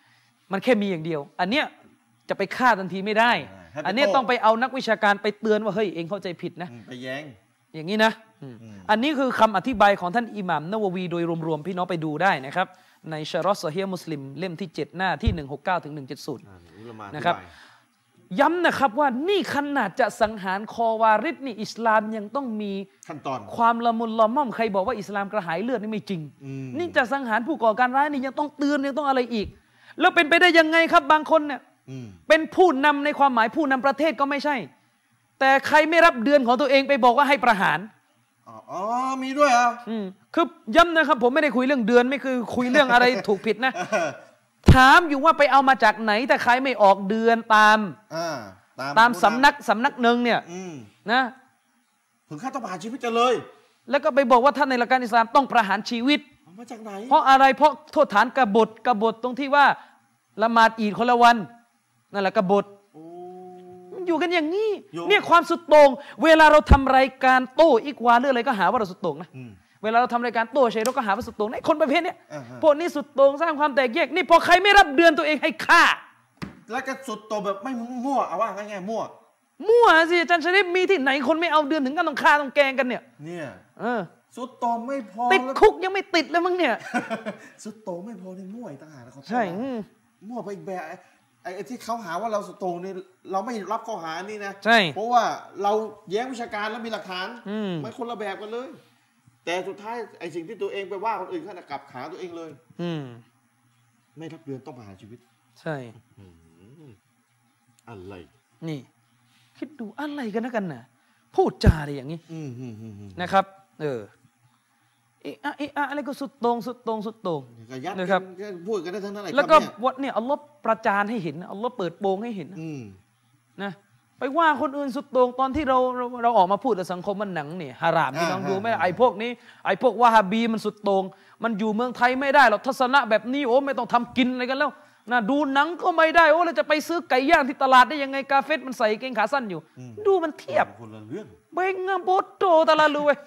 ำมันแค่มีอย่างเดียว อันเนี้ยจะไปฆ่าทันทีไม่ได้ ให้ไป อันเนี้ย โต้ ต้องไปเอานักวิชาการไปเตือนว่าเฮ้ยเองเข้าใจผิดนะ อืมไปแย้ง อย่างนี้นะอืมอันนี้คือคำอธิบายของท่านอิหม่ามนาววีโดยรวมๆ พี่น้องไปดูได้นะครับ ในชารอสเฮียมุสลิมเล่มที่ 7 หน้าที่ 169ถึง170 อ่าอุลามา นะครับ อธิาย ย้ำนะครับว่านี่ขนาดจะสังหารคอวาริดนี่อิสลามยังต้องมี ขั้นตอน ความละมุนละม่อมใครบอกว่าอิสลามกระหายเลือดนี่ไม่จริง อืม นี่จะสังหารผู้ก่อการร้ายนี่ยังต้องเตือนยังต้องอะไรอีก แล้วเป็นไปได้ยังไงครับบางคนเนี่ย อืม เป็นผู้นำในความหมายผู้นำประเทศก็ไม่ใช่ แต่ใครไม่รับเดือนของตัวเองไปบอกว่าให้ประหาร อ๋ออ๋อ มีด้วยเหรอ อืมคือย้ำนะครับผมไม่ได้คุยเรื่องเดือนไม่คือคุยเรื่องอะไร ถูกผิดนะ เออ ถามอยู่ว่าไปเอามาจากไหนแต่ใครไม่ออกเดือนตาม อ่าตาม ตาม ผู้ สำนักสำนักหนึ่งเนี่ย อืม นะ ถึงขั้นต้องประหารชีวิตจะเลย แล้วก็ไปบอกว่าท่านในหลักการอิสลามต้องประหารชีวิต เอามาจากไหน เพราะอะไรเพราะโทษฐานกบฏกบฏตรงที่ว่าละหมาดอีดคนละวันนั่นแหละกบฏ โอ้ มันอยู่กันอย่างนี้ อยู่ เนี่ยความสุดโต่งเวลาเราทำรายการโต้อีกวาหรืออะไรก็หาว่าเราสุดโต่งนะ อืม เวลาเราทำรายการโต้เฉยเราก็หาว่าสุดโต่งนะไอ้คนประเภทเนี้ย อ่าฮะ พวกนี้สุดโต่งสร้างความแตกแยกนี่พอใครไม่รับเดือนตัวเองให้ฆ่า แล้วก็สุดโตวแบบไม่มั่ว เอาว่าง่ายๆมั่ว มั่วสิอาจันชริปมีที่ไหนคนไม่เอาเดือนถึงกันต้องฆ่าต้องแกล้งกันเนี่ย เนี่ย เออ สุดโตวไม่พอ ติด แล้ว คุกยังไม่ติดเลยมั้งเนี่ย สุดโตวไม่พอในมั่วอีกต่างหากนะเขา ใช่อืม มั่วไปอีกแบบไอ้ไอ้ไอ้ที่เขาหาว่าเราสุดโตงนี่เราไม่รับข้อหานี่นะ ใช่ เพราะว่าเราแย้งวิชาการแล้วมีหลักฐาน อืม มันคนละแบบกันเลย แต่สุดท้ายไอ้สิ่งที่ตัวเองไปว่าคนอื่นขนาดกลับขาตัวเองเลย อืม ไม่รับเดือนต้องประหารชีวิต ใช่ อะไร นี่ คิดดูอะไรกันนะกันน่ะพูดจาอะไรอย่างนี้ อืมอืมอืมอืม นะครับ เออเอะอะเอะอะอะไรก็สุดโต่งสุดโต่งสุดโต่ง ก็ยัด นะครับ กันพูดกันได้ทั้งนั้นหะ แล้วก็ ครับเนี่ย วัดเนี่ยอัลลอฮ์ประจานให้เห็นอัลลอฮ์เปิดโปงให้เห็น อืม นะไปว่าคนอื่นสุดโต่งตอนที่เราเราเราออกมาพูดกับสังคมมันหนังนี่ฮารามพี่น้อง อ่า ดูไหม อ่า ไอ้พวกนี้ไอ้พวกวาฮาบีมันสุดโต่งมันอยู่เมืองไทยไม่ได้หรอกทัศนะแบบนี้โอ้ไม่ต้องทำกินอะไรกันแล้วนะดูหนังก็ไม่ได้โอ้เราจะไปซื้อไก่ย่างที่ตลาดได้ยังไงกาเฟสมันใส่กางเกงขาสั้นอยู่ ดูมันเทียบ คนละเรื่อง เบงงามโบโตตะลาลูเว้ย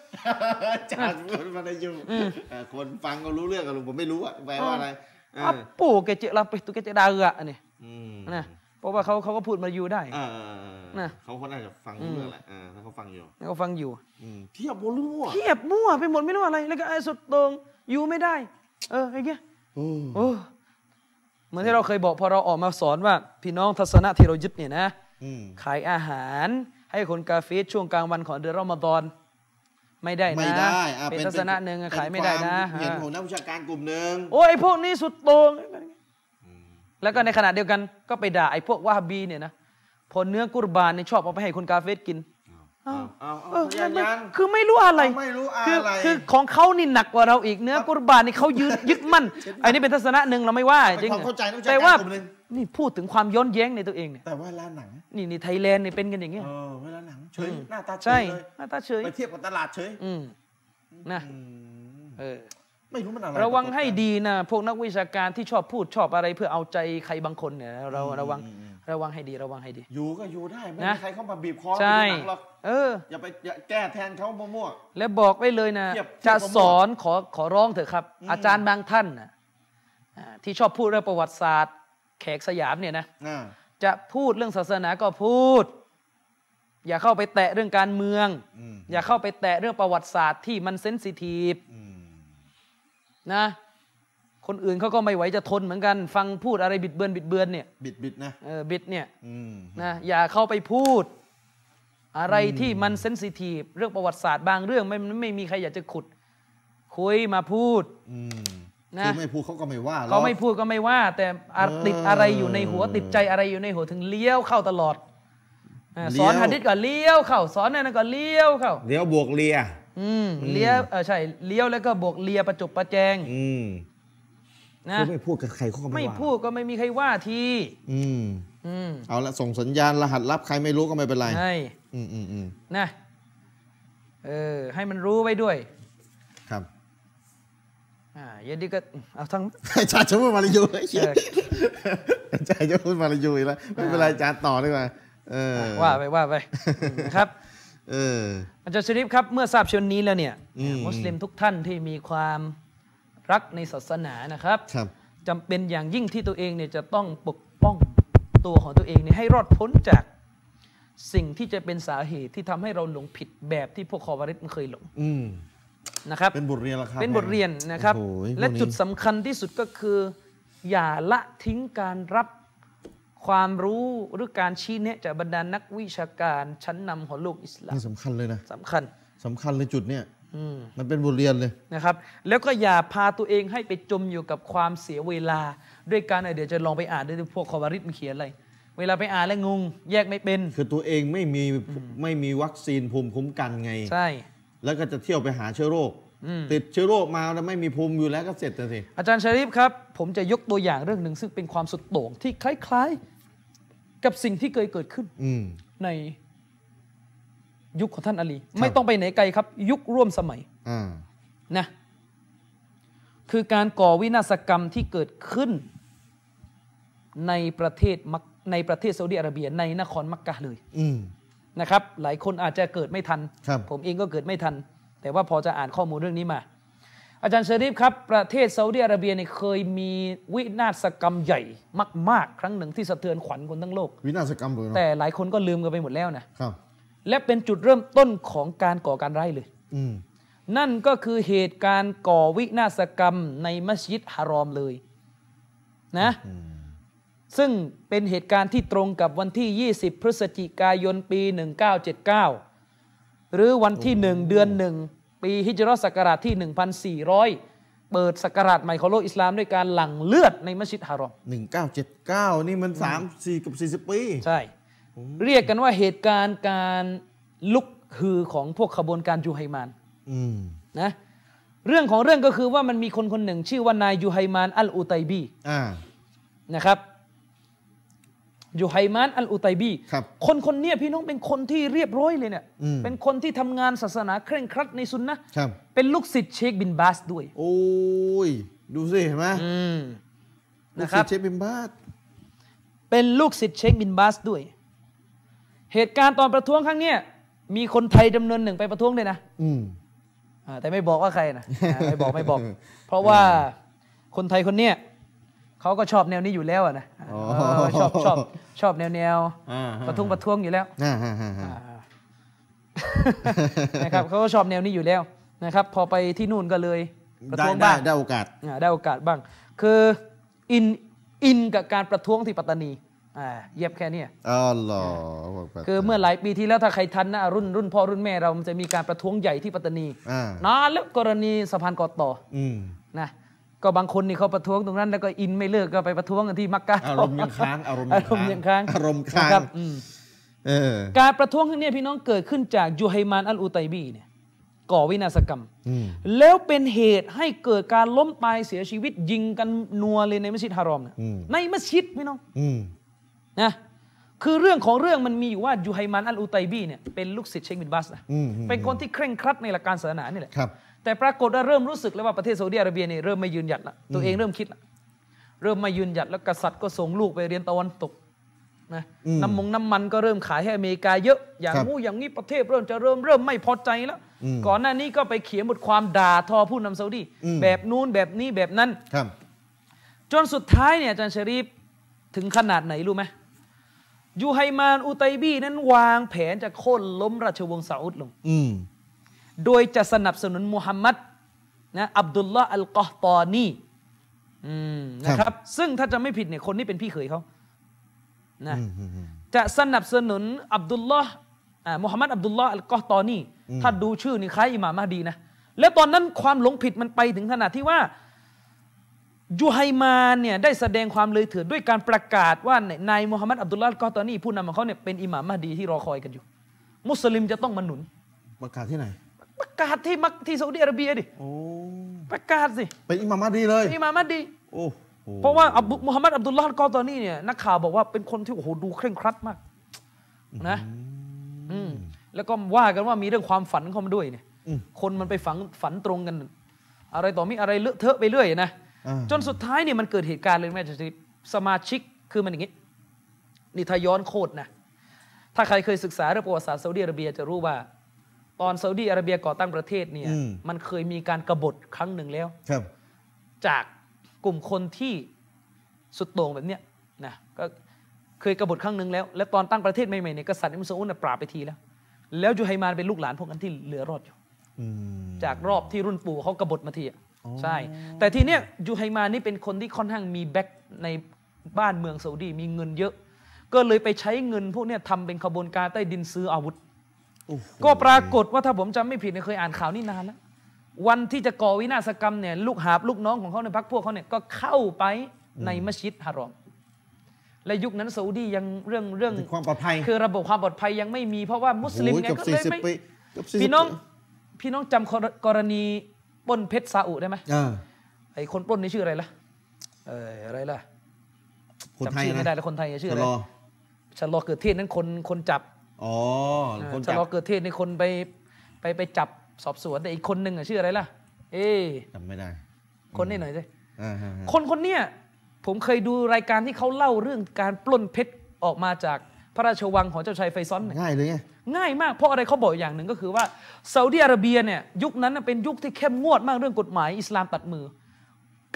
อาจารย์พูดมาได้อยู่เออคนฟังก็รู้เรื่องกับลุงผมไม่รู้อะแปลว่าอะไรเออ อัปปูเกจิลาปิตุเกจิดาเอะอันนี่ อืม นะเพราะว่าเขาเขาก็พูดมาอยู่ได้ เออเออเออเออ นะ เขาคนอาจจะฟังรู้เรื่องแหละเออถ้าเขาฟังอยู่ เขาฟังอยู่ อืมเทียบโมลูอ่ะ เทียบมั่วไปหมดไม่รู้อะไร แล้วก็ไอ้สุดโตรงอยู่ไม่ได้ เออไอ้เงี้ย โอ้ โอ้เหมือนที่เราเคยบอกพอเราออกมาสอนว่า พี่น้องทัศนะที่เรายึดเนี่ยนะ อืม ขายอาหาร ให้คนกาเฟสช่วงกลางวันของเดือนรอมฎอนไม่ได้นะ ไม่ได้อ่ะ เป็นทัศนะหนึ่งอะขายไม่ได้นะ เป็นความเห็นของนักวิชาการกลุ่มหนึ่ง โอ้ยไอ้พวกนี้สุดโตรง แล้วก็ในขณะเดียวกันก็ไปด่าไอ้พวกวาฮาบีเนี่ยนะพอเนื้อกุรบานเนี่ยชอบเอาไปให้คนกาเฟสกิน เอาเอา เอ เอา อ ยั ไม่ น ไม่ ยัน คือไม่รู้อะไร ไม่รู้ คื อะไร คือของเขานี่หนักกว่าเราอีกเนื้อกุรบานนี่เขายึดยึดมั่นไอ้นี่เป็นทัศนะหนึ่งเราไม่ว่าจริง เป็นความเข้าใจนักวิชา แต่ การ ว่าก ลุ่มหนึ่ง นี่พูดถึงความย้อนแย้งในตัวเองเนี่ย แต่ว่าร้านหนัง นี่นี่ไทยแลนด์นี่เป็นกันอย่างเงี้ย เออเวลาหนังเฉยหน้าตาเฉ ใช่ ยเลย หน้าตาเฉย ไปเทียบกับตลาดเฉย อืมนะ อืม เออ ไม่รู้มันอะไร ระวังให้ดีนะ พวกนักวิชาการที่ชอบพูดชอบอะไรเพื่อเอาใจใครบางคนเนี่ยนะเราระวังระวังให้ดีระวังให้ดี อยู่ก็อยู่ได้ไม่ นะ มีใครเข้ามาบีบคอ ใช่ ดูหนังหรอก เออ อย่าไปอย่าแก้แทนเขามั่ว และบอกไว้เลยนะ เทียบเทียบ จะ กับหมวด สอนขอขอร้องเถอะครับ อาจารย์บางท่านนะอ่าที่ชอบพูดเรื่องประวัติศาสตร์ แขกสยามเนี่ยนะ ๆอ่า จะพูดเรื่องศาสนาก็พูด อย่าเข้าไปแตะเรื่องการเมือง อืม อย่าเข้าไปแตะเรื่องประวัติศาสตร์ที่มันเซนซิทีฟ อืม นะ คนอื่นเขาก็ไม่ไหวจะทนเหมือนกัน ฟังพูดอะไรบิดเบือนบิดเบือนเนี่ย บิดบิดนะ เออบิดเนี่ย อืม นะอย่าเข้าไปพูด อะไรที่มันเซนซิทีฟเรื่องประวัติศาสตร์บางเรื่องไม่ไม่มีใครอยากจะขุด คุยมาพูด อืม นะ คือไม่พูดเขาก็ไม่ว่าหรอก เขาไม่พูดก็ไม่ว่า แต่อะ เออ ติดอะไรอยู่ในหัวติดใจอะไรอยู่ในหัวถึงเลี้ยวเข้าตลอดอ่าสเลี้ยว อนหะดิษก็เลี้ยวเข้าสอนนั่นก็เลี้ยวเข้า เดี๋ยวบวกเลีย อืมเลี้ยวเออใช่เลี้ยวแล้วก็บวกเลียประจบประแจง อืม นะ คือไม่พูดกับใครเขาก็ไม่ ไม่ ว่า พูดก็ไม่มีใครว่าที อืม อืม เอาละส่งสัญญาณรหัสลับใครไม่รู้ก็ไม่เป็นไร ใช่ อืมอืมอืม นะเออให้มันรู้ไว้ด้วย ครับ อ่าอย่าดีก็เอาทั้ง อาจารย์จะพูดมาลายูเลย เออ อาจารย์จะพูดมาลายูอีกแล้วไม่เป็นไรอาจารย์ต่อดีกว่าเออ ว่าไปว่าไปนะครับ เออ อาจารย์ชริฟครับ เมื่อทราบเช่นนี้แล้วเนี่ย อืม มุสลิมทุกท่านที่มีความรักในศาสนานะครับ ครับ จำเป็นอย่างยิ่งที่ตัวเองเนี่ยจะต้องปกป้องตัวของตัวเองเนี่ยให้รอดพ้นจากสิ่งที่จะเป็นสาเหตุที่ทำให้เราหลงผิดแบบที่พวกคอวาริสมันเคยหลง อืม นะครับ เป็นบทเรียนละครับ เป็นบทเรียนนะครับ โอ้โห และ พวกนี้ จุดสำคัญที่สุดก็คือ อย่าละทิ้งการรับความรู้หรือการชี้แนะจากบรรดานักวิชาการชั้นนำของโลกอิสลาม นี่สำคัญเลยนะ สำคัญ สำคัญเลยจุดเนี่ย อืม มันเป็นบทเรียนเลย นะครับ แล้วก็อย่าพาตัวเองให้ไปจมอยู่กับความเสียเวลา ด้วยการเอ่อเดี๋ยวจะลองไปอ่านด้วยพวกคอวาริสมันเขียนอะไร เวลาไปอ่านแล้วงง แยกไม่เป็น คือตัวเองไม่มีไม่มีวัคซีนภูมิคุ้มกันไง ใช่ แล้วก็จะเที่ยวไปหาเชื้อโรค อืม ติดเชื้อโรคมาแล้วไม่มีภูมิอยู่แล้วก็เสร็จแต่สิ อาจารย์ชาริฟครับ ผมจะยกตัวอย่างเรื่องหนึ่งซึ่งเป็นความสุดโต่งที่คล้ายๆ กับสิ่งที่เคยเกิดขึ้น อืม ในยุคของท่านอาลี ไม่ต้องไปไหนไกลครับ ยุคร่วมสมัย อ่า นะคือการก่อวินาศกรรมที่เกิดขึ้น ในประเทศมักในประเทศซาอุดิอาระเบียในนครมักกะเลย อืม นะครับ หลายคนอาจจะเกิดไม่ทัน ครับ ผมเองก็เกิดไม่ทัน แต่ว่าพอจะอ่านข้อมูลเรื่องนี้มา อาจารย์เชอริฟครับ ประเทศซาอุดิอาระเบียเนี่ยเคยมีวินาศกรรมใหญ่มาก ๆ ครั้งหนึ่งที่สะเทือนขวัญคนทั้งโลก วินาศกรรมเลยเนาะ แต่หลายคนก็ลืมกันไปหมดแล้วนะ ครับ และเป็นจุดเริ่มต้นของการก่อการร้ายเลย อืม นั่นก็คือเหตุการณ์ก่อวินาศกรรมในมัสยิดฮารอมเลยนะซึ่งเป็นเหตุการณ์ที่ตรงกับวันที่ 20 พฤศจิกายนปี 1979 หรือวันที่ 1 เดือน 1 ปีฮิจรัสศักราชที่ 1400 เปิดศักราชใหม่ของโลกอิสลามด้วยการหลั่งเลือดในมัสยิดฮารอม หนึ่งเก้าเจ็ดเก้านี่มันสามสี่กับสี่สิบปี ใช่ เรียกกันว่าเหตุการณ์การลุกฮือของพวกขบวนการยูไฮมาน อืม นะเรื่องของเรื่องก็คือว่ามันมีคนคนหนึ่ง ชื่อว่านายยูไฮมานอัลอุไตบี อ่า นะครับ ยูไฮมานอัลอุตัยบี ครับ คนคนเนี้ยพี่น้องเป็นคนที่เรียบร้อยเลยเนี่ย อืม เป็นคนที่ทำงานศาสนาเคร่งครัดในซุนนะครับ เป็นลูกศิษย์เชคบินบาสด้วย โอ้ย ดูสิเห็นไหม อืม ลูก นะค ศิ รั ษ บ ย์เชฟบิมบาส เป็นลูกศิษย์เชคบินบาสด้วย เหตุการณ์ตอนประท้วงครั้งเนี้ยมีคนไทยจำนวนหนึ่งไปประท้วงด้วยนะ อืม อ่าแต่ไม่บอกว่าใคร นะอ่าไม่บอกไม่บอก เพราะว่าคนไทยคนเนี้ยเขาก็ชอบแนวนี้อยู่แล้วอะนะ อ๋อ เออชอบชอบชอบแนวแนว อ่า ประท้วงประท้วงอยู่แล้ว อ่าอ่าอ่าอ่า นะครับเขาก็ชอบแนวนี้อยู่แล้วนะครับ พอไปที่นู่นก็เลยประ ได้ ท้วง ได้ บ้าง ได้โอกาส อ่าได้โอกาสบ้าง คืออินอินกับการประท้วงที่ปัตตานีอ่าเย็บแค่เนี้ย อ๋อเหรอบอกไป คือเมื่อหลายปีที่แล้วถ้าใครทันนะรุ่นรุ่นพ่อรุ่นแม่เรามันจะมีการประท้วงใหญ่ที่ปัตตานี อ่าน านแล้วกรณีสะพานกอต่อ อืม นะก็บางคนนี่เขาประท้วงตรงนั้น แล้วก็อินไม่เลิกก็ไปประท้วงกันที่มักกะ อารมณ์ยังค้าง อารมณ์ อารมณ์ยังค้าง อารมณ์ค้า นะครั ง บอืม เออ การประท้วงครั้งเนี้ยพี่น้องเกิดขึ้นจากยูไฮมานอัลอุตัยบีเนี่ยก่อวินาศกรรม อืม แล้วเป็นเหตุให้เกิดการล้มตายเสียชีวิตยิงกันนัวเลยในมัสยิดฮารอมนะ อืม ในมัสยิดพี่น้อง อืม นะคือเรื่องของเรื่องมันมีอยู่ว่ายูไฮมันอัลอุตัยบีเนี่ยเป็นลูกศิษย์เชคบินบัสนะ อืมอืม เป็นคนที่เคร่งครัดในหลักการศาสนานี่แหละ ครับ แต่ปรากฏว่าเริ่มรู้สึกแล้วว่าประเทศซาอุดิอาระเบียเนี่ยเริ่มไม่ยืนหยัดละตัวเองเริ่มคิดละเริ่มไม่ยืนหยัดแล้วกษัตริย์ก็ส่งลูกไปเรียนตะวันตกนะ อืม น้ำมงน้ำมันก็เริ่มขายให้อเมริกาเยอะอย่าง ครับ งู้อย่างนี้ประเทศเริ่มจะเริ่มเริ่มไม่พอใจแล้ว อืม ก่อนหน้านี้ก็ไปเขียนบทความด่าทอผู้นำซาอุดี อืม แบบนู้นแบบนี้แบบนั้น ครับ จนสุดท้ายเนี่ยอาจารย์ชะรีฟถึงขนาดไหนรู้ไหมยูไฮมานอุตัยบีนั้นวางแผนจะโค่นล้มราชวงศ์ซาอุดลง อืม โดยจะสนับสนุนมุฮัมมัดนะอับดุลลาห์อัลกอฮ์ตอนีอืมนะค ครั รับ บ ซึ่งถ้าจะไม่ผิดเนี่ยคนนี้เป็นพี่เขยเขานะ อืมอืมอืม จะสนับสนุนอับดุลลอฮ์อ่ามุฮัมมัดอับดุลลอฮ์อัลกอฮ์ตอนี อืม ถ้าดูชื่อนี่คล้ายอิหม่ามมาดีนะ แล้วตอนนั้นความหลงผิดมันไปถึงขนาดที่ว่ายูไฮมานเนี่ยได้แสดงความเลยเถิดด้วยการประกาศว่าเนี่ยนายมูฮัมมัดอับดุลลอฮ์อัลกอฮ์ตอนีผู้นำของเขาเนี่ยเป็นอิหม่ามมาดีที่รอคอยกันอยู่ มุสลิมจะต้องมาหนุน ประกาศที่ไหน ประกาศที่มักที่ซาอุดิอาระเบียดิ โอ้ ประกาศสิ เป็นอิหม่ามมาดีเลย อิหม่ามมาดี โอ้โห เพราะว่าอับดุมุฮัมมัดอับดุลลอฮ์อัลกอฮ์ตอนีเนี่ยนักข่าวบอกว่าเป็นคนที่โอ้โหดูเคร่งครัดมากนะอืมแล้วก็ว่ากันว่ามีเรื่องความฝันเข้ามาด้วยเนี่ย อืม คนมันไปฝันฝันตรงกัน อะไรต่อมีอะไรเลอะเทอะไปเรื่อยนะ อ่า จนสุดท้ายเนี่ยมันเกิดเหตุการณ์เลยแม่จะสมาชิกคือมันอย่างนี้ นี่ถ้าย้อนโคตรนะ ถ้าใครเคยศึกษาเรื่องประวัติศาสตร์ซาอุดีอาระเบียจะรู้ว่า ตอนซาอุดีอาระเบียก่อตั้งประเทศเนี่ย อืม มันเคยมีการกบฏครั้งหนึ่งแล้ว ครับ จากกลุ่มคนที่สุดโต่งแบบเนี้ยนะก็เคยกบฏครั้งหนึ่งแล้ว และตอนตั้งประเทศใหม่ๆเนี่ยกษัตริย์อิมซุอุนนะปราบไปทีแล้ว แล้วยูไฮมานเป็นลูกหลานพวกนั้นที่เหลือรอดอยู่ อืม จากรอบที่รุ่นปู่เขากบฏมาทีอะ อ๋อ ใช่ แต่ทีเนี้ยยูไฮมานนี่เป็นคนที่ค่อนข้างมีแบ็คในบ้านเมืองซาอุดีมีเงินเยอะ ก็เลยไปใช้เงินพวกเนี้ยทำเป็นขบวนการใต้ดินซื้ออาวุธ โอ้โห ก็ปรากฏว่าถ้าผมจำไม่ผิดเนี่ยเคยอ่านข่าวนี่นานแล้ววันที่จะก่อวินาศกรรมเนี่ยลูกหาบลูกน้องของเขาในยพักพวกเขาเนี่ยก็เข้าไปในมัสยิดฮารอม และยุคนั้นซาอุดียังเรื่องเรื่อง ถึงความปลอดภัย คือระบบความปลอดภัยยังไม่มีเพราะว่ามุสลิม โอ้โห เนี่ เกื ย อบ ก็ สี่ เลย สิบ ไม่ ปีเกืบ40 พี่น้องพี่น้องจำกรณีปล้นเพชรซาอุได้ไหม อ่า ไอ้คนปล้นนี่ชื่ออะไรล่ะเอออะไรล่ะ คนไท จำชื่ยอไม่ได้ นะ แล้วคนไทยชื่อ ชะ อะไร ลอ ชะลอเกิดเทศนั้นคนคนจับ อ๋อ คน ชะ จับ ลอเกิดเทศในคนไปไปไปจับสอบสวนแต่อีกคนหนึ่งอ่ะชื่ออะไรล่ะ เอ้ย จำไม่ได้ คนนี้หน่อยสิ อ่าฮะฮะ คนคนเนี้ยผมเคยดูรายการที่เขาเล่าเรื่องการปล้นเพชรออกมาจากพระราชวังของเจ้าชายไฟซอนเนี่ย ง่ายเลยไง ง่ายมากเพราะอะไรเขาบอกอย่างหนึ่งก็คือว่าซาอุดิอาระเบียเนี่ยยุคนั้นน่ะเป็นยุคที่เข้มงวดมากเรื่องกฎหมายอิสลามตัดมือ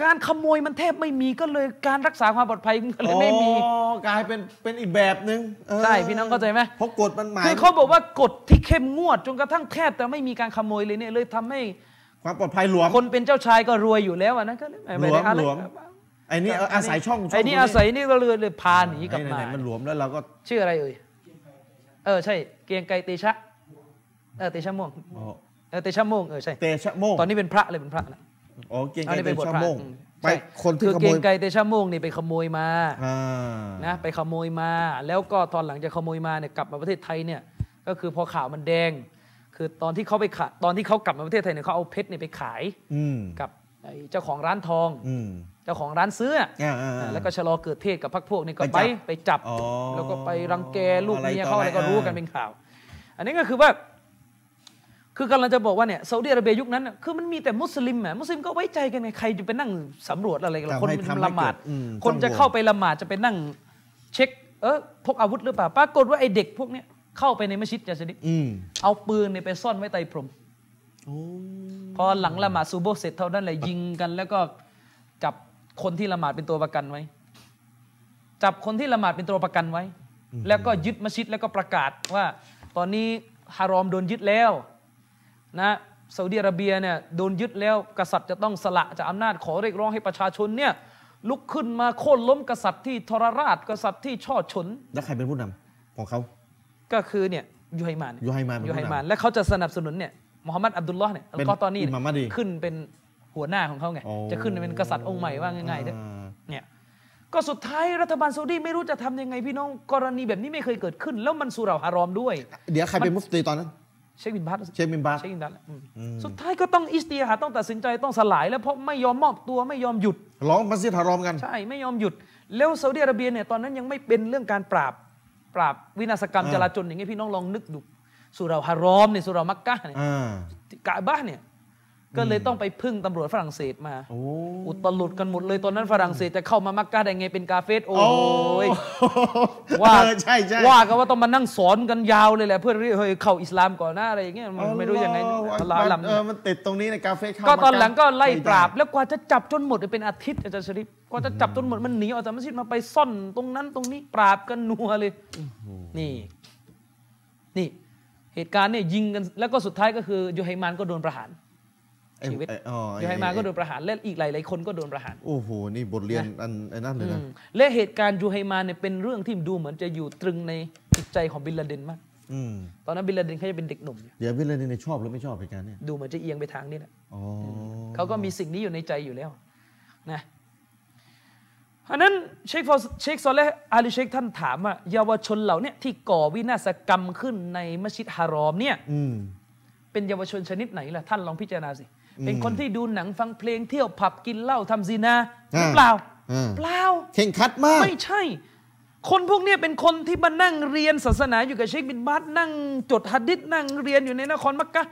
การขโมยมันแทบไม่มีก็เลยการรักษาความปลอดภัยมันก็เลยไม่มี อ๋อกลายเป็นเป็นอีกแบบนึงเออ ใช่พี่น้องเข้าใจไหม เพราะกฎมันหมาย คือเขาบอกว่ากฎที่เข้มงวดจนกระทั่งแทบแต่ไม่มีการขโมยเลยเนี่ยเลยทำให้ ความปลอดภัยหลวม คนเป็นเจ้าชายก็รวยอยู่แล้วอะนะก็เลยไม่ไม่ได้อะไร หลวม ไอ้นี่เอาอาศัยช่องช่ ไอ้นี่อาศัยนี่ก็เลยเลยพาหนีกลับมา ไหนๆมันหลวมแล้วเราก็ ชื่ออะไรเอ่ยเออใช่ เกรียงไกรเตชะเออเตชะม่วง อ๋อ เออเตชะม่วงเออใช่ เตชะโมง ตอนนี้เป็นพระเลยเป็นพระนะ อ๋อเกรียง อัน ไกร นี้ เต เป็นบทพชะระ โมง อืม ไป ใช่ คนที่ คือ ข เกรี โม ยง ย ไกรเตชะม่วงนี่ไปขโมยมา อ่า นะไปขโมยมา แล้วก็ตอนหลังจากขโมยมาเนี่ยกลับมาประเทศไทยเนี่ยก็คือพอข่าวมันแดง คือตอนที่เขาไปขายตอนที่เขากลับมาประเทศไทยเนี่ยเขาเอาเพชรเนี่ยไปขาย อืม กับไอ้เจ้าของร้านทอง อืม เจ้าของร้านซื้ออะ อ่าอ่าอ่า แล้วก็ชะลอเกิดเทศกับพรรคพวกนี่ก็ ไป ไป จับ ไปจับ อ๋อ แล้วก็ไปรังแกลูก อะไร เมีย ต่อ เขา อะไร อะไรก็รู้กัน อ่า เป็นข่าว อันนี้ก็คือว่า คือกำลังจะบอกว่าเนี่ยซาอุดิอาระเบียยุคนั้นน่ะคือมันมีแต่มุสลิมอะมุสลิมก็ไว้ใจกันไงใครจะไปนั่งสำรวจอะไรกันล่ะ ทำ คน ให้ มัน ทำให้ ละหมาด เกิดอืม คนจะ ต้องห่วง เข้าไปละหมาดจะไปนั่ง เช็ค เออพกอาวุธหรือเปล่าปรากฏว่าไอเด็กพวกเนี้ยเข้าไปในมัสยิดจะสนิท อืม เอาปืนเนี่ยไปซ่อนไว้ใต้พรม โอ้ พอหลังละหมาดซูโบเสร็จเท่านั้นแหละยิงกัน แล้วก็จับคนที่ละหมาดเป็นตัวประกันไว้ จับคนที่ละหมาดเป็นตัวประกันไว้ อืม แล้วก็ยึดมัสยิดแล้วก็ประกาศว่า ตอนนี้ฮารอมโดนยึดแล้วนะซาอุดิอาระเบียเนี่ยโดนยึดแล้วกษัตริย์จะต้องสละจากอำนาจขอเรียกร้องให้ประชาชนเนี่ยลุกขึ้นมาโค่นล้มกษัตริย์ที่ทรราช กษัตริย์ที่ช่อฉน แล้วใครเป็นผู้นำของเขา ก็คือเนี่ยยูไฮมานเนี่ ยูไฮมานเป็นผู้นำ ยูไฮมาน และเขาจะสนับสนุนเนี่ยมูฮัมหมัดอับดุลลอฮ์เนี่ย เป็น ก็ตอนนี้ อิหม่ามมัดดี ขึ้นเป็นหัวหน้าของเขาไง อ๋อ จะขึ้นเป็นกษัตริย์องค์ใหม่ว่าง่ายๆเด้อ อ่า เนี่ยก็สุดท้ายรัฐบาลซาอุดีไม่รู้จะทำยังไงพี่น้องกรณีแบบนี้ไม่เคยเกิดขึ้น แล้วมันสุเหราฮารอมด้วย เดี๋ยวใครเป็นมุฟตีตอนนั้น เชคบินบัต เชคบินบาส เชคบินบัตอืม อืม สุดท้ายก็ต้องอิสติฮาดต้องตัดสินใจต้องสลาย แล้วเพราะไม่ยอมมอบตัวไม่ยอมหยุด ร้องมัสยิดฮารอมกัน ใช่ ไม่ยอมหยุด แล้วซาอุดิอาระเบียเนี่ยตอนนั้นยังไม่เป็นเรื่องการปราบ ปราบวินาศกรรม อ่า จลาจลอย่างเงี้ยพี่น้องลองนึกดูสุเหราฮารอมเนี่ยสุเหรามักกะเนี่ย อ่าก ะบ้าเนี่ยก็เลยต้องไปพึ่งตำรวจฝรั่งเศสมา โอ้ อุตลุดกันหมดเลยตอนนั้นฝรั่งเศสจะเข้ามามักกะได้ไงเป็นกาเฟสโอ้ยว่า เออใช่ใช่ ว่ากันว่าต้องมานั่งสอนกันยาวเลยแหละเพื่อเฮ้ยเข้าอิสลามก่อนหน้าอะไรอย่างเงี้ยมันไม่รู้ยังไงอัลลอฮ์อาลัม เออมันติดตรงนี้ในกาเฟ่เข้า ก็ มา ตอนหลังก็ไล่ปราบ ใช่ แล้วกว่าจะจับจนหมดเนี่ยเป็นอาทิตย์อาจารย์ชริปกว่าจะจับจนหมดมันหนีออกจากมัสยิดมาไปซ่อนตรงนั้นตรงนี้ปราบกันนัวเลยนี่ นี่ เหตุการณ์เนี่ยยิงกันแล้วก็สุดท้ายก็คือยูไฮมานก็โดนประหาร ไอ้ ชีวิต ไอ้อ๋อไอ้ ยูไฮมานก็โดนประหารและอีกหลายๆคนก็โดนประหาร โอ้โห นี่บทเรียนอันไอ้นั่นเลยนะ อืมและเหตุการณ์ยูไฮมานเนี่ยเป็นเรื่องที่ดูเหมือนจะอยู่ตรึงในจิตใจของบินลาเดนมาก อืม ตอนนั้นบินลาเดนเขาจะเป็นเด็กหนุ่มอยู่ เดี๋ยวพี่เลนเนี่ยชอบหรือไม่ชอบเหตุการณ์เนี่ย ดูเหมือนจะเอียงไปทางนี้แหละ อ๋อ เขาก็มีสิ่งนี้อยู่ในใจอยู่แล้วนะอันนั้นเชคฟอเชคซอลและอาลีเชคท่านถามว่าเยาวชนเหล่าเนี้ที่ก่อวินาศกรรมขึ้นในมัสยิดฮารอมเนี่ย อืม เป็นเยาวชนชนิดไหนล่ะ ท่านลองพิจารณาสิ อืม เป็นคนที่ดูหนังฟังเพลงเที่ยวผับกินเหล้าทำซีนาห อ่า รือเปล่า อ่า เปล่า เข่งครัดมาก ไม่ใช่ คนพวกเนี้เป็นคนที่มานั่งเรียนศาสนาอยู่กับเชคบินบาสนั่งจดฮัดดิษนั่งเรียนอยู่ในนครมักกะ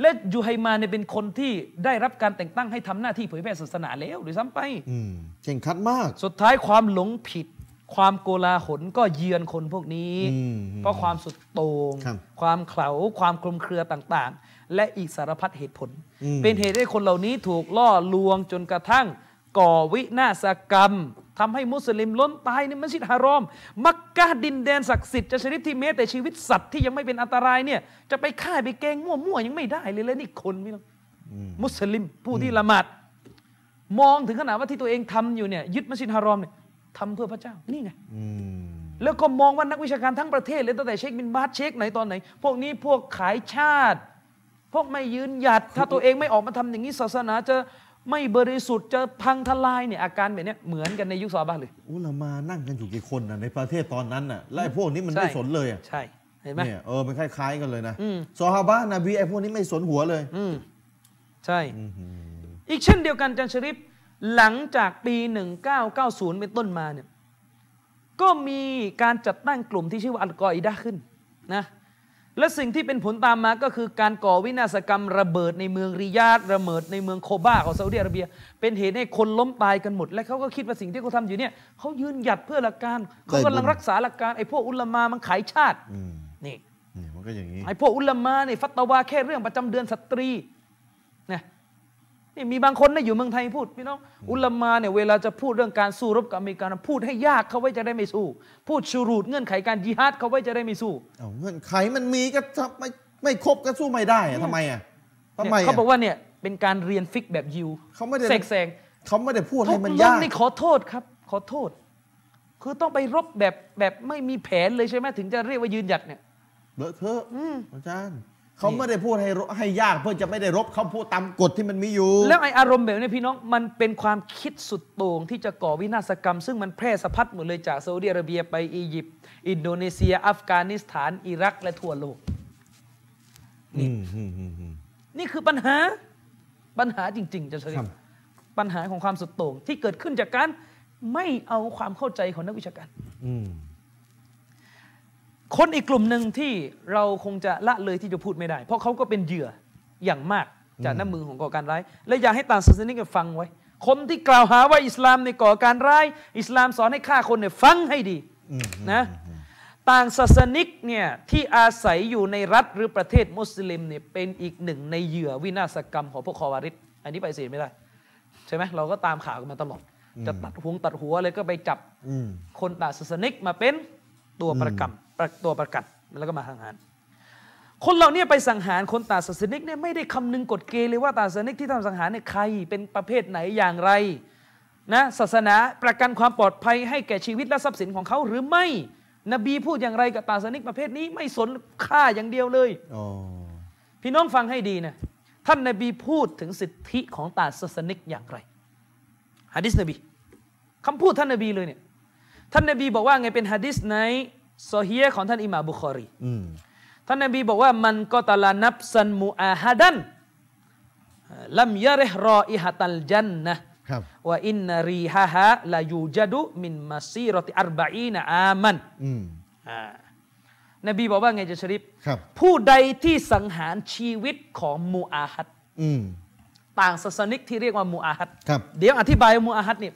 และยูไฮมาเนี่ยเป็นคนที่ได้รับการแต่งตั้งให้ทำหน้าที่เผยแพร่ศาสนาแล้วหรือซ้ำไป อืมเข่งครัดมาก สุดท้ายความหลงผิด ความโกลาหลก็เยือนคนพวกนี้ อืม เพราะความสุดโตง่ง ครับ ความเขลาความคลุมเครือต่างๆ และอีกสารพัดเหตุผล อืม เป็นเหตุให้คนเหล่านี้ถูกล่อลวงจนกระทั่ง ก่อวินาศกรรมทำให้มุสลิมล้นตายในมัสยิดฮารอม มักกะฮ์ดินแดนศักดิ์สิทธิ์จะชนิดที่แม้แต่ชีวิตสัตว์ที่ยังไม่เป็นอันตรายเนี่ยจะไปฆ่าไปแกล้งมั่วๆยังไม่ได้เลยและนี่คนไม่รู้อง อืม มุสลิมผู้ที่ละหมาด มองถึงขนาดว่าที่ตัวเองทำอยู่เนี่ยยึดมัสยิดฮารอมเนี่ยทำเพื่อพระเจ้านี่ไง อืม แล้วก็มองว่านักวิชาการทั้งประเทศเลยตั้งแต่เช็คบินบาสเช็คไหนตอนไหน พวกนี้พวกขายชาติ พวกไม่ยืนหยัด ถ้าตัวเองไม่ออกมาทำอย่างนี้ศาสนาจะไม่บริสุทธิ์จะพังทลายเนี่ยอาการแบบเนี้ยเหมือนกันในยุคซอฮาบ้าเลย อุลามานั่งกันอยู่กี่คนนะในประเทศตอนนั้นน่ะและไอ้พวกนี้มันไม่ ใช่ สนเลยอ่ะ ใช่เห็นไหม เนี่ยเออมันคล้าย ๆ กันเลยนะ อืม ซอฮาบะนบีไอ้พวกนี้ไม่สนหัวเลย อืมใช่ อื้อหือ อีกเช่นเดียวกันอาจันชริปหลังจากปี 1990 เป็นต้นมาเนี่ยก็มีการจัดตั้งกลุ่มที่ชื่อว่าอัลกออิดะห์ขึ้นนะและสิ่งที่เป็นผลตามมาก็คือการก่อวินาศกรรมระเบิดในเมืองริยาดระเบิดในเมืองโคบาของซาอุดิอาระเบีย เป็นเหตุให้คนล้มตายกันหมด และเขาก็คิดว่าสิ่งที่เขาทำอยู่เนี่ยเขายืนหยัดเพื่อหลักการเขากำลังรักษาหลักการไอ้พวกอุลามามันขายชาติ อืม นี่ เนี่ยมันก็อย่างนี้ ไอ้พวกอุลามาเนี่ยฟัตวาแค่เรื่องประจำเดือนสตรีนะนี่มีบางคนนะอยู่เมืองไทยพูดพี่น้องอุลามาเนี่ยเวลาจะพูดเรื่องการสู้รบกับอเมริกานะพูดให้ยากเขาไว้จะได้ไม่สู้ พูดชูรูดเงื่อนไขการยิฮาดเขาไว้จะได้ไม่สู้ เอาเงื่อนไขมันมีก็ทำไม่ไม่ครบก็สู้ไม่ได้อะทำไมอ่ะทำไม เนี่ย อะ เขาบอกว่าเนี่ยเป็นการเรียนฟิกแบบยิว เขาไม่ได้ เสกแสง เขาไม่ได้พูด ทุ ให้ ก มัน เรื่ ยาก นี่ขอโทษครับ ขอโทษ คือต้องไปรบแบบแบบไม่มีแผนเลยใช่ไหมถึงจะเรียกว่ายืนหยัดเนี่ย เลอะเทอะอาจารย์เขาไม่ได้พูดให้รให้ยากเพื่อจะไม่ได้รบเขาพูดตามกฎที่มันมีอยู่ แล้วไออารมณ์แบบนี้พี่น้องมันเป็นความคิดสุดโต่งที่จะก่อวินาศกรรม ซึ่งมันแพร่สะพัดหมดเลยจากซาอุดิอาระเบียไปอียิปต์อินโดนีเซีย อัฟกานิสถาน อิรัก และทั่วโลก อืมอืมอืมอืม นี่คือปัญหาปัญหาจริง ๆจะใช่ ครับ ปัญหาของความสุดโต่งที่เกิดขึ้นจากการไม่เอาความเข้าใจของนักวิชาการ อืม คนอีกกลุ่มหนึ่งที่เราคงจะละเลยที่จะพูดไม่ได้ เพราะเขาก็เป็นเหยื่ออย่างมากจากน้ำมือของก่อการร้าย และอยากให้ต่างศาสนิกฟังไว้ คนที่กล่าวหาว่าอิสลามในยก่อการร้าย อิสลามสอนให้ฆ่าคนเนี่ยฟังให้ดี อืม นะต่างศาสนิกเนี่ยที่อาศัยอยู่ในรัฐหรือประเทศมุสลิมเนี่ยเป็นอีกหนึ่งในเหยื่อวินาศกรรมของพวกคอวาริดอันนี้ไปฏิเสียไม่ได้ ใช่ไหมเราก็ตามข่าวกันมาตลอด จะตัดหวงตัดหัวเลยก็ไปจับ อืม คนต่างศาสนิกมาเป็นตัวประกัน อื ประตัวประกันแล้วก็มาสังหาร คนเหล่านี้ไปสังหารคนต่างศาสนิกเนี่ยไม่ได้คำนึงกฎเกณฑ์เลยว่าต่างศาสนิกที่ทำสังหารเนี่ยใครเป็นประเภทไหนอย่างไรนะศาสนาประกันความปลอดภัยให้แก่ชีวิตและทรัพย์สินของเขาหรือไม่ นบีพูดอย่างไรกับต่างศาสนิกประเภทนี้ไม่สนค่าอย่างเดียวเลย อ๋อ พี่น้องฟังให้ดีนะท่านนบีพูดถึงสิทธิของตาศาสนิกอย่างไรฮะดิษนบีคำพูดท่านนบีเลยเนี่ยท่านนบีบอกว่าไงเป็นฮะดิษในโซอฮียของท่านอิหม่ามบุคอรี อืม ท่านนบีบอกว่ามันก็ตะลานับสันมูอาฮะดันลัมยะเรห์รออิฮะตัลจันนะห์ ครับ ว่าอินนรีฮะฮะลายูจัดุมินมาซีรอติอัรบะอีนอามัน อืม อ่านบีบอกว่าไงจะชะริฟ ครับ ผู้ใดที่สังหารชีวิตของมูอาฮัด อืม ต่างศาสนิกที่เรียกว่ามูอาฮัด ครับ เดี๋ยวอธิบายว่ามูอาฮัดเนี่ย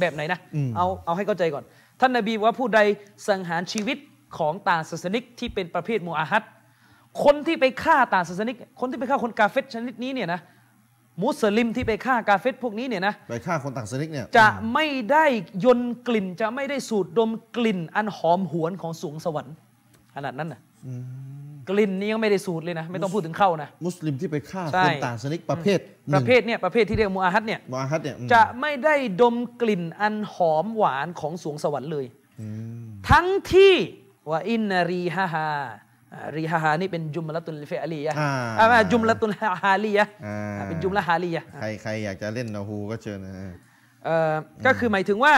แบบไหนนะ อืม เอาเอาให้เข้าใจก่อน ท่านนาบีบอกว่าผู้ใดสังหารชีวิตของต่างศาสนิกที่เป็นประเภทมูอาฮัดคนที่ไปฆ่าต่างศาสนิก คนที่ไปฆ่าคนกาเฟตชนิดนี้เนี่ยนะมุสลิมที่ไปฆ่ากาเฟตพวกนี้เนี่ยนะ ไปฆ่าคนต่างศาสนิกเนี่ย จะไม่ได้ยนต์กลิ่นจะไม่ได้สูดดมกลิ่นอันหอมหวนของสวงสวรรค์ขนาดนั้นนะกลิ่นนี้ยังไม่ได้สูดเลยนะ ไม่ต้องพูดถึงเข้านะ มุสลิมที่ไปฆ่า ใช่ คนต่างศาสนิกประเภทห ป นึ่ ระ ง เภทเนี่ยประเภทที่เรียกมูอาฮัดเนี่ย มอาฮัดเนี่ยอืม จะไม่ได้ดมกลิ่นอันหอมหวานของสวงสวรรค์เลย อืม ทั้งที่ว่าอินนารีฮาฮาอ่ารีฮาฮานี่เป็นจุมละตุลเฟอาลียะ อ่า อ่าไม่จุมละตุลฮาลียะ อ่า อ่าเป็นจุมละฮาลียะ ใครใครอยากจะเล่นนาฮูก็เชิญนะฮะ เอ่อก็คือหมายถึงว่า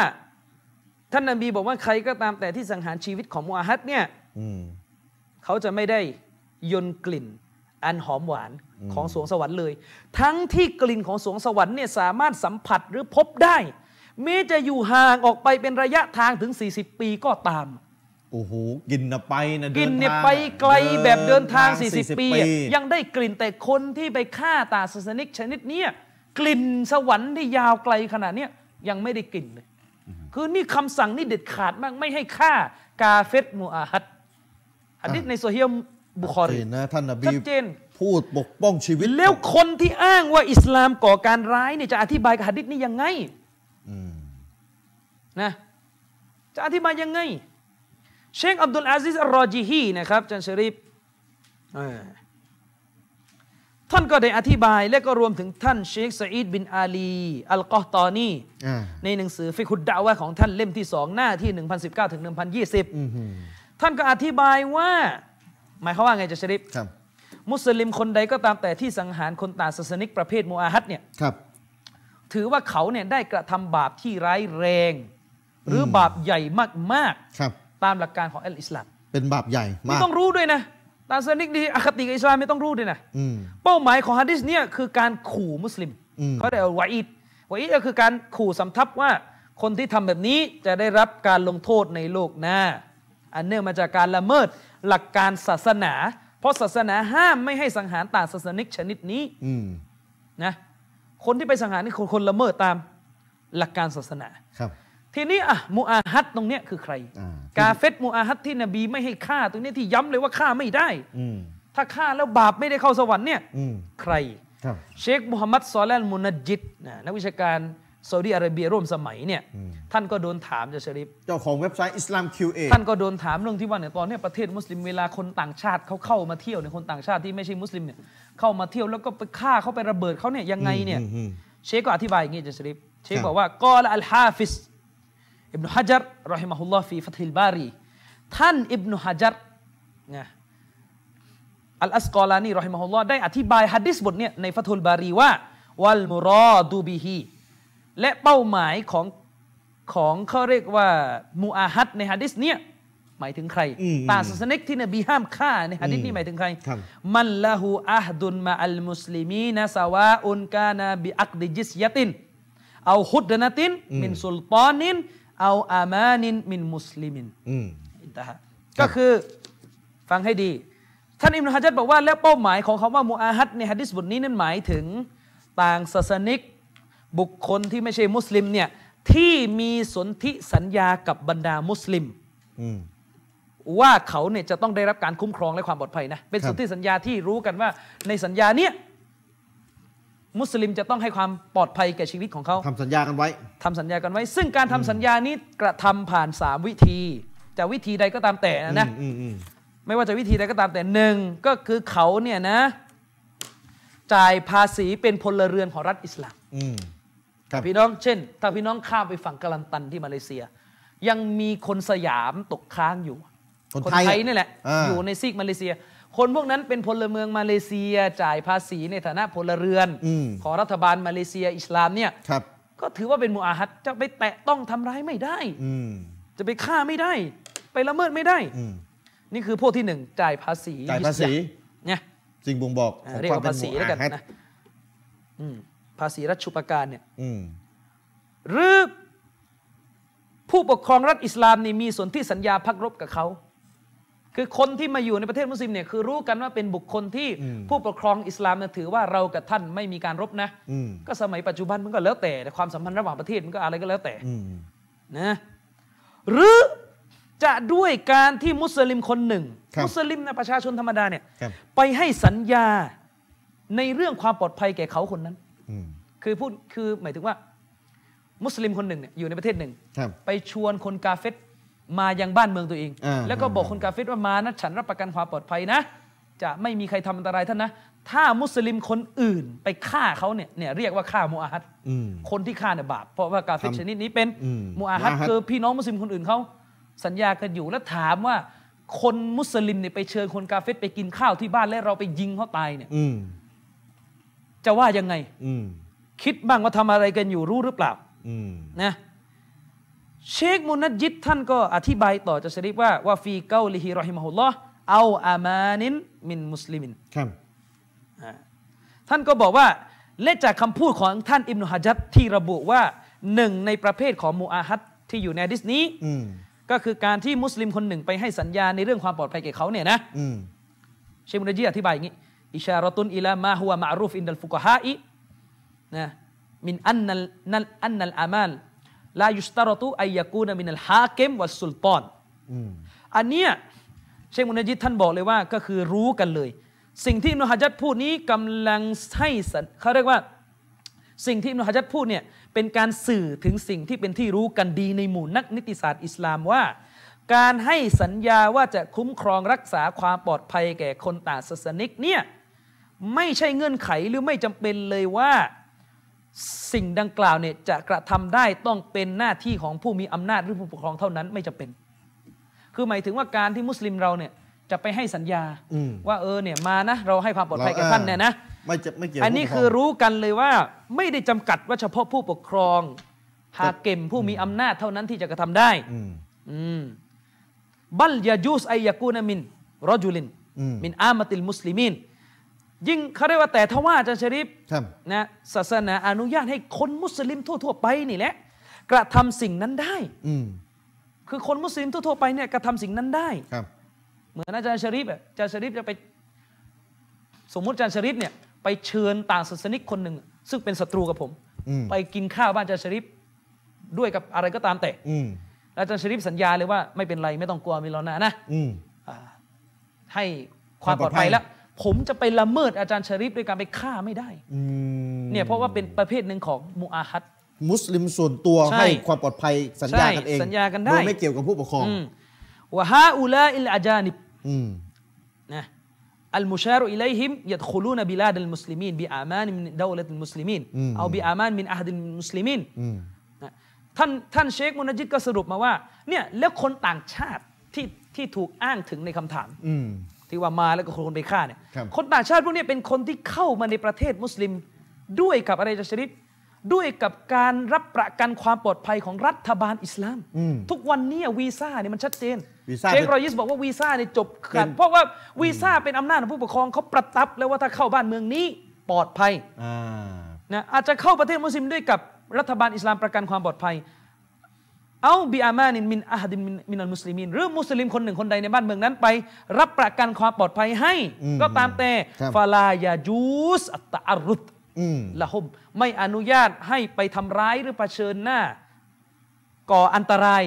ท่านนบีบอกว่าใครก็ตามแต่ที่สังหารชีวิตของมูอาฮัดเนี่ย อืม เขาจะไม่ได้ยนต์กลิ่นอันหอมหวานของสวงสวรรค์เลย ทั้งที่กลิ่นของสวงสวรรค์เนี่ยสามารถสัมผัสหรือพบได้แม้จะอยู่ห่างออกไปเป็นระยะทางถึง 40 ปีก็ตาม โอ้โห กินนะไปนะ กินเนี่ย ดิทาง ไปไกลแบบเดินทาง เดิน 40 ปีอะยังได้กลิ่นแต่คนที่ไปฆ่าตาศาสนิกชนิดเนี้ยกลิ่นสวรรค์ที่ยาวไกลขนาดเนี้ยยังไม่ได้กลิ่นเลย คือนี่คำสั่งนี่เด็ดขาดมากไม่ให้ฆ่ากาเฟตมูอาฮัดอันนี้ในโซเฮียมบุคอรี เห็นนะท่านนบี ชัดเจน พูดปกป้องชีวิต แล้วคนที่อ้างว่าอิสลามก่อการร้ายเนี่ยจะอธิบายกับหะดิษนี้ยังไง อืม นะจะอธิบายยังไง เชคอับดุลอาซิสอัลรอจิฮีนะครับอาจันชริฟเออท่านก็ได้อธิบายและก็รวมถึงท่านเชคสอีดบินอาลี อัลกอฮ์ตอนี อ่า ในหนังสือฟิกฮุดดะวะห์ของท่านเล่มที่สองหน้าที่ 1019 ถึง อืมฮึ 1020 ท่านก็อธิบายว่า หมายความว่าไงอาจันชริฟ ครับ มุสลิมคนใดก็ตามแต่ที่สังหารคนต่างศาสนิกประเภทมูอาฮัดเนี่ย ครับ ถือว่าเขาเนี่ยได้กระทำบาปที่ร้ายแรง หรืออบาปใหญ่มาก ครับ ๆ ตามหลักการของอัลอิสลาม เป็นบาปใหญ่ ไม่ มาก ต้องรู้ด้วยนะตามสนิกดีอคติกับอิสลามไม่ต้องรู้ด้วยนะ อืม เป้าหมายของฮะดิษเนี่ยคือการขู่มุสลิม อืม เขาเรียกว่าวาอีดวาอีดก็คือการขู่สำทับว่าคนที่ทำแบบนี้จะได้รับการลงโทษในโลกหน้า อันเนื่องมาจากการละเมิดหลักการศาสนา เพราะศาสนาห้ามไม่ให้สังหารต่างศาสนิกชนิดนี้ อืม นะคนที่ไปสังหารนี่คนคนละเมิดตามหลักการศาสนา ครับ ทีนี้อ่ะมูอาฮัดตรงเนี้ยคือใคร อ่า กาเฟตมูอาฮัดที่นบีไม่ให้ฆ่าตรงเนี้ยที่ย้ำเลยว่าฆ่าไม่ได้ อืม ถ้าฆ่าแล้วบาปไม่ได้เข้าสวรรค์เนี่ย อืม ใคร ครับ เชคมูฮัมมัดซอแลนมุนัจจิตนะนักวิชาการซาอุดีอาระเบียร่วมสมัยเนี่ยท่านก็โดนถามจะชะริฟ เจ้าของเว็บไซต์อิสลาม QA ท่านก็โดนถามเรื่องที่ว่าเนี่ยตอนเนี้ยประเทศมุสลิมเวลาคนต่างชาติเขาเข้ามาเที่ยวเนี่ยคนต่างชาติที่ไม่ใช่มุสลิมเนี่ยเข้ามาเที่ยวแล้วก็ไปฆ่าเขาไประเบิดเขาเนี่ยยังไงเนี่ย อืมอืม เชคก็อธิบายอย่างนี้อาจะสริฟเชค ครับ บอกว่ากอลอัลฮาฟิสอิบนุฮะจัรรอฮิมะฮุลลอฮ์ฟีฟัตฮิลบารีท่านอิบนุฮะจัรนะอัลอัสกอลานีรอฮิมะฮุลลอฮ์ได้อธิบายฮะดิษบทเนี่ยในฟัตฮุลบารีว่า วัลมุรอดูบิฮีและเป้าหมายของของเขาเรียกว่ามูอาฮัดในฮะดิษเนี่ยหมายถึงใคร อืม ตางศาสนิกที่นบีห้ามฆ่าในฮะดิษนี่หมายถึงใคร ครับ มันละหูอัฮดุนมาอัลมุสลิมีนะสวาอุนกานาบิอักดิจิสยะติน เอาฮุดนะติน อืม มินสุลตานิน เอาอามานิน มินมุสลิมิน อืม อินตะฮะ ครับ ก็คือฟังให้ดี ท่านอิมรุฮะจัดบอกว่า แล้วเป้าหมายของคาว่ามูอาฮัดในฮะดิษบทนี้นั้นหมายถึงต่างศาสนิก บุคคลที่ไม่ใช่มุสลิมเนี่ยที่มีสนธิสัญญากับบรรดามุสลิม อืม ว่าเขาเนี่ยจะต้องได้รับการคุ้มครองและความปลอดภัยนะ เป็น ครับ สนธิสัญญาที่รู้กันว่าในสัญญาเนี่ยมุสลิมจะต้องให้ความปลอดภัยแก่ชีวิตของเขา ทำสัญญากันไว้ ทำสัญญากันไว้ ซึ่งการทำสัญญานี้กระทำผ่าน 3 วิธีจะวิธีใดก็ตามแต่นะนะ อืมอืม ไม่ว่าจะวิธีใดก็ตามแต่หนึ่งก็คือเขาเนี่ยนะ จ่ายภาษีเป็นพลเรือนของรัฐอิสลาม อืม ครับ พี่น้องเช่น ถ้าพี่น้องข้ามไปฝั่งกัลันตันที่มาเลเซีย ยังมีคนสยามตกค้างอยู่ คน คน ไทย ไทยนี่แหละ อ่า อยู่ในซีกมาเลเซีย คนพวกนั้นเป็นพลเมืองมาเลเซีย จ่ายภาษีในฐานะพลเรือน อืม ของรัฐบาลมาเลเซียอิสลามเนี่ย ครับ ก็ถือว่าเป็นมูอาฮัดจะไปแตะต้องทำร้ายไม่ได้ อืม จะไปฆ่าไม่ได้ ไปละเมิดไม่ได้ อืม นี่คือพวกที่หนึ่งจ่ายภาษี จ่ายภาษี เนี่ย สิ่งบ่งบอก อ่า ของ เรีย ค ก วาม ว่า เป็ภานห ษี มู่ แล้วกั อานฮัด นะอืมภาษีรัฐชุปการเนี่ย อืม หรือผู้ปกครองรัฐอิสลามนี่มีสนธิสัญญาพักรบกับเขา คือคนที่มาอยู่ในประเทศมุสลิมเนี่ยคือรู้กันว่าเป็นบุคคลที่ อืม ผู้ปกครองอิสลามเนี่ยถือว่าเรากับท่านไม่มีการรบนะ อืม ก็สมัยปัจจุบันมันก็แล้วแต่แต่ความสัมพันธ์ระหว่างประเทศมันก็อะไรก็แล้วแต่ อืม นะหรือจะด้วยการที่มุสลิมคนหนึ่ง ครับ มุสลิมนะประชาชนธรรมดาเนี่ย ครับ ไปให้สัญญาในเรื่องความปลอดภัยแก่เขาคนนั้น อืม คือพูดคือหมายถึงว่า มุสลิมคนหนึ่งเนี่ยอยู่ในประเทศหนึ่ง ครับ ไปชวนคนกาเฟตมายังบ้านเมืองตัวเอง อ่า แล้วก็บอกคนกาเฟตว่ามานะฉันรับประกันความปลอดภัยนะ จะไม่มีใครทำอันตรายท่านนะ ถ้ามุสลิมคนอื่นไปฆ่าเขาเนี่ยเนี่ยเรียกว่าฆ่ามูอาฮัด อืม คนที่ฆ่าเนี่ยบาป เพราะว่ากาเฟร ทำ ชนิดนี้เป็น อืม มูอาฮัด มูอาฮัด คือพี่น้องมุสลิมคนอื่นเขาสัญญากันอยู่แล้วถามว่า คนมุสลิมเนี่ยไปเชิญคนกาเฟรไปกินข้าวที่บ้านและเราไปยิงเขาตายเนี่ย อืม จะว่ายังไง อืม คิดบ้างว่าทำอะไรกันอยู่รู้หรือเปล่า อืม นะเชคมุนัดยิดท่านก็อธิบายต่อจะสริปว่าว่าฟีเกาลิฮิรอฮิมะฮุลลอฮ์เอาอามานินมินมุสลิมิน ครับ ท่านก็บอกว่าและจากคำพูดของท่านอิมนุฮะจัดที่ระบุว่าหนึ่งในประเภทของมูอาฮัดที่อยู่ในฮะดิสนี้ อืม ก็คือการที่มุสลิมคนหนึ่งไปให้สัญญาในเรื่องความปลอดภัยแก่เขาเนี่ยนะ อืม เชคมุนจีอธิบายอย่างนี้ อิชารตุนอิลามาฮุวะมารูฟอินดัลฟุกฮาอินะมินอันนัลนัลอันนัลอามัลลายุสตารตุอัยยะกูนมินัลฮาเกมวัสสุลตอน อืม อันเนี้ยเชคมุนจิตท่านบอกเลยว่าก็คือรู้กันเลย สิ่งที่อิบนุฮะจัดพูดนี้กำลังให้สัญเขาเรียกว่า สิ่งที่อิบนุฮะจัดพูดเนี่ยเป็นการสื่อถึงสิ่งที่เป็นที่รู้กันดีในหมู่นักนิติศาสตร์อิสลามว่า การให้สัญญาว่าจะคุ้มครองรักษาความปลอดภัยแก่คนต่างศาสนิกเนี่ยไม่ใช่เงื่อนไขหรือไม่จำเป็นเลยว่า สิ่งดังกล่าวเนี่ยจะกระทำได้ต้องเป็นหน้าที่ของผู้มีอำนาจหรือผู้ปกครองเท่านั้นไม่จำเป็น คือหมายถึงว่าการที่มุสลิมเราเนี่ยจะไปให้สัญญา อืม ว่าเออเนี่ยมานะเราให้ความปลอดภัยแก่ท่านเนี่ยนะ ไม่จะไม่เกี่ยว อันนี้ ผู้ปก คือ ร รู้กันเลยว่าไม่ได้จำกัดว่าเฉพาะผู้ปกครอง หากเก็มผู้มีอำนาจเท่านั้นที่จะกระทำได้ อืม อืมบัลยาจูสไอยากูนามินรอจุลิน อืม มินอามาติลมุสลิมินยิ่งเขาเรียกว่าแต่ทว่าอาจารย์ชริฟ ครับ นะศาสนาอนุญาตให้คนมุสลิมทั่ว ๆ ไปนี่แหละ กระทำสิ่งนั้นได้ อืม คือคนมุสลิมทั่ว ๆ ไปเนี่ยกระทำสิ่งนั้นได้ ครับ เหมือนอาจารย์ชริฟอะอาจารย์ชริฟจะไป สมมุติอาจารย์ชริฟเนี่ยไปเชิญต่างศาสนิกคนหนึ่ง ซึ่งเป็นศัตรูกับผม อืม ไปกินข้าวบ้านอาจารย์ชริฟด้วยกับอะไรก็ตามแต่ อืม แล้วอาจารย์ชริฟสัญญาเลยว่าไม่เป็นไรไม่ต้องกลัวมีเรานะนะ อืม อ่าให้ความ ควาปลอมปลอด ด ภัย ภัยแล้ว ผมจะไปละเมิดอาจารย์ชริฟด้วยการไปฆ่าไม่ได้ อืม เนี่ยเพราะว่าเป็นประเภทหนึ่งของมูอาฮัด มุสลิมส่วนตัว ใช่ ให้ความปลอดภัยสัญญากันเอง ใช่สัญญากันได้ โดยไม่เกี่ยวกับผู้ปกครอง อืมวะฮาอุลาอิลอาจานิบ อืม นะอัลมุชารุอิลัยฮิมยัดคุลูนบิลาดัลมุสลิมีนบิอามานิมินดาวลัตลมุสลิมีน อืม เอาบิอามานมินอาฮดิลมุสลิมีน อืม นะท่านท่านเชคมุนจิตก็สรุปมาว่าเนี่ยแล้วคนต่างชาติที่ที่ถูกอ้างถึงในคำถาม อืม ที่ว่ามาแล้วก็คนไปฆ่าเนี่ย ครับ คนต่างชาติพวกเนี้เป็นคนที่เข้ามาในประเทศมุสลิม ด้วยกับอะไรจะชริตด้วยกับการรับประกันความปลอดภัยของรัฐบาลอิสลาม อืม ทุกวันเนี้วีซ่าเนี่ยมันชัดเจน วีซ่า เชค คือ รอยิสบอกว่าวีซ่าเนี่ยจบขาด เป็น เพราะว่าวีซ่าเป็นอำนาจของผู้ปกครองเขาประทับแล้วว่าถ้าเข้าบ้านเมืองนี้ปลอดภัย อ่า นะอาจจะเข้าประเทศมุสลิมด้วยกับ รัฐบาลอิสลามประกันความปลอดภัย เอาบิอามานินมินอาฮดินมินมินัลมุสลิมินหรือมุสลิมคนหนึ่งคนใดในบ้านเมืองนั้นไป รับประกันความปลอดภัยให้ อืม ก็ตามแต่ ครับ ฟาลายาจูสอัตตะอารุต อืม ละหมไม่อนุญาตให้ไปทำร้ายหรือเผชิญหน้า ก่ออันตราย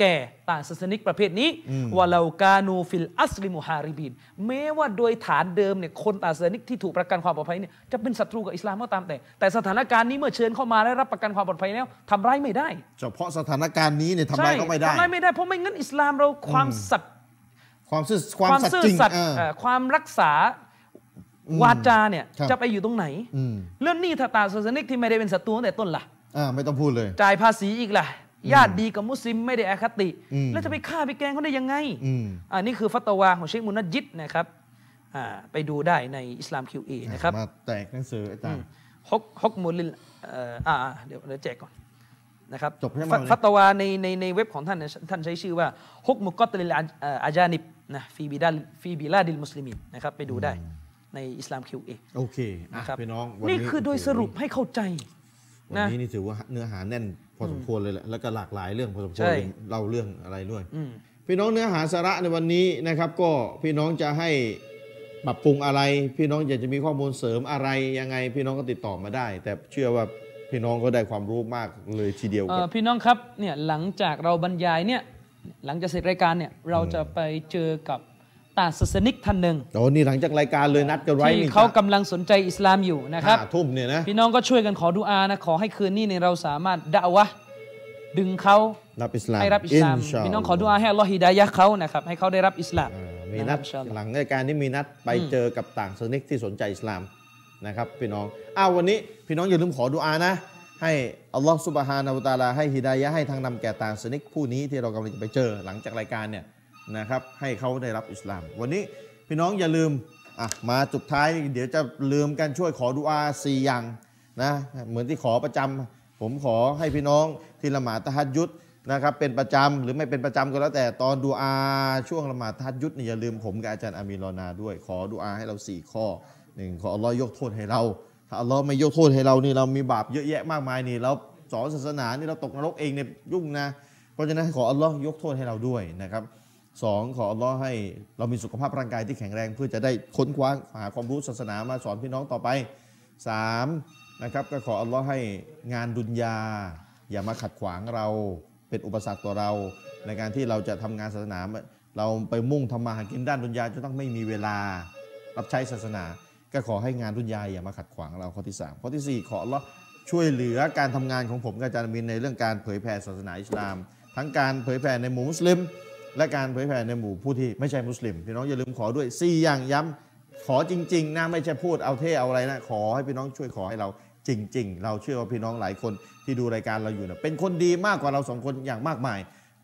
แก่ต่างศาสนิกประเภทนี้ อืม วะเลากานูฟิลอัสลิมุฮาริบินแม้ว่าโดยฐานเดิมเนี่ยคนต่างศาสนิกที่ถูกประกันความปลอดภัยเนี่ยจะเป็นศัตรูกับอิสลามก็ตามแต่ แต่สถานการณ์นี้เมื่อเชิญเข้ามาและรับประกันความปลอดภัยแล้วทำร้ายไม่ได้ เฉพาะสถานการณ์นี้เนี่ยทำลายก็ไม่ได้ ใช่ทำร้ายไม่ได้เพราะไม่งั้นอิสลามเราความสัตย์ ความซื่อความสัตย์ ซื่อ จริง สัตย์ เออ เอ่อความรักษา อืม วาจาเนี่ย ครับ จะไปอยู่ตรงไหน อืม เรื่องนี้ถ้าต่างศาสนิกที่ไม่ได้เป็นศัตรูตั้งแต่ต้นล่ะ อ่าไม่ต้องพูดเลย จ่ายภาษีอีกล่ะ ญาติดีกับมุสลิมไม่ได้อคติ อืม แล้วจะไปฆ่าไปแกล้งเขาได้ยังไง อืม อันนี้คือฟัตวาของเชคมุนัดยิดนะครับอ่าไปดูได้ในอิสลามคิวเอนะครับ มาแตกหนังสืออาจารย์ ฮกฮกมุลิลเอ่ออ่าอ่าเดี๋ยวเดี๋ยวแจกก่อนนะครับ จบให้หมด ฟัต เลย ฟัตวาในในในเว็บของท่านเนี่ยท่านใช้ชื่อว่าฮกมุกอตลิลอาเอ่ออาจานิบนะฟีบิดาฟีบิลาดิลมุสลิมินนะครับไปดูได้ในอิสลามคิวเอ โอเคอ่ะ นะครับ พี่น้องวั นี่คือโดยสรุปให้เข้าใจ วันนี้นี่ถือว่าเนื้อหาแน่นพอสมควรเลยแหละแล้วก็หลากหลายเรื่องพอสมควร ใช่ เลยเล่าเรื่องอะไรด้วย อืม พี่น้องเนื้อหาสาระในวันนี้นะครับ ก็พี่น้องจะให้ปรับปรุงอะไร พี่น้องอยากจะมีข้อมูลเสริมอะไรยังไง พี่น้องก็ติดต่อมาได้ แต่เชื่อว่าพี่น้องก็ได้ความรู้มากเลยทีเดียว เอ่ กั อบ พี่น้องครับเนี่ยหลังจากเราบรรยายเนี่ยหลังจากเสร็จรายการเนี่ยเราจะไปเจอกับต่างศาสนิกท่านหนึ่ง โอ้นี่หลังจากรายการเลยนัดกันไว้ ที่ นี่ เขากำลังสนใจอิสลามอยู่นะครับ ห้าทุ่มเนี่ยนะ พี่น้องก็ช่วยกันขอดุอานะขอให้คืนนี้เนี่ยเราสามารถดะวะห์ดึงเขา รับอิสลาม ให้รับอิสลาม นช พี่น้องขอดุอาให้อัลลอฮ์ฮิดายะห์เขานะครับให้เขาได้รับอิสลาม อ่ามีนัด ะครับ หลังรายการนี้มีนัดไปเจอกับต่างศาสนิกที่สนใจอิสลามนะครับ พี่น้องอ้าววันนี้พี่น้องอย่าลืมขอดุอานะ ให้อัลลอฮฺสุบฮานาวตาลาให้ฮิดายะห์ให้ทางนำแก่ต่างศาสนิกผู้นี้ที่เรากำลังจะไปเจอหลังจากรายการเนี่ยนะครับให้เขาได้รับอิสลาม วันนี้พี่น้องอย่าลืมอ่ะมาจุดท้ายเดี๋ยวจะลืมกันช่วยขอดุอาสี่อย่างนะเหมือนที่ขอประจำผมขอให้พี่น้องที่ละหมาดตะฮัดยุดนะครับเป็นประจำหรือไม่เป็นประจำก็แล้วแต่ตอนดูอาช่วงละหมาดตะฮัดยุดเนี่ยอย่าลืมผมกับอาจารย์อามีรอนาด้วย ขอดูอาให้เราสี่ข้อหนึ่งขออัลลอฮ์ยกโทษให้เรา ถ้าอัลลอฮ์ไม่ยกโทษให้เรานี่เรามีบาปเยอะแยะมากมายนี่เราสอนศาสนานี่เราตกนรกเองเนี่ยยุ่งนะ เพราะฉะนั้นขออัลลอฮ์ยกโทษให้เราด้วยนะครับสองขออัลลอฮ์ให้เรามีสุขภาพร่างกายที่แข็งแรง เพื่อจะได้ค้นคว้าหาความรู้ศาสนามาสอนพี่น้องต่อไปสามนะครับก็ขออัลลอฮ์ให้งานดุนยา อย่ามาขัดขวางเราเป็นอุปสรรคต่อเรา ในการที่เราจะทำงานศาสนาเราไปมุ่งทำมาหากินด้านดุนยาจะต้องไม่มีเวลา รับใช้ศาสนา ก็ขอให้งานรุ่นยายอย่ามาขัดขวางเราข้อที่ 3 ข้อทีสี่ 4 ขออัลเลาะห์ช่วยเหลือการทำงานของผมกับอาจารย์อามินในเรื่องการเผยแผ่ศาสนาอิสลาม ทั้งการเผยแผ่ในหมู่มุสลิม และการเผยแผ่ในหมู่ผู้ที่ไม่ใช่มุสลิม พี่น้องอย่าลืมขอด้วย 4 อย่างย้ำขอจริง ๆนะไม่ใช่พูดเอาเท่เอาอะไรนะ ขอให้พี่น้องช่วยขอให้เราจริง ๆ เราเชื่อว่าพี่น้องหลายคนที่ดูรายการเราอยู่เนี่ยเป็นคนดีมากกว่าเราสองคนอย่างมากมาย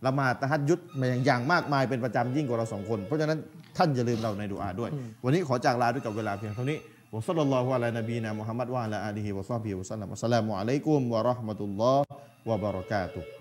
ละหมาดตะฮัดยุดอย่างมากมายเป็นประจำยิ่งกว่าเราสองคน เพราะฉะนั้นท่านอย่าลืมเราในดูอาด้วย วันนี้ขอจากลาด้วยกับเวลาเพียงเท่านี้วะซัลลัลลอฮุอะลานบีนามุฮัมมัดวะอะลาอาลีฮิวะซอฮบิฮิวะสัลลัมอัสสลามุอะลัยกุมวะเราะห์มะตุลลอฮ์วะบะเราะกาตุฮ์